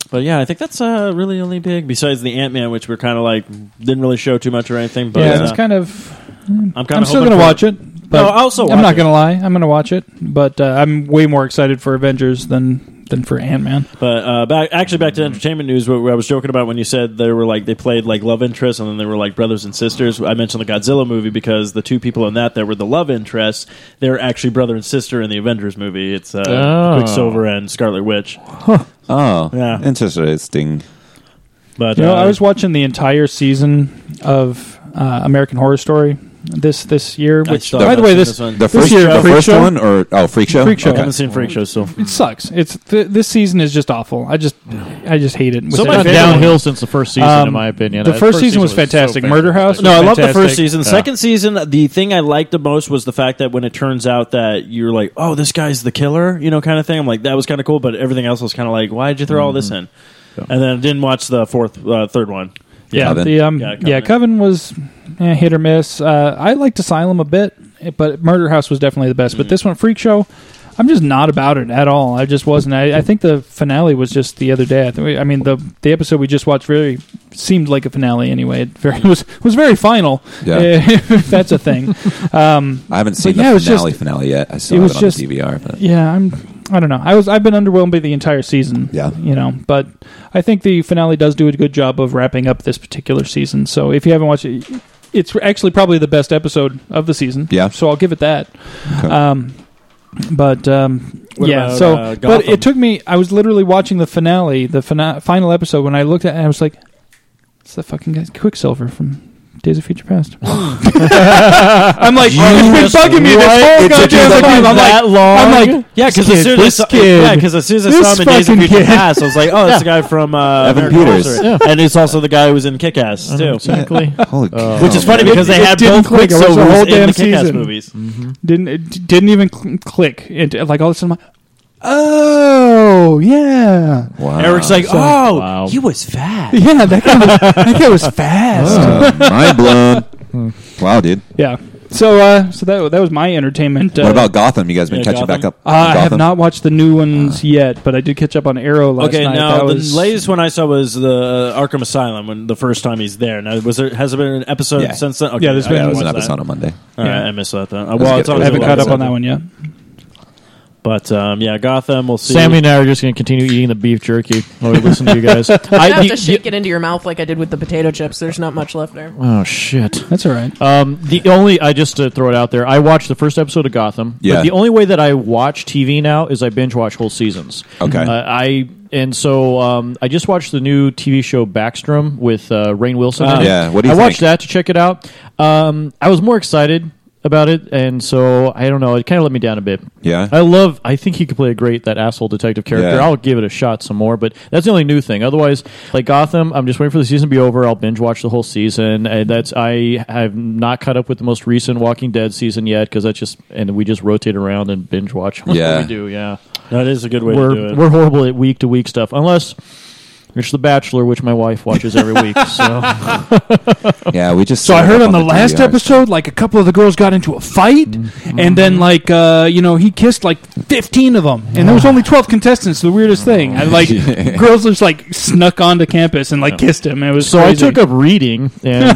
E: but yeah, I think that's uh, really only big besides the Ant Man, which we're kind of like didn't really show too much or anything. But
A: yeah,
E: uh,
A: it's kind of.
E: I'm kind
A: I'm
E: of
A: still gonna watch it. But
E: No, I also
A: I'm
E: watch
A: not
E: it.
A: gonna lie. I'm gonna watch it, but uh, I'm way more excited for Avengers than than for Ant Man.
E: But uh, back actually back to entertainment news. What I was joking about when you said they were like they played like love interests and then they were like brothers and sisters. I mentioned the Godzilla movie because the two people in that that were the love interests, they're actually brother and sister in the Avengers movie. It's uh,
B: Oh.
E: Quicksilver and Scarlet Witch.
C: Oh,
E: Yeah.
C: interesting.
E: But
A: You know,
E: uh,
A: I was watching the entire season of uh, American Horror Story this this year.
E: I
A: Which,
E: still
A: by the
E: haven't
A: way,
E: seen
A: this,
E: this one.
C: The
A: This
C: first,
A: year, uh,
C: the
A: Freak
C: first
A: Show?
C: one or oh, freak show.
A: Freak Show.
E: I
A: Okay.
E: haven't seen Freak Show so.
A: it sucks. It's th- this season is just awful. I just I just hate it. with
B: So much
A: everything.
B: downhill since the first season,
A: Um,
B: in my opinion. Uh,
A: the
B: That
A: first season was fantastic. Murder House?
E: No, I love the
A: Fantastic.
E: first season.
B: Yeah.
E: Second season, the thing I liked the most was the fact that when it turns out that you're like, oh, this guy's the killer, you know, kind of thing. I'm like, that was kind of cool, but everything else was kind of like, why did you throw all this in? And then I didn't watch the fourth, uh, third one.
A: Yeah,
C: Coven.
A: the um,
E: Yeah,
A: yeah, Coven,
E: Coven.
A: was eh, hit or miss. Uh, I liked Asylum a bit, eh, but Murder House was definitely the best. But this one, Freak Show, I'm just not about it at all. I just wasn't. I, I think the finale was just the other day. I, think we, I mean, the the episode we just watched really seemed like a finale anyway. It very was was very final.
C: Yeah.
A: eh, if that's a thing. Um,
C: I haven't seen
A: But yeah, it
C: the
A: was
C: finale finale yet. I still
A: it
C: have
A: was
C: it on
A: just-
C: the DVR. But.
A: yeah, I'm. I don't know. I was. I've been underwhelmed by the entire season.
C: Yeah.
A: you know. But I think the finale does do a good job of wrapping up this particular season. So if you haven't watched it, it's actually probably the best episode of the season.
C: Yeah.
A: So I'll give it that.
C: Okay.
A: Um, but um,
E: What
A: yeah.
E: about,
A: so,
E: uh,
A: but
E: Gotham?
A: it took me. I was literally watching the finale, the fina- final episode, when I looked at it, and I was like, "It's the fucking guy, Quicksilver from." Days of Future Past. I'm like, it's been bugging me this whole
C: It took you
A: goddamn
C: that-
A: time. I'm like,
E: that long?
A: I'm like,
E: yeah, because
A: this
E: as soon
A: kid,
E: as
A: this kid,
E: yeah, because as soon as I
A: this
E: saw him in Days of
A: fucking
E: Future
A: kid.
E: Past, I was like, oh, that's the guy from uh,
C: Evan
E: American
C: Peters.
E: Horror Story. and he's also the guy who was in Kick Ass
A: Uh-huh.
E: too.
B: Exactly.
C: Holy cow.
E: Which is funny because they
A: it
E: had
A: didn't
E: both
A: click. It was a
E: Quicksilvers
A: whole
E: in
A: damn
E: the Kick-Ass
A: season.
E: movies.
A: didn't it didn't even cl- click. It like all of a sudden, I'm like, oh yeah,
C: Wow.
E: Eric's like, oh,
B: Wow.
E: he was fat.
A: yeah, that guy was, that guy was fast.
C: Uh, mind blown.
A: Hmm.
C: wow, dude.
A: Yeah. So uh, so that that was my entertainment. Uh,
C: What about Gotham? You guys been
E: yeah,
C: catching
E: Gotham.
C: back up?
A: Uh, I have
C: Gotham? Uh.
A: not watched the new ones yet, but I did catch up on Arrow last
E: Okay,
A: night.
E: now
A: That
E: the
A: was-
E: latest one I saw was the uh, Arkham Asylum when the first time he's there. Now, was there has there been an episode
C: Yeah.
E: since then? Okay,
A: Yeah, there's
E: I
A: been
C: Yeah, it
E: gotta
C: was
E: watch
C: an
E: that.
C: episode on Monday.
E: All right,
A: Yeah.
E: I missed that. Then Uh,
C: was
E: well,
C: good.
E: it's
C: It
E: on
C: was
A: I haven't
C: good.
A: caught up on that one yet.
E: But um, yeah, Gotham. We'll see.
B: Sammy and I are just going to continue eating the beef jerky while we listen to you guys. I,
D: I have
B: you-
D: to shake it into your mouth like I did with the potato chips. There's not much left there.
B: oh, shit.
A: That's all right.
B: Um, the only I just to throw it out there, I watched the first episode of Gotham.
C: Yeah.
B: But the only way that I watch TV now is I binge watch whole seasons.
C: Okay.
B: Uh, I and so um, I just watched the new TV show Backstrom with uh, Rain Wilson. in it.
C: Ah. Yeah, what do you
B: I watched
C: think?
B: that to check it out. Um, I was more excited about it, and so I don't know. It kind of let me down a bit.
C: Yeah.
B: I love. I think he could play a great that asshole detective character.
C: Yeah.
B: I'll give it a shot some more, but that's the only new thing. Otherwise, like Gotham, I'm just waiting for the season to be over. I'll binge watch the whole season. Uh, that's I have not caught up with the most recent Walking Dead season yet because that's just and we just rotate around and binge watch. That's what
C: Yeah.
B: we do. Yeah,
E: that is a good way to do
B: we're
E: it.
B: we're horrible at week to week stuff unless. It's The Bachelor, which my wife watches every week. So
C: Yeah, we just.
A: So I
C: set it
A: heard
C: up
A: on the, last
C: DVR.
A: episode, like a couple of the girls got into a fight, and then like uh, you know he kissed like fifteen of them, and there was only twelve contestants. The weirdest thing, I like girls just like snuck onto campus and like kissed him. It was
B: so I
A: crazy.
B: took up reading. And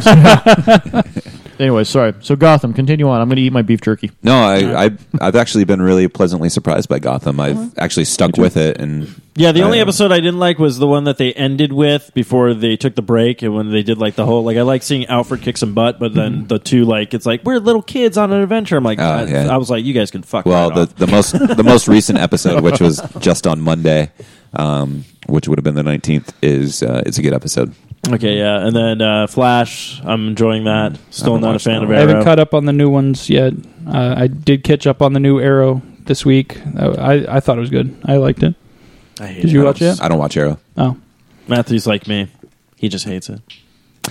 B: anyway, sorry. So Gotham, continue on. I'm going to eat my beef jerky.
C: No, I, I I've actually been really pleasantly surprised by Gotham.
A: Uh-huh.
C: I've actually stuck with it, and
E: Yeah, the only
C: I-
E: episode I didn't like was the one that they ended with before they took the break, and when they did like the whole like I like seeing Alfred kick some butt, but then the two like it's like we're little kids on an adventure. I'm like,
C: Oh,
E: I,
C: yeah.
E: I was like, you guys can fuck.
C: Well,
E: right
C: the,
E: off.
C: the most the most recent episode, which was just on Monday, um, which would have been the nineteenth, is uh, it's a good episode.
E: okay, yeah, and then uh, Flash, I'm enjoying that. Still
C: haven't
E: not a
C: watched
E: fan
C: that
E: of
C: one.
A: I haven't
E: Arrow.
A: caught up on the new ones yet. Uh, I did catch up on the new Arrow this week. I, I, I thought it was good. I liked it.
E: I hate
A: Did
E: it.
A: you watch it?
C: I don't watch Arrow.
A: Oh,
E: Matthew's like me. He just hates it.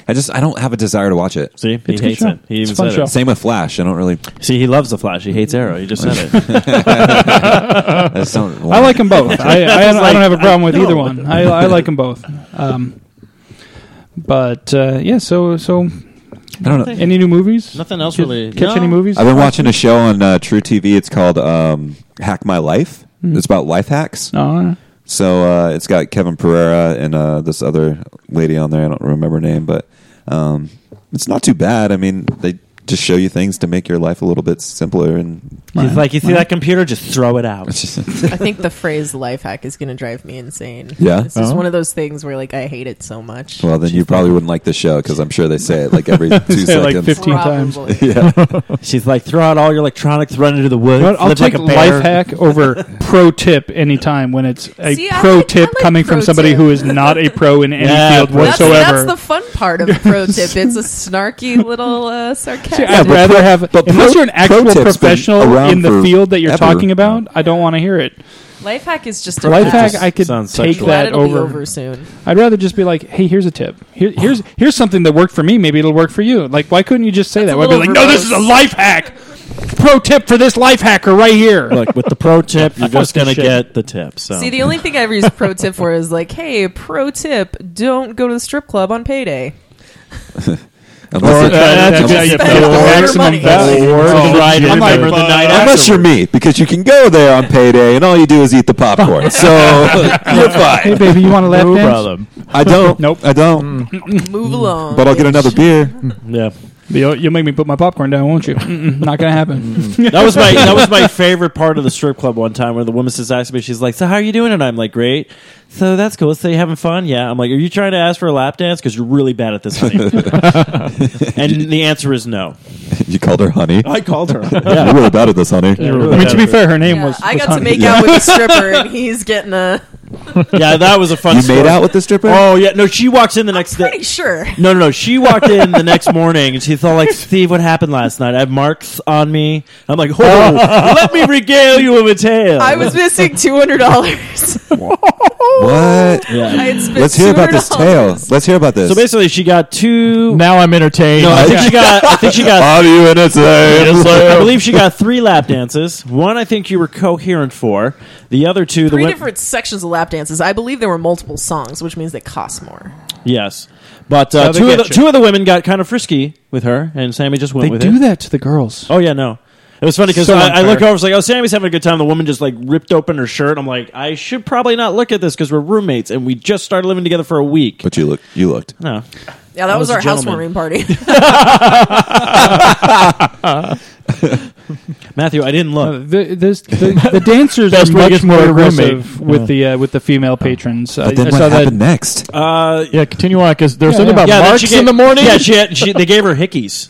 C: I just I don't have a desire to watch it.
E: See, he
A: It's a good
E: hates
A: show.
E: it. He
A: It's
E: even
A: a fun
E: said
C: Same with Flash. I don't really.
E: it. See, he loves the Flash. He hates Arrow. He just said it.
C: I, just don't
A: I like them both. I, I, don't, I
E: like,
A: don't have a problem with
E: I-
A: either
E: no.
A: one. I, I like them both. Um, but uh, yeah, so so
C: I don't know.
A: any new movies?
E: Nothing else
A: Catch-
E: really.
A: Catch
E: No.
A: any movies?
C: I've been watching a show on uh, True TV. It's called um, Hack My Life.
A: Hmm.
C: It's about life hacks.
A: No. I don't know.
C: So uh, it's got Kevin Pereira and uh, this other lady on there. I don't remember her name, but um, it's not too bad. I mean, they just show you things to make your life a little bit simpler. And
E: He's like, you see that computer? Just throw it out.
D: I think the phrase life hack is going to drive me insane.
C: Yeah?
D: This
A: Oh.
D: is one of those things where like I hate it so much.
C: well, then you probably wouldn't like the show because I'm sure they say it like every two
A: say it like
C: seconds.
A: 15 times.
D: Probably.
E: She's like, throw out all your electronics, run into the woods.
A: I'll
E: live
A: take
E: like a bear.
A: life hack over pro tip anytime when it's a
D: See, I
A: pro
D: like- I
A: tip
D: like
A: coming from
D: pro
A: somebody
D: tip.
A: who is not a pro in any
E: Yeah,
A: field
E: pro tip.
D: That's,
A: whatsoever.
D: that's the fun part of pro tip. It's a snarky little uh, sarcastic.
A: I'd
C: but
A: rather
C: pro-
A: have
C: but
A: unless
C: pro-
A: you're an
C: pro
A: actual
C: tip's been
A: professional
C: around
A: in the
C: for
A: field that you're
C: ever.
A: talking about. I don't want to hear it.
D: life hack is just a
A: Life
D: bad-
A: hack,
E: just
A: I could take
E: sounds sexual.
D: Glad
A: that
D: it'll
A: over.
D: be over soon.
A: I'd rather just be like, "Hey, here's a tip. Here, here's here's something that worked for me. Maybe it'll work for you." Like, why couldn't you just say
D: That's
A: that?
D: a
A: Why be
D: little
A: like, "No, this is a
D: verbose.
A: life hack. Pro tip for this life hacker right here."
E: Look, with the pro tip, you're just
A: Fuck this
E: gonna
A: shit.
E: get the tip.
C: Oh.
E: So
D: See, the only thing I ever use pro tip for is like, hey, pro tip, don't go to the strip club on payday.
C: Unless, it-
A: that's
C: unless-
A: yeah,
D: Spend
A: yeah,
D: all your
A: maximum
D: money.
A: value.
E: or
A: Oh,
E: ride
A: I'm
E: into
A: like,
E: the
A: uh,
E: night
C: unless you're me, because you can go there on payday and all you do is eat the popcorn. So you're
A: Hey,
C: fine.
A: baby, you want to lap
E: No
A: dance?
E: problem.
C: I don't.
A: Nope.
C: I don't.
E: Mm.
D: Move along.
C: Mm. But I'll get
D: bitch.
C: another beer.
E: Yeah,
A: You'll, you'll make me put my popcorn down, won't you? Mm-mm, not gonna happen.
E: that was my that was my favorite part of the strip club one time where the woman just asked me, she's like, "So how are you doing?" And I'm like, "Great." So that's cool. So you having fun? Yeah. I'm like, "Are you trying to ask for a lap dance? Because you're really bad at this." Honey. and the answer is no.
C: You called her honey.
E: I called her.
C: You're really bad at this, honey.
A: I mean, to be fair, her name
D: Yeah,
A: was.
D: I
A: was
D: got to
A: Honey.
D: make out with a stripper, and he's getting a.
E: Yeah, that was a fun.
C: You
E: story.
C: made out with the stripper?
E: Oh yeah, no. She walks in the next day.
D: Pretty sure.
E: No, no, no. She walked in the next morning and she's all like, Steve, what happened last night? I have marks on me. I'm like, oh, let me regale you with a
C: Oh.
E: tale.
D: I was missing two hundred dollars.
C: What? Let's hear about this tale. Let's hear about this.
E: so basically, she got two.
B: Now I'm entertained.
E: No, I think she got. I think she got.
C: Are you innocent?
E: uh, I believe she got three lap dances. One, I think you were coherent for. The other two, the
D: Three
E: win-
D: different sections of lap dances. I believe there were multiple songs, which means they cost more.
E: yes, but uh,
A: they
E: two of the
A: get you.
E: two of the women got kind of frisky with her, and Sammy just went
A: They
E: with
A: do
E: it.
A: that to the girls.
E: Oh yeah, no. It was funny because
A: So
E: I, I look
A: unfair.
E: over, I was like, "Oh, Sammy's having a good time." The woman just like ripped open her shirt. I'm like, "I should probably not look at this because we're roommates and we just started living together for a week."
C: But you look. You looked.
E: No,
D: Yeah, that
E: I was
D: was,
E: a
D: our
E: gentleman.
D: housewarming party.
E: Matthew, I didn't
A: Uh,
E: look.
A: the, this, the, the dancers are
B: Best way
A: much
B: to get rid
A: more
B: of a roommate.
A: aggressive with the uh, with the female patrons. I,
C: But then
A: I
C: what
A: saw that.
C: happened next?
E: Uh,
B: yeah, continue on because there's something
A: yeah.
B: about
E: yeah, then
B: marks
E: she gave-
B: in the morning.
E: Yeah, she, had, she they gave her hickeys.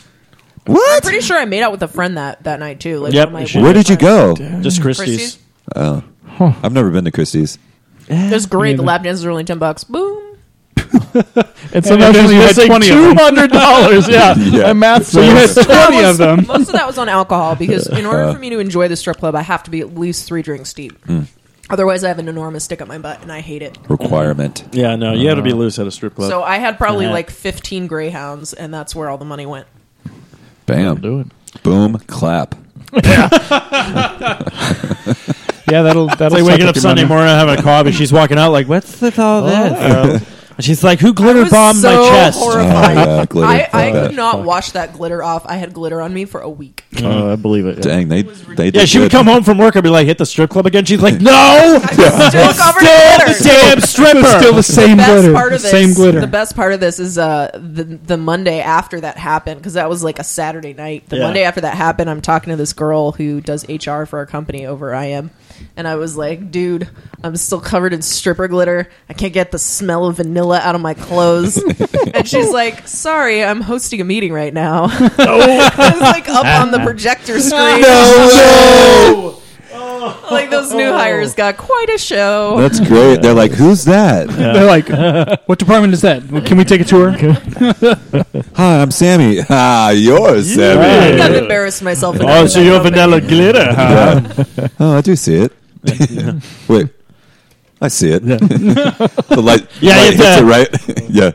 D: I'm
C: What?
D: pretty sure I made out with a friend that, that night too. Like
E: Yep,
D: one of my
E: you should.
C: Where did you
D: friends.
C: go?
E: Just Christie's.
D: Mm. Christie's?
C: I've never been to Christie's.
D: There's great. The
A: Yeah.
D: lap dances are only ten bucks. Boom.
B: and
A: And
B: sometimes
A: eventually
B: you
A: you had
B: missing
A: 20 of
B: two
A: them.
B: hundred dollars. Yeah,
C: Yeah.
B: my math.
A: So you had
B: says-
A: twenty of them.
D: Most of that was on alcohol because in
C: Uh-huh.
D: order for me to enjoy the strip club, I have to be at least three drinks deep.
C: Mm.
D: Otherwise, I have an enormous stick up my butt, and I hate it.
C: Requirement.
E: Yeah, no, you had
C: Uh,
E: to be loose at a strip club.
D: So I had probably
E: Yeah.
D: like 15 Greyhounds, and that's where all the money went.
C: Bam.
B: Do it.
C: Boom. Clap.
A: Yeah, that'll that'll.
E: It's like
A: suck
E: waking
A: if
E: up
A: you
E: Sunday
A: remember.
B: Oh.
E: morning having a coffee. She's walking out like, what's with all that? She's like, "Who glitter
D: was
E: bombed
D: so
E: my chest?"
D: horrified.
C: Oh, yeah, glitter.
D: I,
C: Fuck
D: I could
C: that.
D: not wash that glitter off. I had glitter on me for a week.
B: Uh, I believe it. yeah.
C: Dang, they they did
E: Yeah, she would
C: good.
E: come home from work and be like, "Hit the strip club again." She's like, "No,
D: Still covered in
E: damn,
D: glitter.
E: damn stripper."
A: Still the same
D: best
A: glitter.
D: part
A: the
D: of this,
A: same glitter.
D: The best part of this is uh, the the Monday after that happened because that was like a Saturday night. The
E: Yeah.
D: Monday after that happened, I'm talking to this girl who does HR for our company over IM, and I was like, "Dude, I'm still covered in stripper glitter. I can't get the smell of vanilla out of my clothes." and she's like, "Sorry, I'm hosting a meeting right now." I was like up on the projector screen. Like those new hires got quite a show.
C: That's great. They're like, who's that?
A: They're like, what department is that? Can we take a tour?
C: Hi, I'm Sammy. Ah, yours, Sammy.
D: I think I've embarrassed myself. enough
B: Oh,
D: in
B: so
D: that
B: you're
D: company.
B: vanilla glitter, huh?
C: Oh, I do see it. Wait, I see it. the light,
E: Yeah,
C: light
E: it's,
C: hits
E: uh,
C: it right. yeah,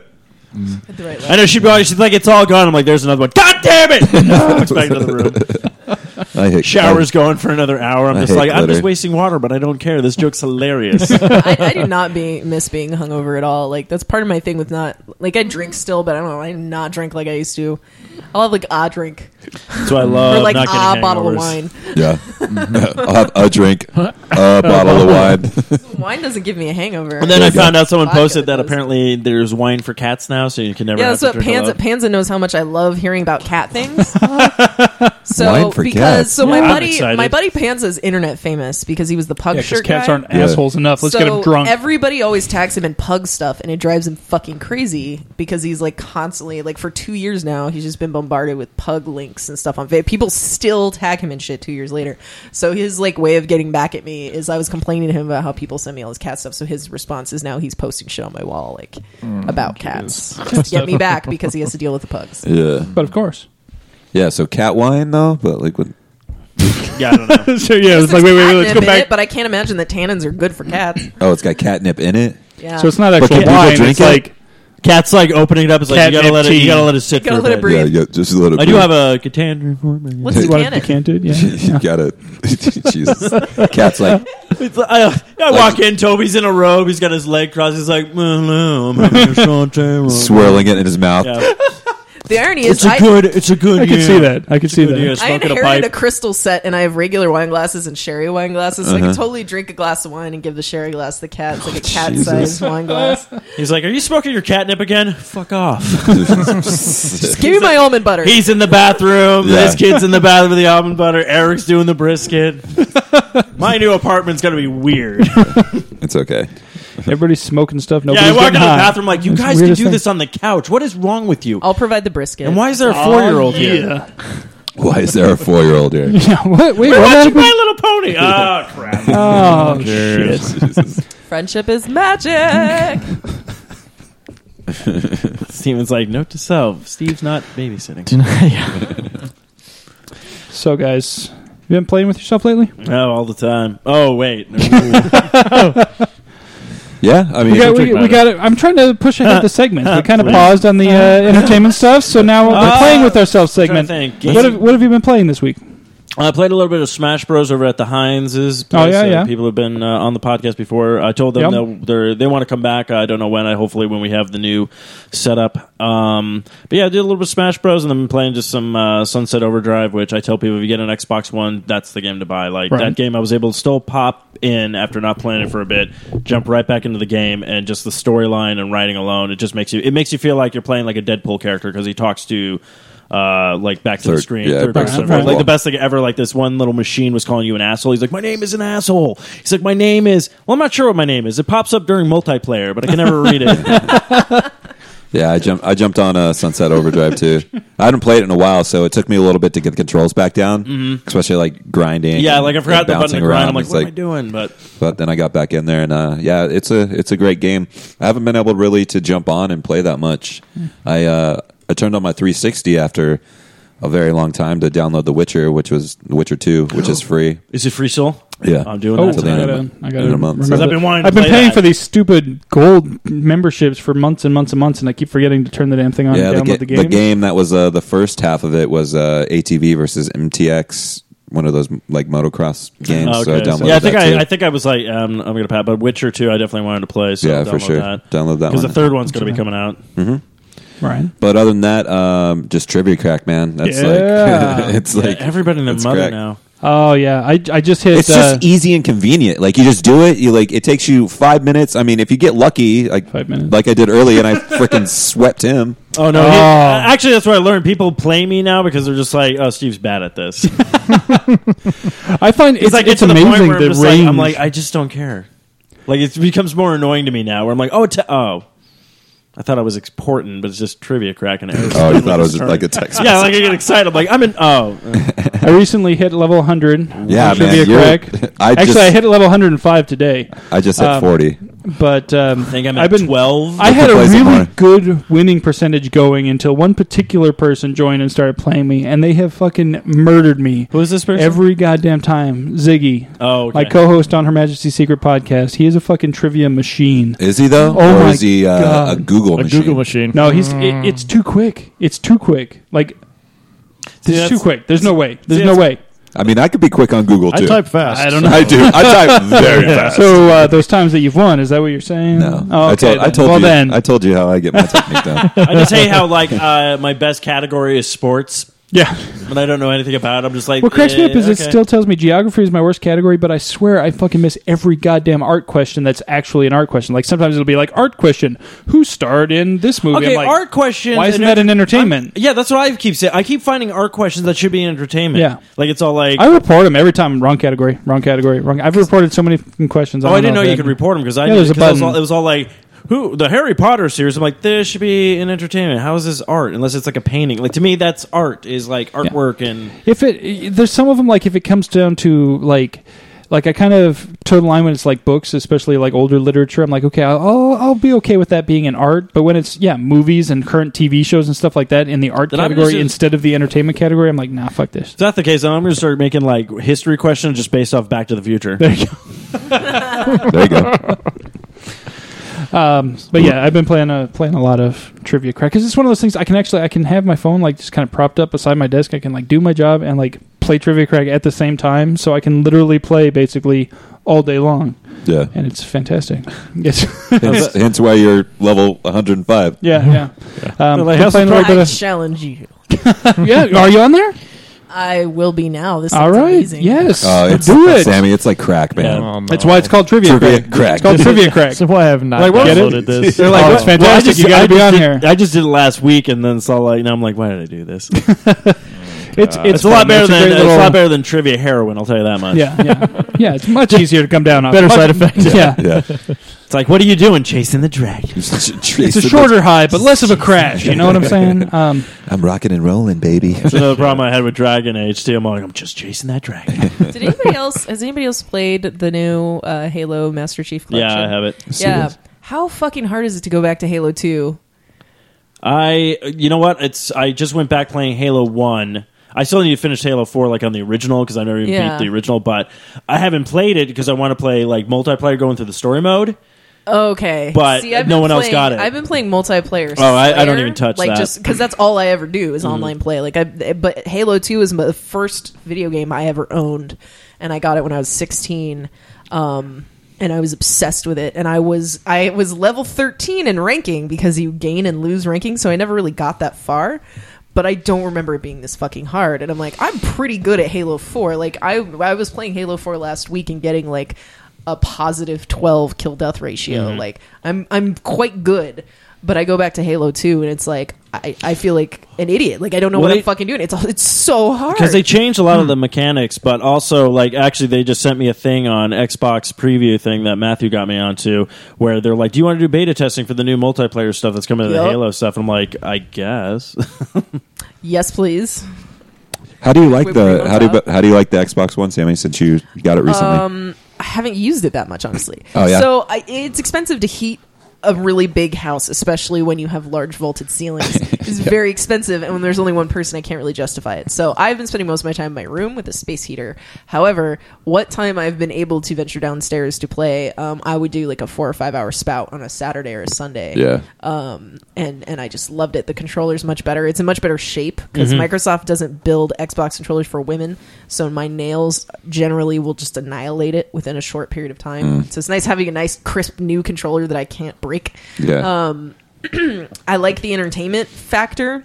D: The right
E: I know she'd be like, she's like, "It's all gone." I'm like, "There's another one." God damn it! Walks back into the room.
C: I hit
E: Shower's going for another hour. I'm
C: I
E: just
C: hate
E: like, I'm just
C: glitter.
E: wasting water, but I don't care. This joke's hilarious.
D: I, I do not be, miss being hungover at all. Like that's part of my thing with not like I drink still, but I don't know. I not drink like I used to. I'll have like a drink
E: That's why I
D: or
E: love
D: like
E: Oh, not getting
D: a bottle of
E: hangovers.
D: wine.
C: Yeah, I'll have a drink, a bottle of wine.
D: Wine doesn't give me a hangover.
E: And then I
C: you go.
E: found out someone
D: Vodka
E: posted that
D: does.
E: apparently there's wine for cats now, so you can never.
D: yeah,
E: have
D: that's
E: to
D: what
E: drink
D: Panza
E: alone.
D: Panza knows how much I love hearing about cat things. so
C: Wine for
D: because
C: cats.
D: so
E: Yeah,
D: my
E: I'm
D: buddy
E: excited.
D: my buddy Panza's internet famous because he was the pug
A: Yeah, because
D: shirt
A: cats
D: guy.
A: aren't assholes enough. Let's
D: so
A: get them drunk.
D: Everybody always tags him in pug stuff, and it drives him fucking crazy because he's like constantly, like for two years now, he's just been bombarded with pug links and stuff on Facebook. People still tag him in shit two years later. So his like way of getting back at me is I was complaining to him about how people send me all his cat stuff. So his response is now he's posting shit on my wall like
A: Mm,
D: about cats just to get me back because he has to deal with the pugs.
C: Yeah,
A: but of course.
C: yeah. So cat wine though, but like with
E: Yeah, I don't know.
A: so yeah, it was like, wait, wait,
D: There's
A: wait,
D: catnip
A: let's go
D: in
A: back.
D: It, but I can't imagine that tannins are good for cats.
C: oh, it's got catnip in it.
D: Yeah.
A: so it's not actual
C: can people
A: wine.
C: drink
A: It's
C: it?
A: like
E: Cat's like opening it up. It's like you gotta
A: Catnip
E: let it. You
A: tea.
E: gotta let it sit
D: Gotta
E: for
D: let
E: a
D: it
E: bit.
D: breathe.
C: Yeah, yeah. Just a little.
E: I do have a Catan for me.
D: What's a
A: what if
D: cannon?
A: decanted? Yeah.
C: you gotta. Jesus, cat's like.
E: It's like- I, I walk in. Toby's in a robe. He's got his leg crossed. He's like, "Mm, no, I'm having a saute right
C: Swirling it in his mouth.
E: now."
D: The irony
E: It's
D: is
E: a
D: I
E: good. It's a good.
A: I could
E: year.
A: see that. I could see
E: Good year.
A: that.
D: I
E: Smoking a
D: inherited
E: pipe.
D: a, crystal set, and I have regular wine glasses and sherry wine glasses. So I
E: Uh-huh.
D: can totally drink a glass of wine and give the sherry glass to the cat. It's like
E: Oh,
D: a cat-sized wine glass.
E: He's like, "Are you smoking your catnip again? Fuck off."
D: Just give me my almond butter.
E: He's in the bathroom.
C: Yeah.
E: This kid's in the bathroom with the almond butter. Eric's doing the brisket. My new apartment's gonna be weird.
C: It's okay.
A: Everybody's smoking stuff.
E: Yeah, I
A: Nobody's
E: walked
A: getting
E: out of the Oh.
A: high.
E: bathroom like, you
A: It's the
E: guys can
A: weirdest
E: do
A: thing.
E: this on the couch. What is wrong with you?
D: I'll provide the brisket.
E: And why is there a four year old here?
C: Why is there a four year old here?
A: Yeah, what? Wait,
E: We're
A: what happened?
E: watching My Little Pony. Oh
A: Oh,
E: crap!
A: shit.
D: Friendship is magic.
E: Steven's like, note to self: Steve's not babysitting.
A: So, guys, you been playing with yourself lately?
E: Oh, all the time. Oh wait, No.
C: Yeah, I mean,
A: We got,
E: Patrick
A: we, we
E: Matter.
A: got it. I'm trying to push ahead the segment. We kind of paused on the uh, entertainment stuff, so now we're playing with ourselves
E: Ah. trying
A: segment.
E: to think.
A: What have, what have you been playing this week?
E: I played a little bit of Smash Bros over at the Heinz's.
A: Oh, yeah,
E: Uh,
A: yeah.
E: People have been uh, on the podcast before. I told them
A: Yep.
E: that they're, they want to come back. I don't know when. I hopefully when we have the new setup. Um, but yeah, I did a little bit of Smash Bros. and then been playing just some uh, Sunset Overdrive, which I tell people if you get an Xbox One, that's the game to buy. Like
A: Right.
E: that game, I was able to still pop in after not playing it for a bit, jump right back into the game, and just the storyline and writing alone, it just makes you it makes you feel like you're playing like a Deadpool character because he talks to. Uh, like back to the
C: Third-
E: screen,
C: yeah,
E: third
C: back-
E: person,
A: right.
E: like the best thing ever. Like this one little machine was calling you an asshole. He's like, my name is an asshole. He's like, my name is. Well, I'm not sure what my name is. It pops up during multiplayer, but I can never read it.
C: Yeah, I jumped. I jumped on uh, Sunset Overdrive too. I hadn't played it in a while, so it took me a little bit to get the controls back down, especially like grinding.
E: Mm-hmm. yeah,
C: and,
E: like I forgot the button to
C: bouncing
E: grind.
C: around.
E: I'm like,
C: It's
E: what am I doing? But
C: But then I got back in there, and uh, yeah, it's a it's a great game. I haven't been able really to jump on and play that much.
E: Hmm.
C: I uh, I turned on my 360 after a very long time to download The Witcher, which was The Witcher Two, which is free.
E: is it free soul?
C: Yeah,
E: I'm doing
A: Oh,
E: that.
C: Till the
A: I
E: Tonight.
C: end of
A: gotta,
C: the-
A: I
C: end
A: gotta
C: of the month,
A: remember
C: so-
E: I've been wanting to
A: I've been
E: play
A: paying
E: that.
A: for these stupid gold memberships for months and months and months, and I keep forgetting to turn the damn thing on
C: Yeah,
A: and
C: the,
A: download
C: ga-
A: the,
C: the game that was uh, the first half of it was uh, ATV versus MTX one of those like motocross games. so I
E: Oh, Okay, so-
C: downloaded
E: yeah, I think
C: that,
E: I,
C: too.
E: I think I was like, um, I'm gonna pat, but Witcher two, I definitely wanted to play. So
C: Yeah,
E: I'll
C: for
E: download
C: sure.
E: That.
C: Download that
E: because the
C: one.
E: third one's gonna be coming out.
A: Ryan.
C: But other than that, um, just trivia crack, man. That's
A: Yeah.
C: like it's like
E: Everybody and their
C: that's
E: mother
C: crack.
E: now.
A: Oh yeah, I, I just hit.
C: It's
A: uh,
C: just easy and convenient. Like you just do it. You like it takes you five minutes. I mean, if you get lucky, like
A: Five minutes.
C: like I did early, and I freaking swept him.
E: Oh no!
A: Oh.
E: he- actually, that's what I learned. People play me now because they're just like, "Oh, Steve's bad at this." It's
A: I find it's,
E: like
A: it's
E: to the point
A: amazing
E: where
A: the
E: I'm just
A: range.
E: like, I'm like, I just don't care. Like it becomes more annoying to me now. Where I'm like, "Oh, t- oh, I thought I was important, but it's just trivia cracking."
C: Oh, you thought it was just like a text.
E: yeah, like I get excited. I'm like, I'm an oh.
A: I recently hit level 100.
C: Yeah,
A: That should
C: man,
A: Be a
C: you're-
A: crack.
C: I
A: Actually,
C: just-
A: I hit level 105 today.
C: I just hit
A: Um,
C: forty.
A: But um,
E: I think I'm at
A: have been
E: twelve.
A: I
C: Look
A: had
C: who
A: a
C: plays it
A: really
C: more.
A: good winning percentage going until one particular person joined and started playing me, and they have fucking murdered me
E: Who is this person?
A: every goddamn time. Ziggy,
E: oh, okay.
A: my co-host on Her Majesty's Secret podcast, he is a fucking trivia machine.
C: Is he though,
A: Oh
C: or
A: my
C: is he uh, a
A: God.
C: Google
B: A
C: machine?
B: Google machine.
A: No, he's
E: Mm.
A: it, it's too quick. It's too quick. Like
E: that's-
A: it's too quick. There's no way. There's
E: see,
A: no
E: that's-
A: way.
C: I mean, I could be quick on Google
B: I
C: too.
B: type fast.
A: I don't know.
C: I do. I type very fast.
A: So uh, those times that you've won, is that what you're saying? Oh,
C: No, Mm. I
A: okay.
C: told, I
A: then.
C: told
A: well
C: you.
A: then,
C: I told you how I get my technique down.
E: I just hate how like uh, my best category is sports,
A: yeah.
E: but I don't know anything about. it. I'm just like,
A: What cracks me up
E: eh,
A: is it
E: okay.
A: still tells me geography is my worst category, but I swear I fucking miss every goddamn art question that's actually an art question. Like sometimes it'll be like art question, who starred in this movie?
E: Okay,
A: I'm like,
E: art questions.
A: Why isn't
E: and
A: that an entertainment?
E: Yeah, that's what I keep saying. I keep finding art questions that should be entertainment.
A: Yeah.
E: like it's all like.
A: I report them every time. Wrong category. Wrong category. Wrong. I've reported so many fucking questions.
E: oh,
A: don't
E: I didn't know,
A: if that-
E: you could report them because I
A: Yeah,
E: knew-
A: there's a
E: 'cause I was
A: button.
E: all- it was all like who the Harry Potter series. I'm like, this should be an entertainment. How is this art? Unless it's like a painting. Like to me, that's art. Is like artwork and
A: If it there's some of them like if it comes down to like like I kind of toe the line when it's like books, especially like older literature. I'm like, okay, I'll- I'll I'll be okay with that being an art, but when it's yeah movies and current TV shows and stuff like that in the art
E: Then I'm
A: category
E: just-
A: instead of the entertainment category, I'm like, nah, fuck this.
E: if that's the case, then I'm going to start making like history questions just based off Back to the Future.
A: There you go.
C: There you go.
A: Um, but yeah, I've been playing a playing a lot of trivia crack because it's one of those things I can actually I can have my phone like just kind of propped up beside my desk. I can like do my job and like play trivia crack at the same time, so I can literally play basically all day long,
C: Yeah.
A: and it's fantastic. It's
C: Hence, hence why you're level 105.
A: Yeah, yeah. Um,
E: Like,
A: been
E: how's
A: playing a little
D: I
A: bit
D: challenge you.
A: of- yeah, are you on there?
D: I will be now. This
A: All
D: sounds
A: right.
D: amazing.
A: Yes.
C: Uh, it's,
A: do it.
C: Sammy. It's like crack, man.
B: Oh, no.
A: That's why it's called trivia,
C: Trivia
A: crack.
C: crack.
A: It's called trivia crack.
B: So why I have not
E: Like, what-
B: downloaded this?
A: They're like,
E: Oh,
A: "What-
E: it's
A: fantastic.
E: Well, I just-
A: you
E: I
A: got to be
E: just
A: on
E: did-
A: here.
E: I just did it last week, and then it's all like, now I'm like, why did I do this? It's,
A: It's it's
E: a lot
A: fun.
E: better
A: It's a
E: than
A: great
E: it's a
A: little-
E: lot better than trivia heroin. I'll tell you that much.
A: Yeah, yeah, yeah. It's much easier to come down on.
B: Better
A: Much-
B: side effects.
A: Yeah.
C: Yeah.
E: it's like, what are you doing, chasing the dragon?
A: It's a shorter high, but less of a crash. You know what I'm saying? Um,
C: I'm rocking and rolling, baby.
E: That's another problem I had with Dragon Age too. I'm like, I'm just chasing that dragon.
D: Did anybody else? Has anybody else played the new uh, Halo Master Chief Collection?
E: yeah, I have it.
D: Yeah. How fucking hard is it to go back to Halo Two?
E: I, you know what? It's I just went back playing Halo One. I still need to finish Halo Four, like on the original, because I never even
D: Yeah.
E: beat the original. But I haven't played it because I want to play like multiplayer, going through the story mode.
D: Okay,
E: But
D: See, I've
E: no
D: been
E: one else
D: playing-
E: got it.
D: I've been playing multiplayer.
E: Oh, I- I don't
D: Slayer,
E: even touch
D: like
E: that. Mm-hmm.
D: just because that's all I ever do is online play. Like, I but Halo Two is the first video game I ever owned, and I got it when I was sixteen, um, and I was obsessed with it. And I was I was level thirteen in ranking because you gain and lose ranking, so I never really got that far. But I don't remember it being this fucking hard, and I'm like, I'm pretty good at Halo Four. Like I, I was playing Halo Four last week and getting like a positive 12 kill death ratio.
E: Mm-hmm.
D: Like I'm I'm quite good, but I go back to Halo 2 and it's like I, I feel like an idiot. Like I don't know
E: Well,
D: what
E: they-
D: I'm fucking doing. It's it's so hard.
E: because they changed a lot of
D: Hmm.
E: the mechanics, but also like actually they just sent me a thing on Xbox preview thing that Matthew got me onto where they're like, "Do you want to do beta testing for the new multiplayer stuff that's coming to the
D: Yup.
E: Halo stuff?" And I'm like, "I guess."
D: yes, please.
C: How do you like
D: Whip
C: the
D: remotes
C: how do you,
D: up.
C: how do you like the Xbox One, Sammy? Since you got it recently,
D: Um, I haven't used it that much honestly.
C: Oh, yeah.
D: So I, it's expensive to heat a really big house, especially when you have large vaulted ceilings, is very expensive. And when there's only one person, I can't really justify it. So I've been spending most of my time in my room with a space heater. However, what time I've been able to venture downstairs to play, um, I would do like a four or five hour spout on a Saturday or a Sunday
C: Yeah.
D: um, and and I just loved it. The controller's much better. It's in much better shape because Microsoft doesn't build Xbox controllers for women, so my nails generally will just annihilate it within a short period of time. So it's nice having a nice crisp new controller that I can't break.
C: Yeah.
D: Um, I like the entertainment factor,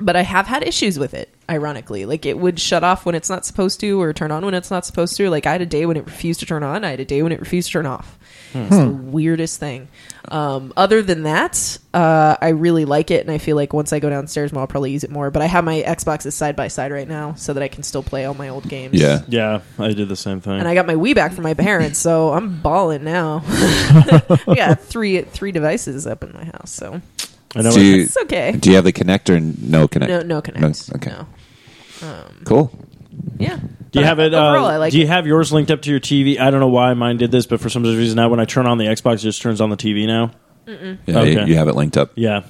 D: but I have had issues with it. Ironically, like it would shut off when it's not supposed to, or turn on when it's not supposed to. Like I had a day when it refused to turn on. I had a day when it refused to turn off. It's the weirdest thing. Um, other than that, uh, I really like it, and I feel like once I go downstairs, I'll probably use it more. But I have my Xboxes side by side right now, so that I can still play all my old games.
C: yeah.
E: Yeah, I did the same thing.
D: And I got my Wii back from my parents, so I'm balling now. I got three three devices up in my house, so
E: I know
C: Do you,
D: it's okay.
C: do you have the connect or no connect?
D: No, no connects.
C: No, okay.
D: No. Um,
C: Cool.
D: yeah.
E: Do you have it?
D: Overall,
E: uh,
D: I like
E: do you
D: it.
E: have yours linked up to your TV? I don't know why mine did this, but for some reason now, when I turn on the Xbox, it just turns on the TV now.
C: Yeah, you,
E: Okay.
C: you have it linked up.
E: Yeah,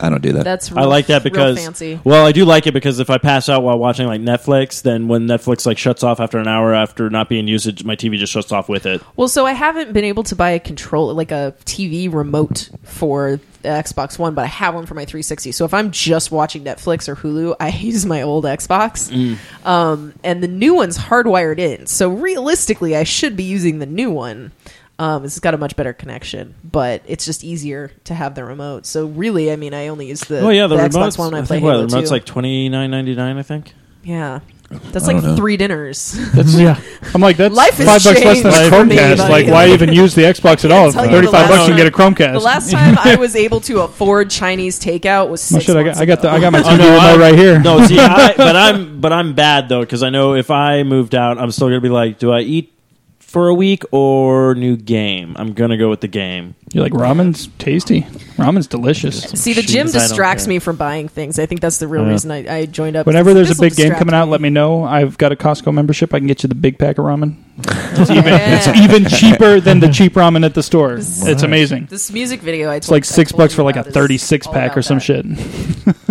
C: I don't do that.
D: That's
E: I like that
D: Mm, real
E: because
D: fancy.
E: well, I do like it because if I pass out while watching like Netflix, then when Netflix like shuts off after an hour after not being used, it, my TV just shuts off with it.
D: Well, so I haven't been able to buy a control like a TV remote for the Xbox One, but I have one for my 360. So if I'm just watching Netflix or Hulu, I use my old Xbox.
E: Mm.
D: Um, and the new one's hardwired in. So realistically, I should be using the new one. Um, it's got a much better connection, but it's just easier to have the remote. So really, I mean, I only use the,
E: Oh yeah, the, remote's
D: Xbox One when I,
E: I
D: play
E: think, what, the
D: Halo
E: remote's
D: 2.
E: like twenty nine ninety nine. I think.
D: yeah, that's
C: I
D: like
C: don't know.
D: three dinners.
A: That's yeah. I'm like that's
D: Life
A: five
D: has
A: bucks less than a
D: changed for me,
A: Chromecast.
D: buddy.
A: like why even use the Xbox at all?
D: tell
A: For
D: you the
A: Thirty five
D: last
A: bucks you can get a
D: time-
A: Chromecast.
D: The last time I was able to afford Chinese takeout was
A: oh,
D: six
A: shit, I got
D: months
A: I got the
D: ago.
A: I got my
E: Oh,
A: TV
E: no, I-
A: remote right here.
E: No, see, I, but I'm but I'm bad though because I know if I moved out, I'm still gonna be like, do I eat for a week or new game? I'm gonna go with the game.
A: You're like ramen's tasty. Ramen's delicious.
D: See, the gym
E: Jeez, I don't
D: distracts
E: care.
D: me from buying things. I think that's the real
E: Yeah.
D: reason I, I joined up.
A: Whenever there's a
D: This'll
A: big game
D: distract
A: coming out,
D: me.
A: let me know. I've got a Costco membership. I can get you the big pack of ramen.
D: Yeah.
A: Even cheaper than the cheap ramen at the store. It's amazing.
D: This music video, I
A: It's like six bucks for like a 36 pack or some shit.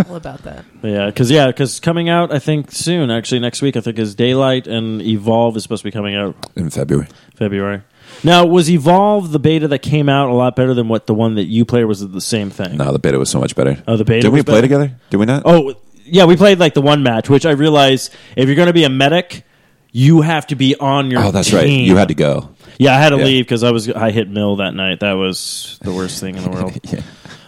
D: All about that.
E: Yeah, because yeah, because coming out, I think soon. Actually, next week, I think is Daylight and Evolve is supposed to be coming out
C: in February.
E: February. Now, was Evolve the beta that came out a lot better than what the one that you played? or Was it the same thing?
C: No, the beta was so much better.
E: Oh, the beta
C: Did we
E: was
C: play
E: better?
C: together? Did we not?
E: Oh, yeah, we played like the one match, which I realized if you're going to be a medic, you have to be on your.
C: Oh, that's right.
E: team.
C: You had to go.
E: Yeah, I had to
C: Yeah.
E: leave because I was I hit mill that night. That was the worst thing in the world.
C: Yeah.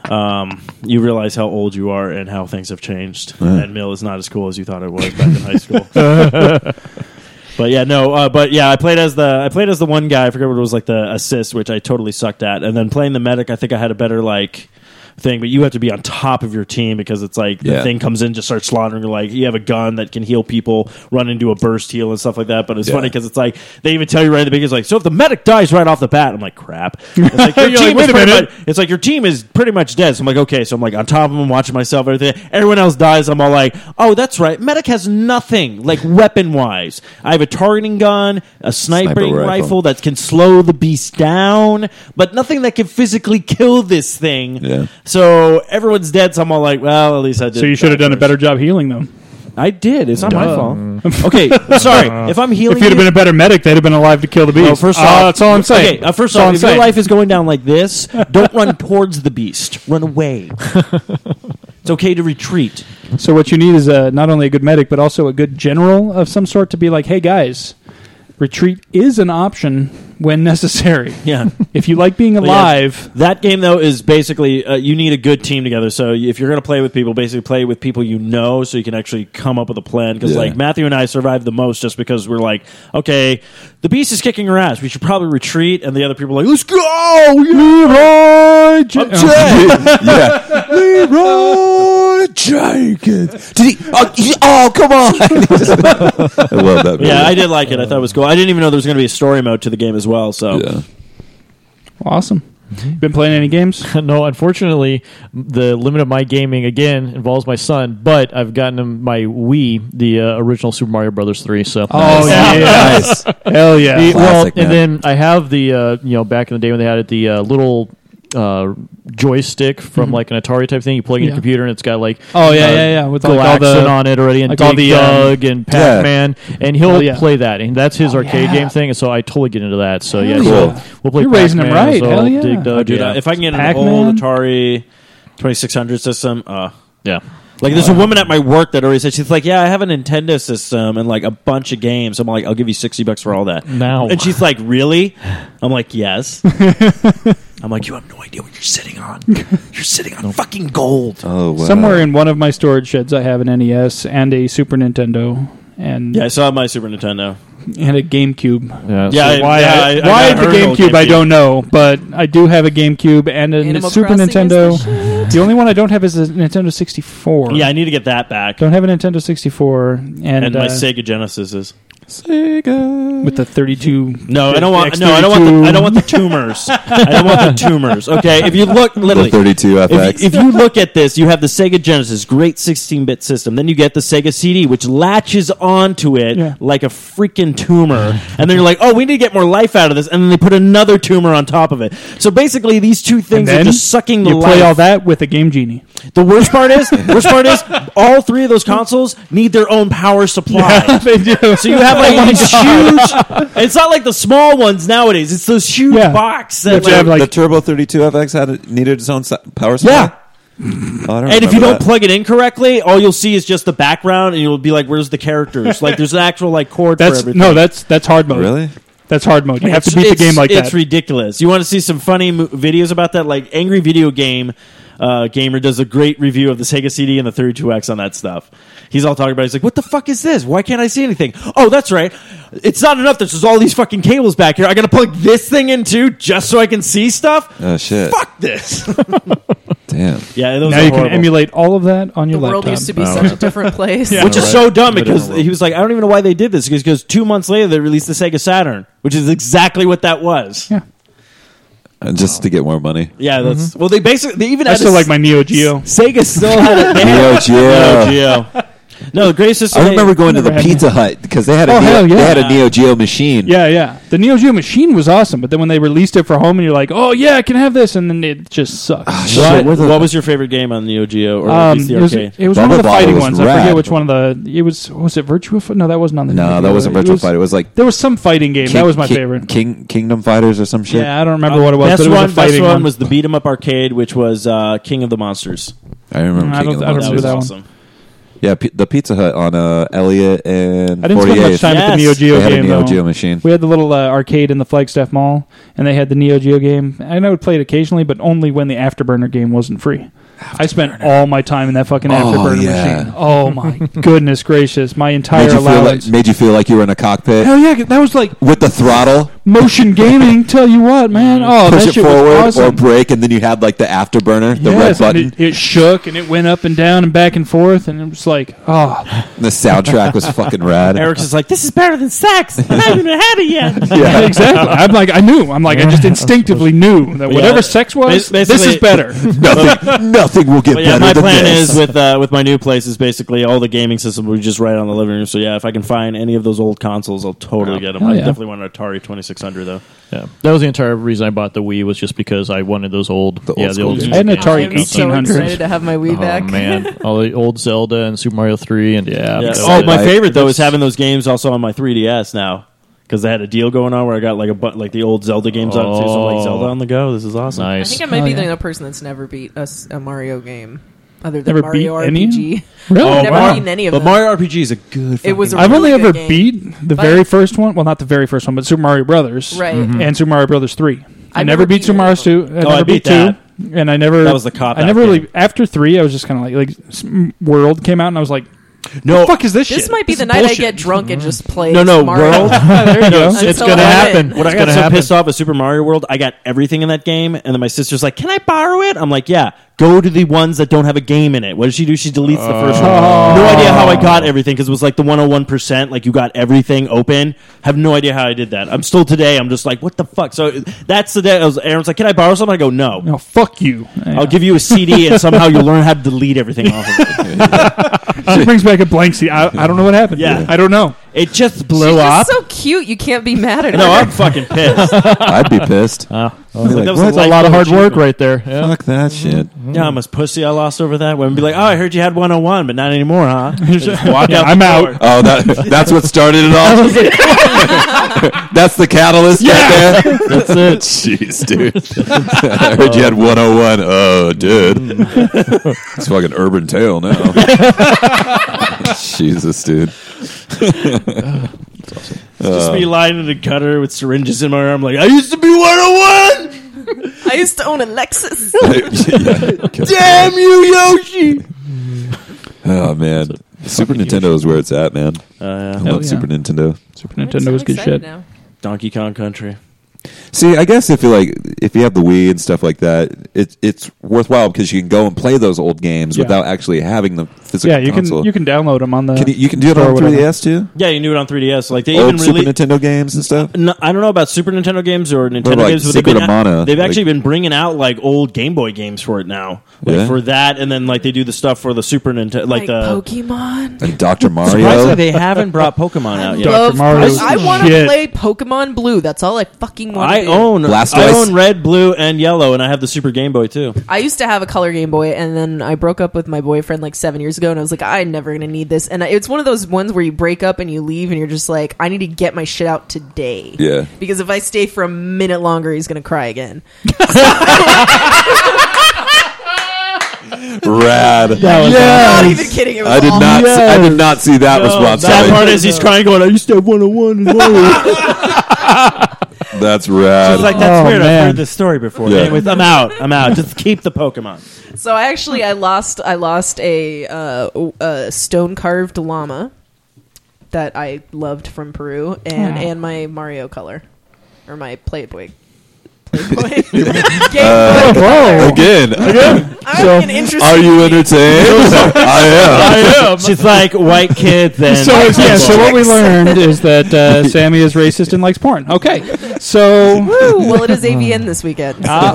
E: um, you realize how old you are and how things have changed. And mill is not as cool as you thought it was back in high school. but yeah, no. Uh, but yeah, I played as the I played as the one guy. I forget what it was like the assist, which I totally sucked at. And then playing the medic, I think I had a better like thing. But you have to be on top of your team because it's like the
C: Yeah.
E: thing comes in, just starts slaughtering. Like you have a gun that can heal people, run into a burst heal and stuff like that. But it's
C: Yeah.
E: funny because it's like they even tell you right at the beginning, it's like so if the medic dies right off the bat, I'm like crap. It's like, your
A: You're like,
E: team is
A: "Wait a
E: pretty
A: minute."
E: much- it's like your team is pretty much dead. So I'm like, okay. So I'm like on top of them, watching myself, everything. Everyone else dies. I'm all like, oh, that's right. Medic has nothing, like weapon wise. I have a targeting gun, a sniping
C: Sniper
E: rifle.
C: rifle.
E: that can slow the beast down, but nothing that can physically kill this thing.
C: Yeah.
E: So everyone's dead. So I'm all like, well, at least I did.
A: So you
E: that
A: should have done a
E: first.
A: better job healing them.
E: I did. It's not
A: Duh.
E: my fault. okay, sorry. If I'm healing,
A: If you'd have
E: you-
A: been a better medic, they'd have been alive to kill the beast.
E: well, first
A: Uh,
E: off,
A: that's all I'm saying.
E: Okay, uh, first
A: That's all
E: off,
A: I'm
E: if
A: saying.
E: your life is going down like this, don't run towards the beast. Run away. it's okay to retreat.
A: So what you need is a, not only a good medic, but also a good general of some sort to be like, hey guys, retreat is an option when necessary.
E: Yeah.
A: If you like being
E: yeah.
A: alive,
E: That game though is basically uh, you need a good team together. So if you're going to play with people, basically play with people you know, so you can actually come up with a plan. Because
C: Yeah.
E: like Matthew and I survived the most just because we're like, okay, the beast is kicking her ass. We should probably retreat, and the other people are like, let's go.
C: Leroy Jenkins. yeah. Leroy Jenkins. Did he? Oh, he- oh, come on. I love that.
E: Yeah, I did like it. I thought it was cool. I didn't even know there was going to be a story mode to the game as well. So
C: Yeah.
A: awesome. You Been playing any games?
I: no, unfortunately, the limit of my gaming again involves my son, but I've gotten him my Wii, the uh, original Super Mario Brothers three. So,
A: Oh yeah,
C: Nice.
A: hell yeah.
I: The- well,
C: Classic,
I: and
C: man.
I: then I have the uh, you know back in the day when they had it the uh, little uh, joystick from like an Atari type thing. You plug in
A: Mm-hmm. Yeah.
I: your computer and it's got like
A: Oh, yeah,
I: uh,
A: yeah, yeah, with,
I: Galaxon
A: like, all the-
I: on it already and
A: like,
I: Dig
A: all the, um,
I: Dug and Pac Man, and he'll
A: Oh, yeah. Oh,
I: play that and that's his arcade game thing. And so I totally get into that. So yeah,
A: Hell
I: so
A: yeah.
I: we'll play.
A: You're raising him
I: Pac-Man,
A: right.
I: Zoll,
A: Hell yeah.
I: Dig Dug,
A: I'll
E: Dude,
I: yeah.
E: uh, if I can get an
A: Pac-Man?
E: old Atari 2600 system, uh,
I: yeah.
E: like there's a woman at my work that already said she's like, yeah, I have a Nintendo system and like a bunch of games. I'm like, I'll give you sixty bucks for all that
I: Now.
E: and she's like, really? I'm like, yes. I'm like, you have no idea what you're sitting on. You're sitting on fucking gold.
C: Oh, wow.
A: Somewhere in one of my storage sheds, I have an NES and a Super Nintendo and
E: Yeah, I saw my Super Nintendo.
A: and a GameCube.
I: Yeah, so-
E: Yeah, I-
A: why
E: yeah, I-
A: I,
E: I
A: why
E: got
A: the
E: her old
A: GameCube, I don't know, but I do have a GameCube and a
D: Animal
A: Super
D: Crossing is
A: Nintendo.
D: the
A: The only one I don't have is a Nintendo 64.
E: Yeah, I need to get that back.
A: don't have a Nintendo 64 and,
E: And
A: uh,
E: my Sega Genesis is
A: with the 32.
E: no, I don't want
A: X32.
E: no, I don't want the, I don't want the tumors. I don't want the tumors. Okay, if you look
C: the
E: literally,
C: 32
E: if,
C: FX.
E: you- if you look at this, you have the Sega Genesis, great 16 bit system. Then you get the Sega CD, which latches onto it
A: Yeah.
E: like a freaking tumor. And then you're like, oh, we need to get more life out of this. And then they put another tumor on top of it. So basically, these two
A: And
E: things are
A: then
E: just sucking the
A: you
E: life.
A: play all that with a Game Genie.
E: The worst part is, worst part is, all three of those consoles need their own power supply.
A: they do.
E: So you have like these
A: Oh
E: huge. It's not like the small ones nowadays. It's those huge
A: Yeah.
E: box
A: Which
E: that
A: have,
E: like,
A: like-
C: the Turbo 32 FX had it, needed its own si- power supply.
E: Yeah.
C: Oh, I don't
E: And if
C: remember
E: you don't
C: that.
E: plug it in correctly, all you'll see is just the background, and you'll be like, "Where's the characters?" like there's an actual like chord for
A: That's
E: everything.
A: no, that's that's hard mode.
C: really,
A: That's hard mode. You have to
E: It's-
A: beat the
E: it's-
A: game like
E: It's
A: that.
E: ridiculous. You want to see some funny mo- videos about that? Like Angry Video Game uh, Gamer does a great review of the Sega CD and the 32X on that stuff. He's all talking about. It. He's like, "What the fuck is this? Why can't I see anything?" Oh, that's right. It's not enough. that There's all these fucking cables back here. I got to plug this thing in too, just so I can see stuff.
C: Oh, shit.
E: Fuck this.
C: damn.
E: yeah, those
A: now
E: are
A: you
E: horrible.
A: can emulate all of that on your
D: world
A: laptop.
D: used to be such a different place.
E: which is
I: Right.
E: so dumb because
I: different world.
E: he was like, I don't even know why they did this because, because two months later they released the Sega Saturn, which is exactly what that was.
A: yeah.
C: And just to get more money.
E: Yeah, that's well. They basically they even
A: Mm-hmm. I
E: had
A: still
E: a-
A: like my Neo Geo.
E: Sega still had it. They had
C: Neo Geo.
E: a Neo Geo. No, the greatest system.
C: I remember going to
A: Never
C: the
A: had
C: Pizza Hut because they had a
A: Oh,
C: Neo,
A: hell yeah.
C: they had a Neo Geo machine.
A: Yeah, yeah. The Neo Geo machine was awesome, but then when they released it for home, and you're like, oh yeah, I can have this, and then it just sucks.
C: Ah, Shit,
E: What,
C: what the-
E: what was your favorite game on Neo Geo or at
A: Um,
E: least the
A: it was,
E: arcade?
A: it was
C: Bubble
A: one of the
C: Bobble
A: fighting
C: was
A: ones. I forget
C: rad.
A: which one of the. It was was it Virtua Fighter? No, that wasn't on the.
C: No, that wasn't Virtual Fighter. It was like
A: There was some fighting game. that was my
C: King-
A: favorite.
C: King Kingdom Fighters or some shit.
A: yeah, I don't remember what it was,
E: best
A: but it was
E: one,
A: a
E: best
A: fighting
E: one,
A: one.
E: was the beat 'em up arcade, which was uh, King of the Monsters.
C: I remember.
A: Mm, I
C: King
A: don't-
C: of the
A: I don't
C: Monsters.
A: remember
E: That was
A: that one.
E: awesome.
C: Yeah, P- the Pizza Hut on uh, Elliot and
A: I didn't spend
C: 48th.
A: much time at the Neo
E: Yes.
A: Geo
C: they had
A: game
C: a Neo
A: though.
C: Geo machine.
A: We had the little uh, arcade in the Flagstaff Mall, and they had the Neo Geo game. And I would play it occasionally, but only when the Afterburner game wasn't free. I spent all my time in that fucking Afterburner
C: Oh, yeah.
A: machine. Oh my goodness gracious! My entire
C: Made you, feel
A: allowance.
C: like, made you feel like you were in a cockpit
A: Hell yeah, that was like
C: with the throttle.
A: motion gaming. tell you what, man. Oh,
C: Mm. Push
A: that
C: it
A: shit
C: forward
A: was awesome.
C: or break, and then you had like the afterburner, the
A: Yes,
C: red
A: and
C: button.
A: It, it shook and it went up and down and back and forth, and it was like, oh,
C: the soundtrack was fucking rad.
E: Eric's just like, this is better than sex. I haven't even had it yet.
A: yeah, exactly. I'm like, I knew. I'm like, I just instinctively knew that whatever sex was,
E: Bas-
A: this is
E: basically-
A: better.
C: nothing, nothing will get
E: But
C: better
E: yeah, my
C: than
E: plan
C: this.
E: is with uh, with my new place is basically all the gaming system we just right on the living room. So yeah, if I can find any of those old consoles, I'll totally get them.
A: Hell
E: I
A: yeah.
E: definitely want an Atari twenty six hundred though.
I: Yeah, that was the entire reason I bought the Wii was just because I wanted those old,
C: The old
I: yeah, the
C: school
I: old.
C: games.
A: I had an
I: games.
A: Atari
D: I'm so
A: 1800s.
D: excited to have my Wii back.
I: Oh man, all the old Zelda and Super Mario Three, and yeah,
E: Yeah.
I: that was
E: Oh,
I: it.
E: my
C: I-
E: favorite though is having those games also on my three DS now because they had a deal going on where I got like a bu- like the old Zelda games on it too. So I'm like
I: Oh.
E: Zelda on the go. This is awesome.
D: I
I: nice.
D: think I might
A: Oh,
D: be
A: yeah.
D: the only person that's never beat a, s- a Mario game other than
A: Never
D: Mario
A: beat any?
D: RPG.
A: Really?
D: I've never
A: Wow.
D: beaten any of
E: But
D: them.
E: Mario RPG is a good.
D: it was. A
A: I've only
D: really
A: ever
D: good game.
A: beat the
D: But-
A: very first one. Well, not the very first one, but Super Mario Brothers,
D: Right.
A: And Super Mario Brothers three. I
D: I've
A: never
D: never
A: beat Super
D: beaten any
A: Mario
D: of
A: two. I
E: Oh, Mm-hmm. I
A: never
E: beat
A: beat
E: that.
A: two. And I never.
E: That was the cop-out
A: I never
E: game.
A: really after three. I was just kind of like like s- World came out, and I was like,
E: no
A: "The fuck is this, shit?" Mm-hmm.
D: This might be the
A: is
D: night I
A: bullshit."
D: get drunk and just play.
E: No, no,
D: Mario.
E: World.
A: there you go.
D: I'm
I: It's
D: so
I: gonna
D: on it.
I: happen.
E: When I
I: It's
E: got
I: gonna
E: so
I: happen.
E: pissed off at Super Mario World, I got everything in that game, and then my sister's like, "Can I borrow it?" I'm like, "Yeah." Go to the ones that don't have a game in it. What does she do? She deletes the first one. No idea how I got everything because it was like the 101 percent. Like you got everything open. Have no idea how I did that. I'm still today. I'm just like, what the fuck. So that's the day. I was, Aaron's like, "Can I borrow something?" I go, "No."
A: No, "Oh, fuck you.
E: I'll give you a CD, and somehow you learn how to delete everything off of it.
A: It brings back a blank seat. I, I don't know what happened.
E: Yeah.
A: I don't know.
E: It just
D: She's
E: blew up.
D: just so cute. You can't be mad at her.
E: no, I'm fucking pissed.
C: I'd be pissed.
E: Oh.
C: I'd be like,
E: that was
C: "What?
E: a lot of hard work
I: right there. Yeah.
C: Fuck that shit.
E: Yeah, I'm as pussy I lost over that. Women be like, "Oh, I heard you had 101, but not anymore, huh?" Just walk out.
A: I'm
E: the
A: out.
E: door.
C: Oh, that that's what started it all. that's the catalyst right there. That's it. Jeez, dude. I heard you had 101. Oh, dude. It's fucking urban tale now. Jesus, dude.
E: Just
C: Um,
E: be lying in the gutter with syringes in my arm, like I used to be 101.
D: I used to own a Lexus.
C: Damn you, Yoshi. oh man, Super Nintendo is where it's at, man. I
E: Uh,
C: love
A: yeah.
C: Super Nintendo.
A: Super Nintendo was good shit.
D: Now.
E: Donkey Kong Country.
C: See, I guess if you like, if you have the Wii and stuff like that, it, it's worthwhile because you can go and play those old games
A: Yeah.
C: without actually having the physical
A: Yeah, you
C: console.
A: can you can download them on the.
C: Can you, you can do it
A: Or
C: on
A: whatever.
C: 3DS too.
E: Yeah, you knew it on 3DS. Like they
C: Old
E: even
C: Super
E: really.
C: Nintendo games and stuff.
E: No, I don't know about Super Nintendo games or Nintendo
C: like
E: games. but
C: Secret
E: they've,
C: of
E: been out-
C: Mana,
E: they've
C: like-
E: actually been bringing out like old Game Boy games for it now, like
C: Yeah?
E: for that, and then like they do the stuff for the Super Nintendo, like, uh,
D: Like,
E: the.
D: Pokemon.
C: And Doctor
E: Surprisingly,
C: Mario.
E: they haven't brought Pokemon out yet.
D: Love
A: Mario's
D: I want to
A: shit.
D: play Pokemon Blue. That's all I fucking want.
E: I own
C: Blastoise.
E: I own red, blue, and yellow, and I have the Super Game Boy too.
D: I used to have a color Game Boy, and then I broke up with my boyfriend like seven years ago, and I was like, I'm never gonna need this. And I- it's one of those ones where you break up and you leave, and you're just like, I need to get my shit out today.
C: Yeah.
D: Because if I stay for a minute longer, he's gonna cry again.
C: Rad.
D: I'm not even Oh, kidding. It was
C: I did
D: awful.
C: not. I did not see that response.
E: That
C: coming.
E: part is he's crying, going, "I used to have 101." It's
C: That's rad.
E: like that's
A: Oh,
E: weird. I've
A: man.
E: heard this story before.
C: Yeah.
E: Anyways, I'm out. I'm out. Just keep the Pokemon.
D: So I actually I lost I lost a, uh, a stone carved llama that I loved from Peru and and my Mario color or my Playboy. Playboy. Game
C: Uh,
D: Boy.
C: again,
D: I'm an interesting.
C: are you entertained? I am.
E: She's like white kids and
A: So yeah, so what we learned is that uh, Sammy is racist and likes porn. Okay, so
D: Woo! Well, it is
C: Mm.
D: AVN this weekend.
C: Ah.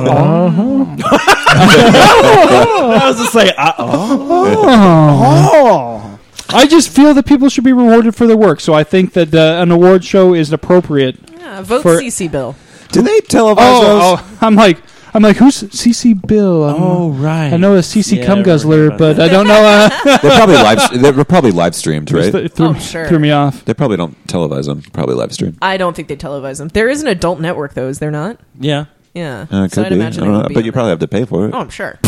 E: I was just like, uh oh.
A: I just feel that people should be rewarded for their work. So I think that uh, an award show is appropriate.
D: yeah, vote
A: for-
D: CC Bill.
C: Do they televise
A: Oh, oh, I'm like I'm like who's CC Bill? I'm-
E: Oh, right.
A: I know a CC
E: Yeah,
A: cum
E: I remember
A: guzzler,
E: about
A: but I don't know. Uh,
C: those? They're probably live. They're probably live streamed, right?
A: it threw,
D: Oh, sure.
A: threw me off.
C: They probably don't televise them. Probably live stream.
D: I don't think they televise them. There is an adult network though, is there not?
E: Yeah.
D: Yeah.
C: Uh, it
D: so
C: could
D: I'd
C: be.
D: imagine
C: I
D: it
C: don't know,
D: would be
C: but
D: on
C: you
D: there.
C: probably have to pay for it.
D: Oh, I'm sure.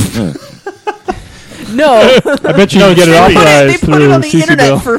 D: no,
A: I bet you can get it
D: they
A: authorized
D: put it, they put it on the internet for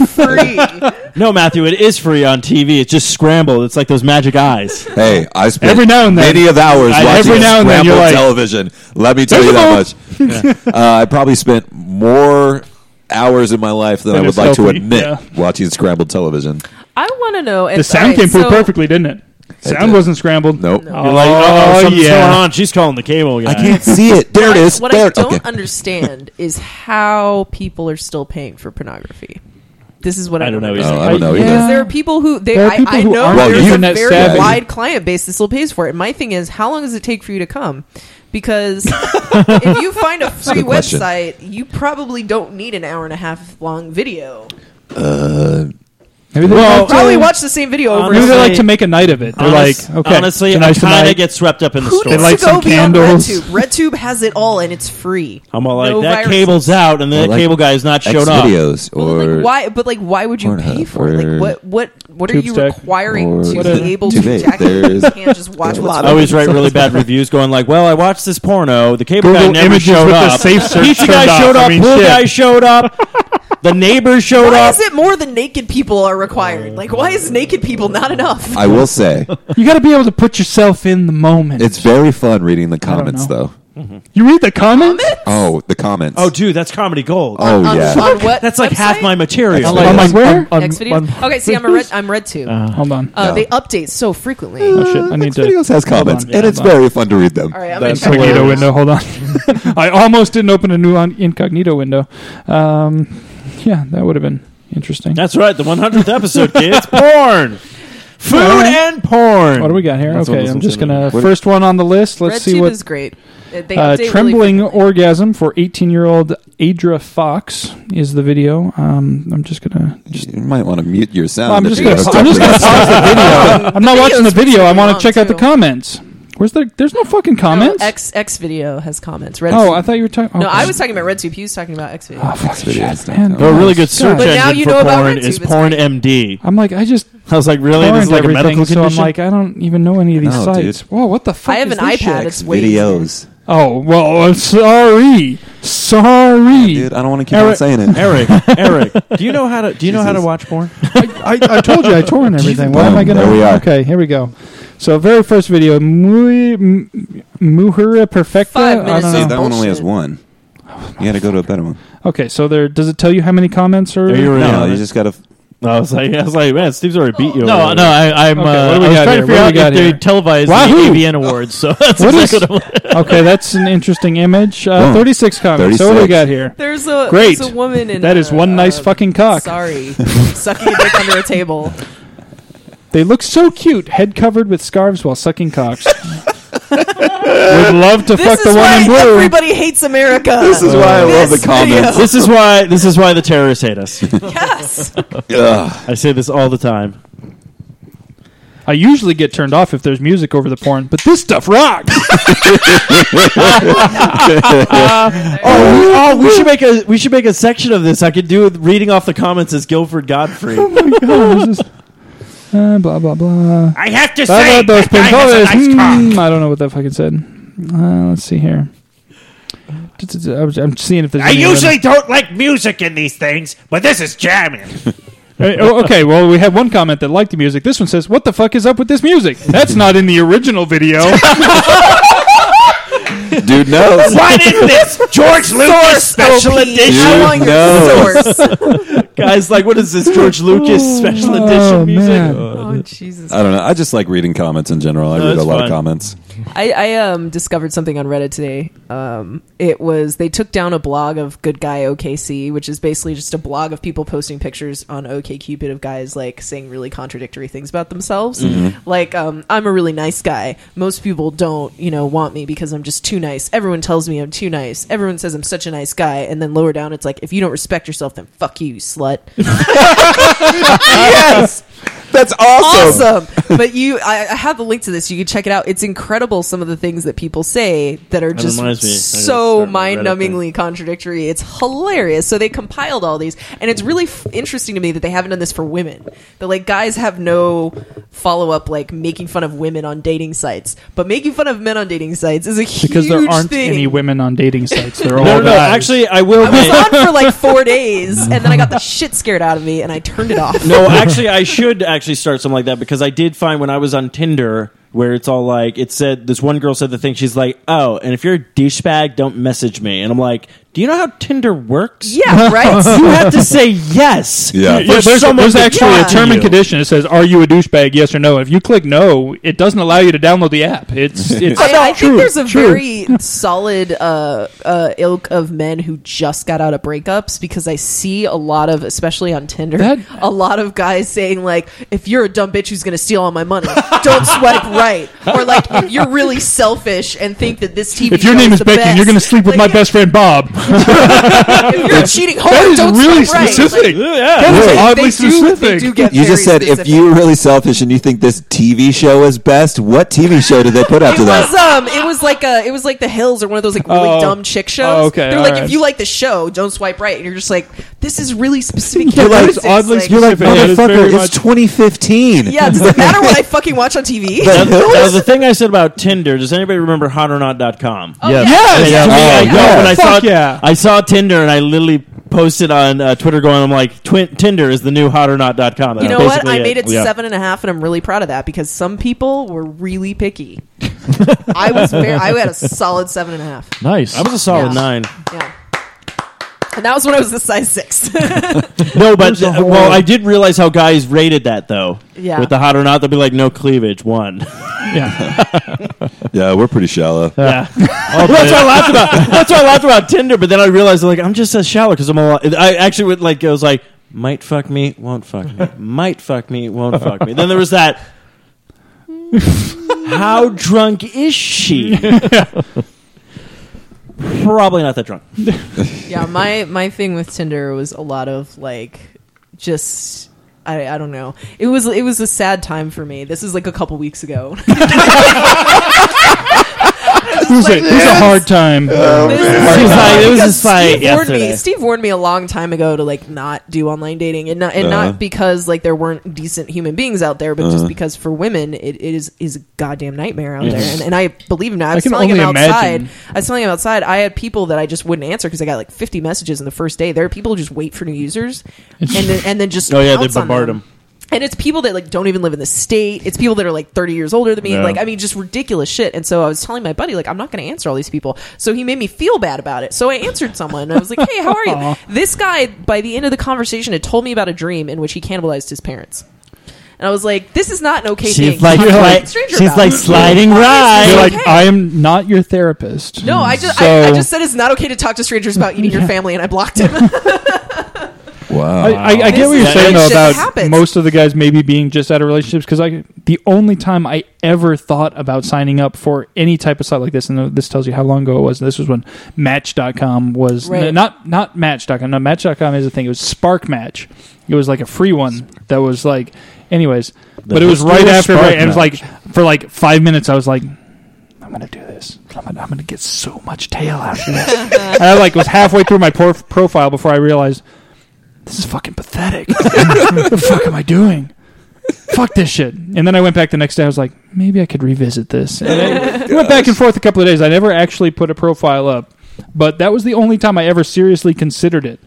D: free.
E: No, Matthew, it is free on TV. It's just scrambled. It's like those magic eyes.
C: Hey, I spent
A: Every now and then.
C: many of hours
A: I-
C: watching
A: every now and then
C: Scramble
A: you're like-
C: television. Let me tell you that much. uh, I probably spent more hours in my life than I
A: Than
C: would
A: a
C: like to
A: selfie,
C: admit
A: yeah.
C: watching scrambled television.
D: I want to know. If,
A: The sound
D: alright,
A: came through
D: so
A: perfectly, didn't it? Sound
C: did.
A: wasn't scrambled.
C: Nope.
A: Oh,
E: You're like, oh, something's
A: yeah.
E: going on. She's calling the cable guy.
C: I can't see it. There it is.
D: What
C: there
D: I
C: it-
D: don't
C: okay.
D: understand is how people are still paying for pornography. This is what I,
E: I don't know
D: understand.
C: Oh, I don't know either.
A: yeah.
D: Because there are people who they.
A: There are
D: I,
A: people
D: I
A: who
D: know
A: aren't
C: Well,
D: there's
C: you-
D: a
A: internet
D: very
A: savvy.
D: wide client base that still pays for it. My thing is, how long does it take for you to come? Because if you find a free
C: good question.
D: website, you probably don't need an hour and a half long video.
A: Maybe they
E: Well,
A: like to-
D: Probably watch the same video over.
A: Maybe they
D: and over.
A: like to make a night of it. They're
E: Honest-
A: like, okay,
E: honestly, I
A: tonight's the
E: kind
A: night.
E: of get swept up in the
D: Who
E: story.
D: needs
A: light
D: to
A: some
D: go beyond
A: candles.
D: RedTube? RedTube has it all, and it's free.
E: I'm all like,
D: No
E: that
D: viruses.
E: cable's out, and then that
C: like
E: cable guy's not
C: X
E: showed up.
C: videos
D: Well,
C: or
D: like why? But like, why would you pay
C: Pornhub
D: for it?
C: or
D: Like, what? What? What are you
A: TubeStack
D: requiring
C: or
D: to
C: whatever.
D: be able
C: Too
D: to
C: big.
D: jack it?
C: There's-
D: You can't just watch
C: there's a
D: what's
C: lot
E: I
D: on
E: always write really bad reviews going like, well, I watched this porno. The cable
A: Google
E: guy never
A: images
E: showed
A: with the
E: up.
A: safe search
E: Pizza
A: turned
E: guy
A: off.
E: showed
A: I
E: up.
A: mean,
E: Pool
A: shit.
E: guy showed up. The neighbor showed
D: Why
E: up.
D: is it more than naked people are required? Like, why is naked people not enough?
C: I will say
A: You got to be able to put yourself in the moment.
C: it's very fun reading the comments,
A: know.
C: though.
A: you read the comments.
C: Oh, the comments.
E: Oh, dude, that's comedy gold.
C: oh
D: on,
C: yeah.
D: on what?
E: that's like half
D: website?
E: my material.
C: That's like-
A: I'm like, where?
D: Xvideos. Okay, see, I'm a red. I'm red too. Uh,
A: Hold on.
D: They update so frequently.
A: oh, shit. I need to.
C: Videos
A: hold
C: has comments,
A: on.
C: and
A: Yeah,
C: it's
A: hold on.
C: very fun to read them.
D: All right, I'm gonna
A: That's
D: check it
A: incognito
D: out.
A: window. Hold on. I almost didn't open a new on incognito window. Um, yeah, that would have been interesting.
E: That's right, the 100th episode, kids. Porn. Food
A: All right.
E: and porn.
A: What do we got here?
E: That's what
A: okay,
E: this
A: I'm
E: is
A: just
E: gonna
A: gonna
E: be. What-
A: first one on the list. Let's
D: Red
A: see
D: Tube
A: what
D: is great. It- They
A: Uh,
D: update really
A: trembling
D: frequently.
A: orgasm for 18 year old Adra Fox is the video. Um, I'm just gonna.
C: You might want to mute your sound.
A: Well, I'm
C: if
A: just
C: you're
A: gonna.
C: hooked
A: I'm
C: up
A: just
C: with
A: gonna
C: this.
A: pause the video. I'm not
D: video's
A: watching the video. I
D: pretty
A: want
D: long,
A: to check out the
D: too.
A: comments. Where's the? There's no fucking comments.
D: No, X X video has comments. Red
A: oh,
D: Tube-
A: I thought you were talking.
D: no,
A: okay.
D: I was talking about Red Tube. He was talking about X video.
A: Oh, fuck,
C: video
A: shit,
C: is not
A: man.
C: coming.
E: A really
A: God.
E: good search
D: But now
E: engine
D: you
E: for
D: know about
E: porn
D: RedTube,
E: is
D: it's
E: PornMD.
A: I'm like, I just
E: I was like, really? This
A: learned
E: is like a
A: everything,
E: medical
A: so
E: condition.
A: I'm like, I don't even know any of these
C: No,
A: sites.
C: dude.
A: Whoa, what the fuck?
D: I have
A: is
D: an
A: this
D: iPad.
A: shit?
D: It's way
C: videos.
A: Oh well, I'm sorry, sorry.
C: Dude, I don't want to keep
A: Eric-
C: on saying it.
E: Eric, Eric, do you know how to do you know how to
C: Jesus.
E: watch porn?
A: I, I told you I tore and everything. Why am I
C: Boom,
A: going to?
C: there we are.
A: Okay, here we go. So, very first video, Muy- M- Mujer Perfecta.
D: Five
A: I
D: minutes.
A: don't
C: See,
A: know.
D: Oh.
C: that one only has
D: Bullshit.
C: one. You got to go to a better one.
A: Okay, so there. Does it tell you how many comments are?
E: Are you already
C: No,
E: on
C: you
E: it?
C: just got to.
E: I was like, I was like, man, Steve's already beat you.
I: No,
E: already.
I: no, I, I'm.
A: Okay,
I: uh,
A: what do we
I: I was
A: got
I: trying
A: here?
I: to
A: What do
I: figure
A: we
I: out
A: got
I: if they
A: here?
I: televised
A: Wahoo!
I: the AVN awards. So that's
A: What
I: exactly
A: is-
I: what I'm
A: okay, that's an interesting image. Uh,
C: Boom.
A: Thirty-six comments. So what do we
C: 36.
A: got here?
D: There's a
A: Great.
D: There's a woman in
A: That is
D: a-
A: one nice
F: Uh,
D: a-
A: fucking cock.
D: Sorry, sucking a dick under a table.
A: They look so cute, head covered with scarves while sucking cocks. Would love to fuck
D: This
A: the one
D: is why
A: in blue.
D: everybody hates America.
C: This is why I love the comments.
E: This is why this is why the terrorists hate us.
D: Yes.
C: Ugh.
E: I say this all the time.
A: I usually get turned off if there's music over the porn, but this stuff rocks.
E: Oh, we, oh, we should make a we should make a section of this. I could do with reading off the comments as Guilford Godfrey.
A: Oh, this is- uh, blah blah blah.
F: I have to
A: Blah,
F: say,
A: blah, those
F: that guy has a
A: pinkolas.
F: nice cock.
A: Hmm, I don't know what that fucking said. Uh, let's see here. D- d- d- I was- I'm seeing if there's.
F: I
A: any
F: usually don't like music in these things, but this is jamming.
A: other- Uh, oh, okay, well, we had one comment that liked the music. This one says, "What the fuck is up with this music? That's not in the original video."
C: Dude knows.
F: What is this? George Lucas special
D: OP.
F: edition.
D: I
C: You
D: want your
C: know.
D: source.
E: Guys, like, what is this George Lucas special edition music?
A: man.
D: Oh Jesus.
C: I don't know. I just like reading comments in general. I read a
E: that's
C: lot
E: fine.
C: of comments.
D: I, I um discovered something on Reddit today. Um, it was they took down a blog of Good Guy OKC, which is basically just a blog of people posting pictures on OKCupid of guys like saying really contradictory things about themselves.
C: Mm-hmm.
D: Like, um, I'm a really nice guy. Most people don't, you know, want me because I'm just too nice. Everyone tells me I'm too nice. Everyone says I'm such a nice guy, and then lower down, it's like if you don't respect yourself, then fuck you, you slut.
C: yes, that's awesome.
D: awesome. but you, I, I have the link to this. You can check it out. It's incredible. Some of the things that people say that are just
E: reminds me. I gotta
D: so
E: start my Reddit
D: mind-numbingly contradictory. It's hilarious. So they compiled all these, and it's really f- interesting to me that they haven't done this for women. That like guys have no follow-up, like making fun of women on dating sites, but making fun of men on dating sites is a huge
A: because there aren't
D: thing.
A: any women on dating sites. They're all
E: No, no, no.
A: guys.
E: Actually, I will.
D: I was on for like four days, and then I got the shit scared out of me, and I turned it off.
E: no, actually, I should actually start something like that because I did find when I was on Tinder where it's all like it said this one girl said the thing she's like oh and if you're a douchebag don't message me and I'm like do you know how Tinder works
D: Yeah, right.
E: you have to say yes
C: Yeah.
E: for
A: Yeah, there's,
E: someone
A: there's
E: to
A: actually
E: talk
A: a
E: to
A: term and
E: you.
A: condition. It says, "Are you a douchebag? Yes or no." If you click no, it doesn't allow you to download the app. It's it's
D: I, I
A: true,
D: think there's a
A: true.
D: very solid uh, uh, ilk of men who just got out of breakups because I see a lot of, especially on Tinder,
A: That-
D: a lot of guys saying like, "If you're a dumb bitch who's going to steal all my money, don't swipe right," or like, "If you're really selfish and think that this TV
A: If your
D: show
A: name is
D: is the
A: Becky,
D: best,
A: you're going to sleep with
D: like,
A: my best friend Bob.
D: If you're a cheating
A: That
D: whore,
A: is
D: don't
A: really
D: swipe right.
A: specific.
D: Like,
A: That is
C: Really?
A: oddly
D: they do,
A: specific.
D: they do get
C: You
D: very
C: just said if
D: specific.
C: you're really selfish and you think this TV show is best, what TV show did they put
D: It
C: after
D: was
C: that?
D: um, it was like uh it was like The Hills or one of those like really
A: Oh.
D: dumb chick shows.
A: Oh, okay,
D: they're
A: all
D: like
A: right.
D: if you like the show, don't swipe right, and you're just like this is really specific.
A: Yeah, that
D: characteristics,
A: is oddly
D: like-
A: specific. That is very
C: Motherfucker,
A: much-
C: it's 2015.
D: Yeah, does it matter what I fucking watch on TV?
C: The
E: Now,
C: Hills?
E: the thing I said about Tinder, does anybody remember hotornot.com?
D: Oh, yeah.
A: Yes.
E: Yeah, to me, I,
C: yeah.
E: know, when I saw
A: Fuck yeah.
E: I saw Tinder and I literally posted on uh, Twitter going, I'm like, Twin Tinder is the new hotornot.com.
D: You know what? I made it seven and a half, and I'm really proud of that because some people were really picky. I was very, I had a solid seven and a half.
I: nice.
E: I was a solid
D: Yeah.
E: nine.
D: Yeah. And that was when I was the size six.
E: No, but uh, well, I did realize how guys rated that though.
D: Yeah.
E: With the hot or not, they'll be like, no cleavage, one.
C: Yeah, we're pretty shallow.
E: Yeah. that's what I laughed about. That's what I laughed about Tinder. But then I realized, like, I'm just a shallow because I'm a lot. I actually would like. I was like, Might fuck me, won't fuck me. Might fuck me, won't fuck me. Then there was that. How drunk is she? Probably not that drunk.
D: yeah my my thing with tinder was a lot of like just I, I don't know. It was it was a sad time for me. This is like a couple weeks ago.
A: Who's it? Who's a hard time?
D: This is-
E: She's like, it was
D: because
E: just like
D: Steve warned me.
E: yesterday.
D: Steve warned me a long time ago to like not do online dating, and not and
C: Uh-huh.
D: not because like there weren't decent human beings out there, but just
E: Uh-huh.
D: because for women it, it is is a goddamn nightmare out there. And, and I believe him now. I was
A: can
D: telling him
A: only
D: outside.
A: imagine.
D: I was telling him outside. I had people that I just wouldn't answer because I got like 50 messages in the first day. There are people who just wait for new users, and then, and then just
E: Oh, yeah, they
D: pounce on
E: bombard them.
D: and it's people that like don't even live in the state. It's people that are like 30 years older than me.
E: Yeah.
D: Like I mean, just ridiculous shit. And so I was telling my buddy like I'm not going to answer all these people. So he made me feel bad about it. So I answered someone. And I was like, Hey, how are you? this guy by the end of the conversation had told me about a dream in which he cannibalized his parents. And I was like, This is not an okay
E: She's
D: thing.
E: like,
D: to talk to a
E: like
D: stranger
E: she's
D: about.
E: like sliding
A: You're
E: right.
A: like, I am not your therapist.
D: No, I just I, I just said it's not okay to talk to strangers about eating your family, and I blocked him.
C: Wow.
A: I, I, I get what you're
D: This
A: saying though
D: shit
A: about
D: happens.
A: most of the guys maybe being just out of relationships because I the only time I ever thought about signing up for any type of site like this and this tells you how long ago it was. This was when Match.com was
D: Right.
A: n- not not Match.com. No, Match.com is a thing. It was Spark Match. It was like a free one that was like, anyways. but it was
E: history
A: right
E: of
A: after.
E: Spark
A: Right, it was like
E: Match.
A: for like five minutes. I was like. I'm gonna do this. I'm gonna, I'm gonna get so much tail after this. and I like was halfway through my por- profile before I realized this is fucking pathetic. what the fuck am I doing? Fuck this shit. And then I went back the next day. I was like, maybe I could revisit this. And then I went back and forth a couple of days. I never actually put a profile up, but that was the only time I ever seriously considered it.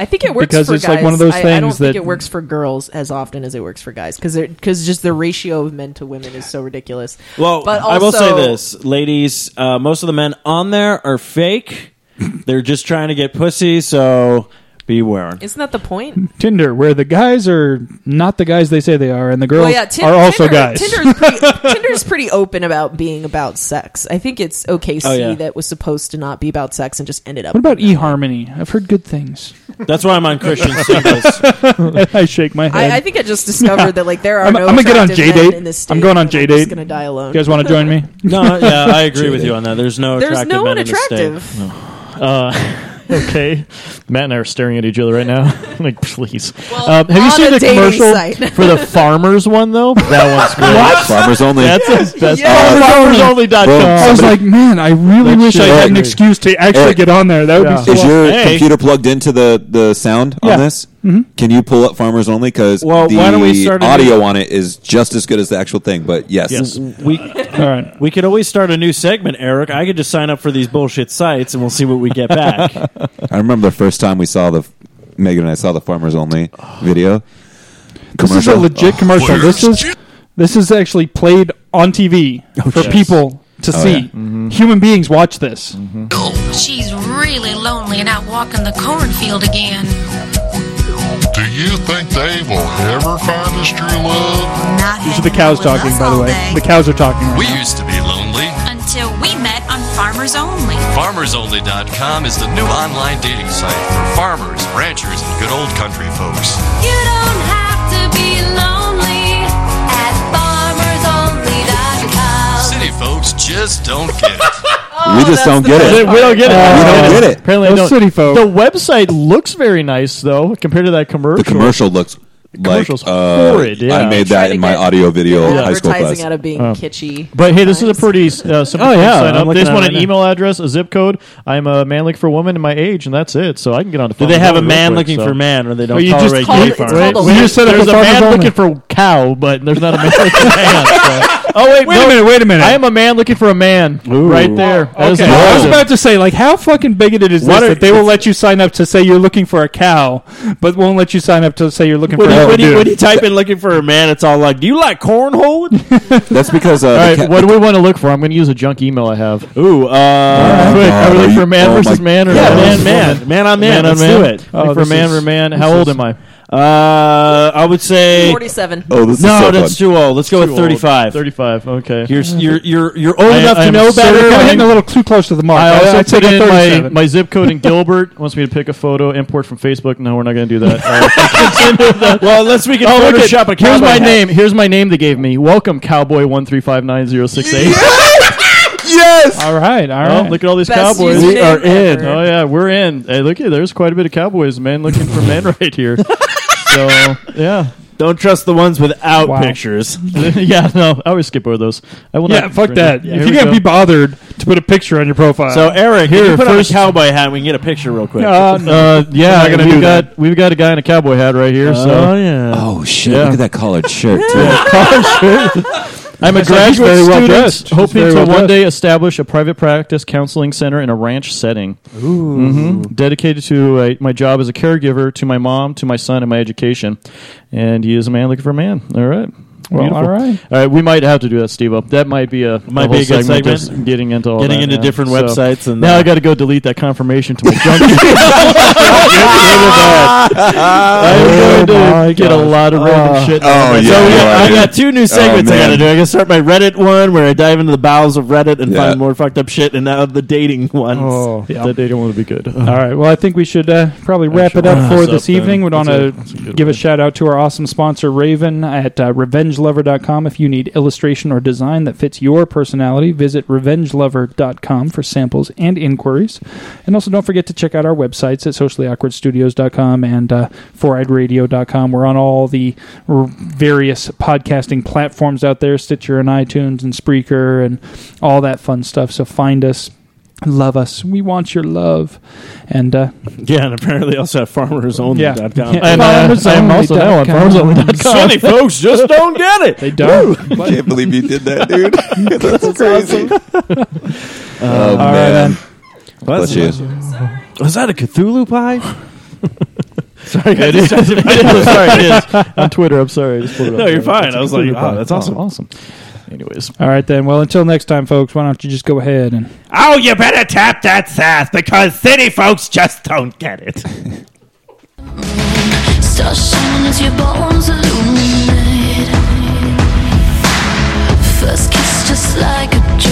D: I think it works
A: Because
D: for
A: it's
D: guys.
A: like one of those
D: I- I, don't
A: things
D: think
A: that-
D: it works for girls as often as it works for guys because because just the ratio of men to women is so ridiculous.
E: Well,
D: But
E: I will say
D: also-
E: this, ladies. Uh, most of the men on there are fake. They're just trying to get pussy, so beware.
D: Isn't that the point?
A: Tinder, where the guys are not the guys they say they are, and the girls
D: Well, yeah, Tin-
A: are also
D: Tinder,
A: guys.
D: Tinder's pretty, Tinder's pretty open about being about sex. I think it's OKC
E: Oh, yeah.
D: that was supposed to not be about sex and just ended up.
A: what about eHarmony? I've heard good things.
E: That's why I'm on Christian singles.
A: I shake my head.
D: I, I think I just discovered that like there are
A: I'm-
D: no
A: I'm gonna get on
D: attractive men
A: J-Date.
D: in this state.
A: I'm going on
D: and just
A: J-Date.
D: Gonna die alone.
A: you guys want to join me?
E: No, yeah, I agree with you on that. There's no
D: There's
E: attractive
D: no
E: men
D: one
E: in the state.
D: attractive.
B: Uh, Okay, Matt and I are staring at each other right now. like, please.
D: Well,
B: um, have you
D: on
B: seen
D: a
B: the
D: dating
B: commercial
D: site.
B: for the farmers one though? That one's great.
C: Farmers only.
B: That's a, that's
D: Yeah.
C: Boom.
B: farmersonly.com.
A: I was like, man, I really wish I had an
B: Eric.
A: excuse to actually
C: Eric.
A: get on there. That would
B: Yeah.
A: be so
C: Is your
B: Hey.
C: computer plugged into the, the sound
A: Yeah.
C: on this? Can you pull up Farmers Only? Because
E: Well,
C: the
E: why don't we start a new-
C: audio on it is just as good as the actual thing. But yes,
B: Yes.
E: We
A: All right.
E: we could always start a new segment, Eric. I could just sign up for these bullshit sites, and we'll see what we get back.
C: I remember the first time we saw the Megan and I saw the Farmers Only video.
A: This is a legit commercial. This is this is actually played on TV for people to see.
C: yeah.
A: Human beings watch this.
H: She's really lonely and out walking the cornfield again.
J: Do you think they will ever find us true love?
H: Not
A: These are the cows talking, by the way. The cows are talking.
J: We
A: Right
J: used to be lonely.
H: Until we met on Farmers Only.
J: FarmersOnly.com is the new online dating site for farmers, ranchers, and good old country folks.
H: You don't have to be lonely at farmersonly.com.
J: City folks just don't get it.
D: Oh,
C: we just don't get
B: We
C: it.
B: don't get it.
C: we don't get it.
B: Apparently, I
A: Those
B: don't-
A: city folk.
B: The website looks very nice though, compared to that
C: The
B: commercial.
C: commercial looks like
B: commercial's
C: uh,
B: horrid, yeah.
C: I made that
D: Trying
C: in
D: to
C: my
D: get
C: audio video high school
D: Advertising
C: class.
D: out of being
A: Oh.
D: kitschy.
B: But hey, this is a pretty uh, simple
E: Oh,
B: thing to
E: yeah,
B: sign
E: I'm
B: up. They
E: looking
B: just
E: at
B: want
E: it
B: an
E: right
B: email address, a zip code. I'm a man looking for a woman and my age, and that's it. So I can get on.
E: Do they have a man looking for man, or they don't
B: Or you just
E: tolerate
B: call
E: gay
B: it- it's
E: farmers?
D: called a
A: We just set up
B: There's
A: the
B: a
A: farmers
B: man
A: only.
B: looking for cow, but there's not a man looking for man. so- Oh wait,
A: Wait
B: no,
A: a minute. Wait a minute.
B: I am a man looking for a man. Right there. That is
A: Okay. I was
B: awesome.
A: about to say, like, how fucking bigoted is
E: What
A: this
E: are-
A: that they will let you sign up to say you're looking for a cow, but won't let you sign up to say you're looking
E: When
A: for
E: you,
A: a
E: when, you, when
A: dude?
E: you type in looking for a man, it's all like, "Do you like cornhole?"
C: That's because uh,
B: All
C: the
B: right,
C: ca-
B: what do we want to look for? I'm going to use a junk email I have.
E: Ooh, uh,
B: Quick, are we
C: are
B: looking
C: you-
B: for man
C: oh
B: versus
C: my-
B: man or
E: yeah,
B: man
E: man,
B: versus
E: man,
B: woman?
E: man on man.
B: on
E: Let's
B: man.
E: do it.
B: Looking
A: Oh,
B: for
A: this
B: man
A: is-
B: or man. How old am I?
E: Uh, I would say
D: 47.
C: Oh, this is
E: no,
C: so
E: that's
C: fun.
E: too old. Let's go with
B: Too old.
E: thirty-five.
B: 35, okay.
E: You're you're you're you're old
B: I-
E: enough
B: I
E: to
B: am
E: know
B: so
E: better.
A: You're
B: I
A: hitting
B: mean-
A: a little too close to the mark.
B: I also
A: I'd say
B: put in my,
A: 37.
B: my zip code and Gilbert wants me to pick a photo, import from Facebook. No, we're not going to do that. Uh, continue with that.
E: well, unless we can
B: Oh, look at,
E: Photoshop a cowboy
B: here's my
E: hat.
B: name. Here's my name they gave me. Welcome, cowboy one three five nine zero six eight.
C: Yes.
A: all right, all
B: Oh,
A: right.
B: look at all these
D: Best
B: cowboys.
D: username
E: are in.
D: ever.
B: Oh yeah, we're in. Hey, look here. There's quite a bit of cowboys, man, looking for men right here. So yeah,
E: Don't trust the ones without
A: Wow.
E: pictures.
B: yeah. No, I always skip over those. I will
A: yeah,
B: not.
A: fuck that. if
B: Yeah, here
A: you're
B: we
A: gonna
B: go.
A: be bothered to put a picture on your profile,
E: So Eric,
B: Here,
E: here put
B: first-
E: on a cowboy hat. and We can get a picture real quick.
A: Uh, no.
B: Uh, yeah,
E: I'm not gonna
B: we've
E: do
B: got we've got a guy in a cowboy hat right here.
E: oh
B: so
E: yeah.
C: Oh shit!
B: Yeah.
C: Look at that collared shirt. Too.
B: Oh, I'm a
A: She's very well dressed. She's
B: hoping
A: very
B: to
A: well
B: one
A: dressed.
B: day establish a private practice counseling center in a ranch setting. Ooh. Dedicated to uh, my job as a caregiver, to my mom, to my son, and my education. And he is a man looking for a man. All right.
A: Well, all right.
B: All right. We might have to do that, Steve. Up. That might be a
E: Might
B: a whole
E: be a good
B: segment.
E: segment.
B: just Getting into all
E: Getting
B: that,
E: into
B: yeah.
E: different
B: So,
E: websites and
B: now
E: uh,
B: I got to go delete that confirmation to my junk. mail. I'm going to
A: my
B: get a
A: gosh.
B: lot of random shit.
C: Oh yeah.
E: So we
C: you are,
E: I
C: dude.
E: got two new segments I
C: man.
E: gotta do. I gotta start my Reddit one where I dive into the bowels of Reddit and
C: Yeah.
E: find more fucked up shit, and now the dating ones.
A: Oh,
B: Yeah. That data will be good.
A: All right. Well, I think we should uh, probably wrap
B: should
A: it up
B: wrap
A: for
B: this
A: this
B: up then.
A: evening. We'd want
B: That's a-
A: to
B: that's a good
A: give a
B: one.
A: shout out to our awesome sponsor, Raven, at uh, RevengeLover.com. If you need illustration or design that fits your personality, visit RevengeLover.com for samples and inquiries. And also, don't forget to check out our websites at SociallyAwkwardStudios.com and uh, FourEyedRadio.com. We're on all the r- various podcasting platforms out there, Stitcher and iTunes and Spreaker and all that fun stuff. So find us. Love us. We want your love. And uh,
E: Yeah, and apparently also at farmersonly.com.
A: Yeah.
B: And, uh, I am also now on farmersonly.com.
E: Sonny folks just don't get it.
A: They don't. What?
C: can't believe you did that, dude. That's crazy. oh
A: All right,
C: man.
A: then.
C: Bless you.
E: Was that a Cthulhu pie?
B: Sorry, I did. I did. I'm sorry, it is. On Twitter, I'm sorry. I just pulled it up.
E: No, you're
B: It's
E: fine.
B: a
E: I was like,
B: Twitter
E: oh,
B: bio.
E: that's awesome.
B: awesome. Anyways,
A: All right then. Well, until next time, folks. Why don't you just go ahead and
K: Oh, you better tap that sass because city folks just don't get it.
H: Start shining as your bones illuminate. First kiss just like a dream.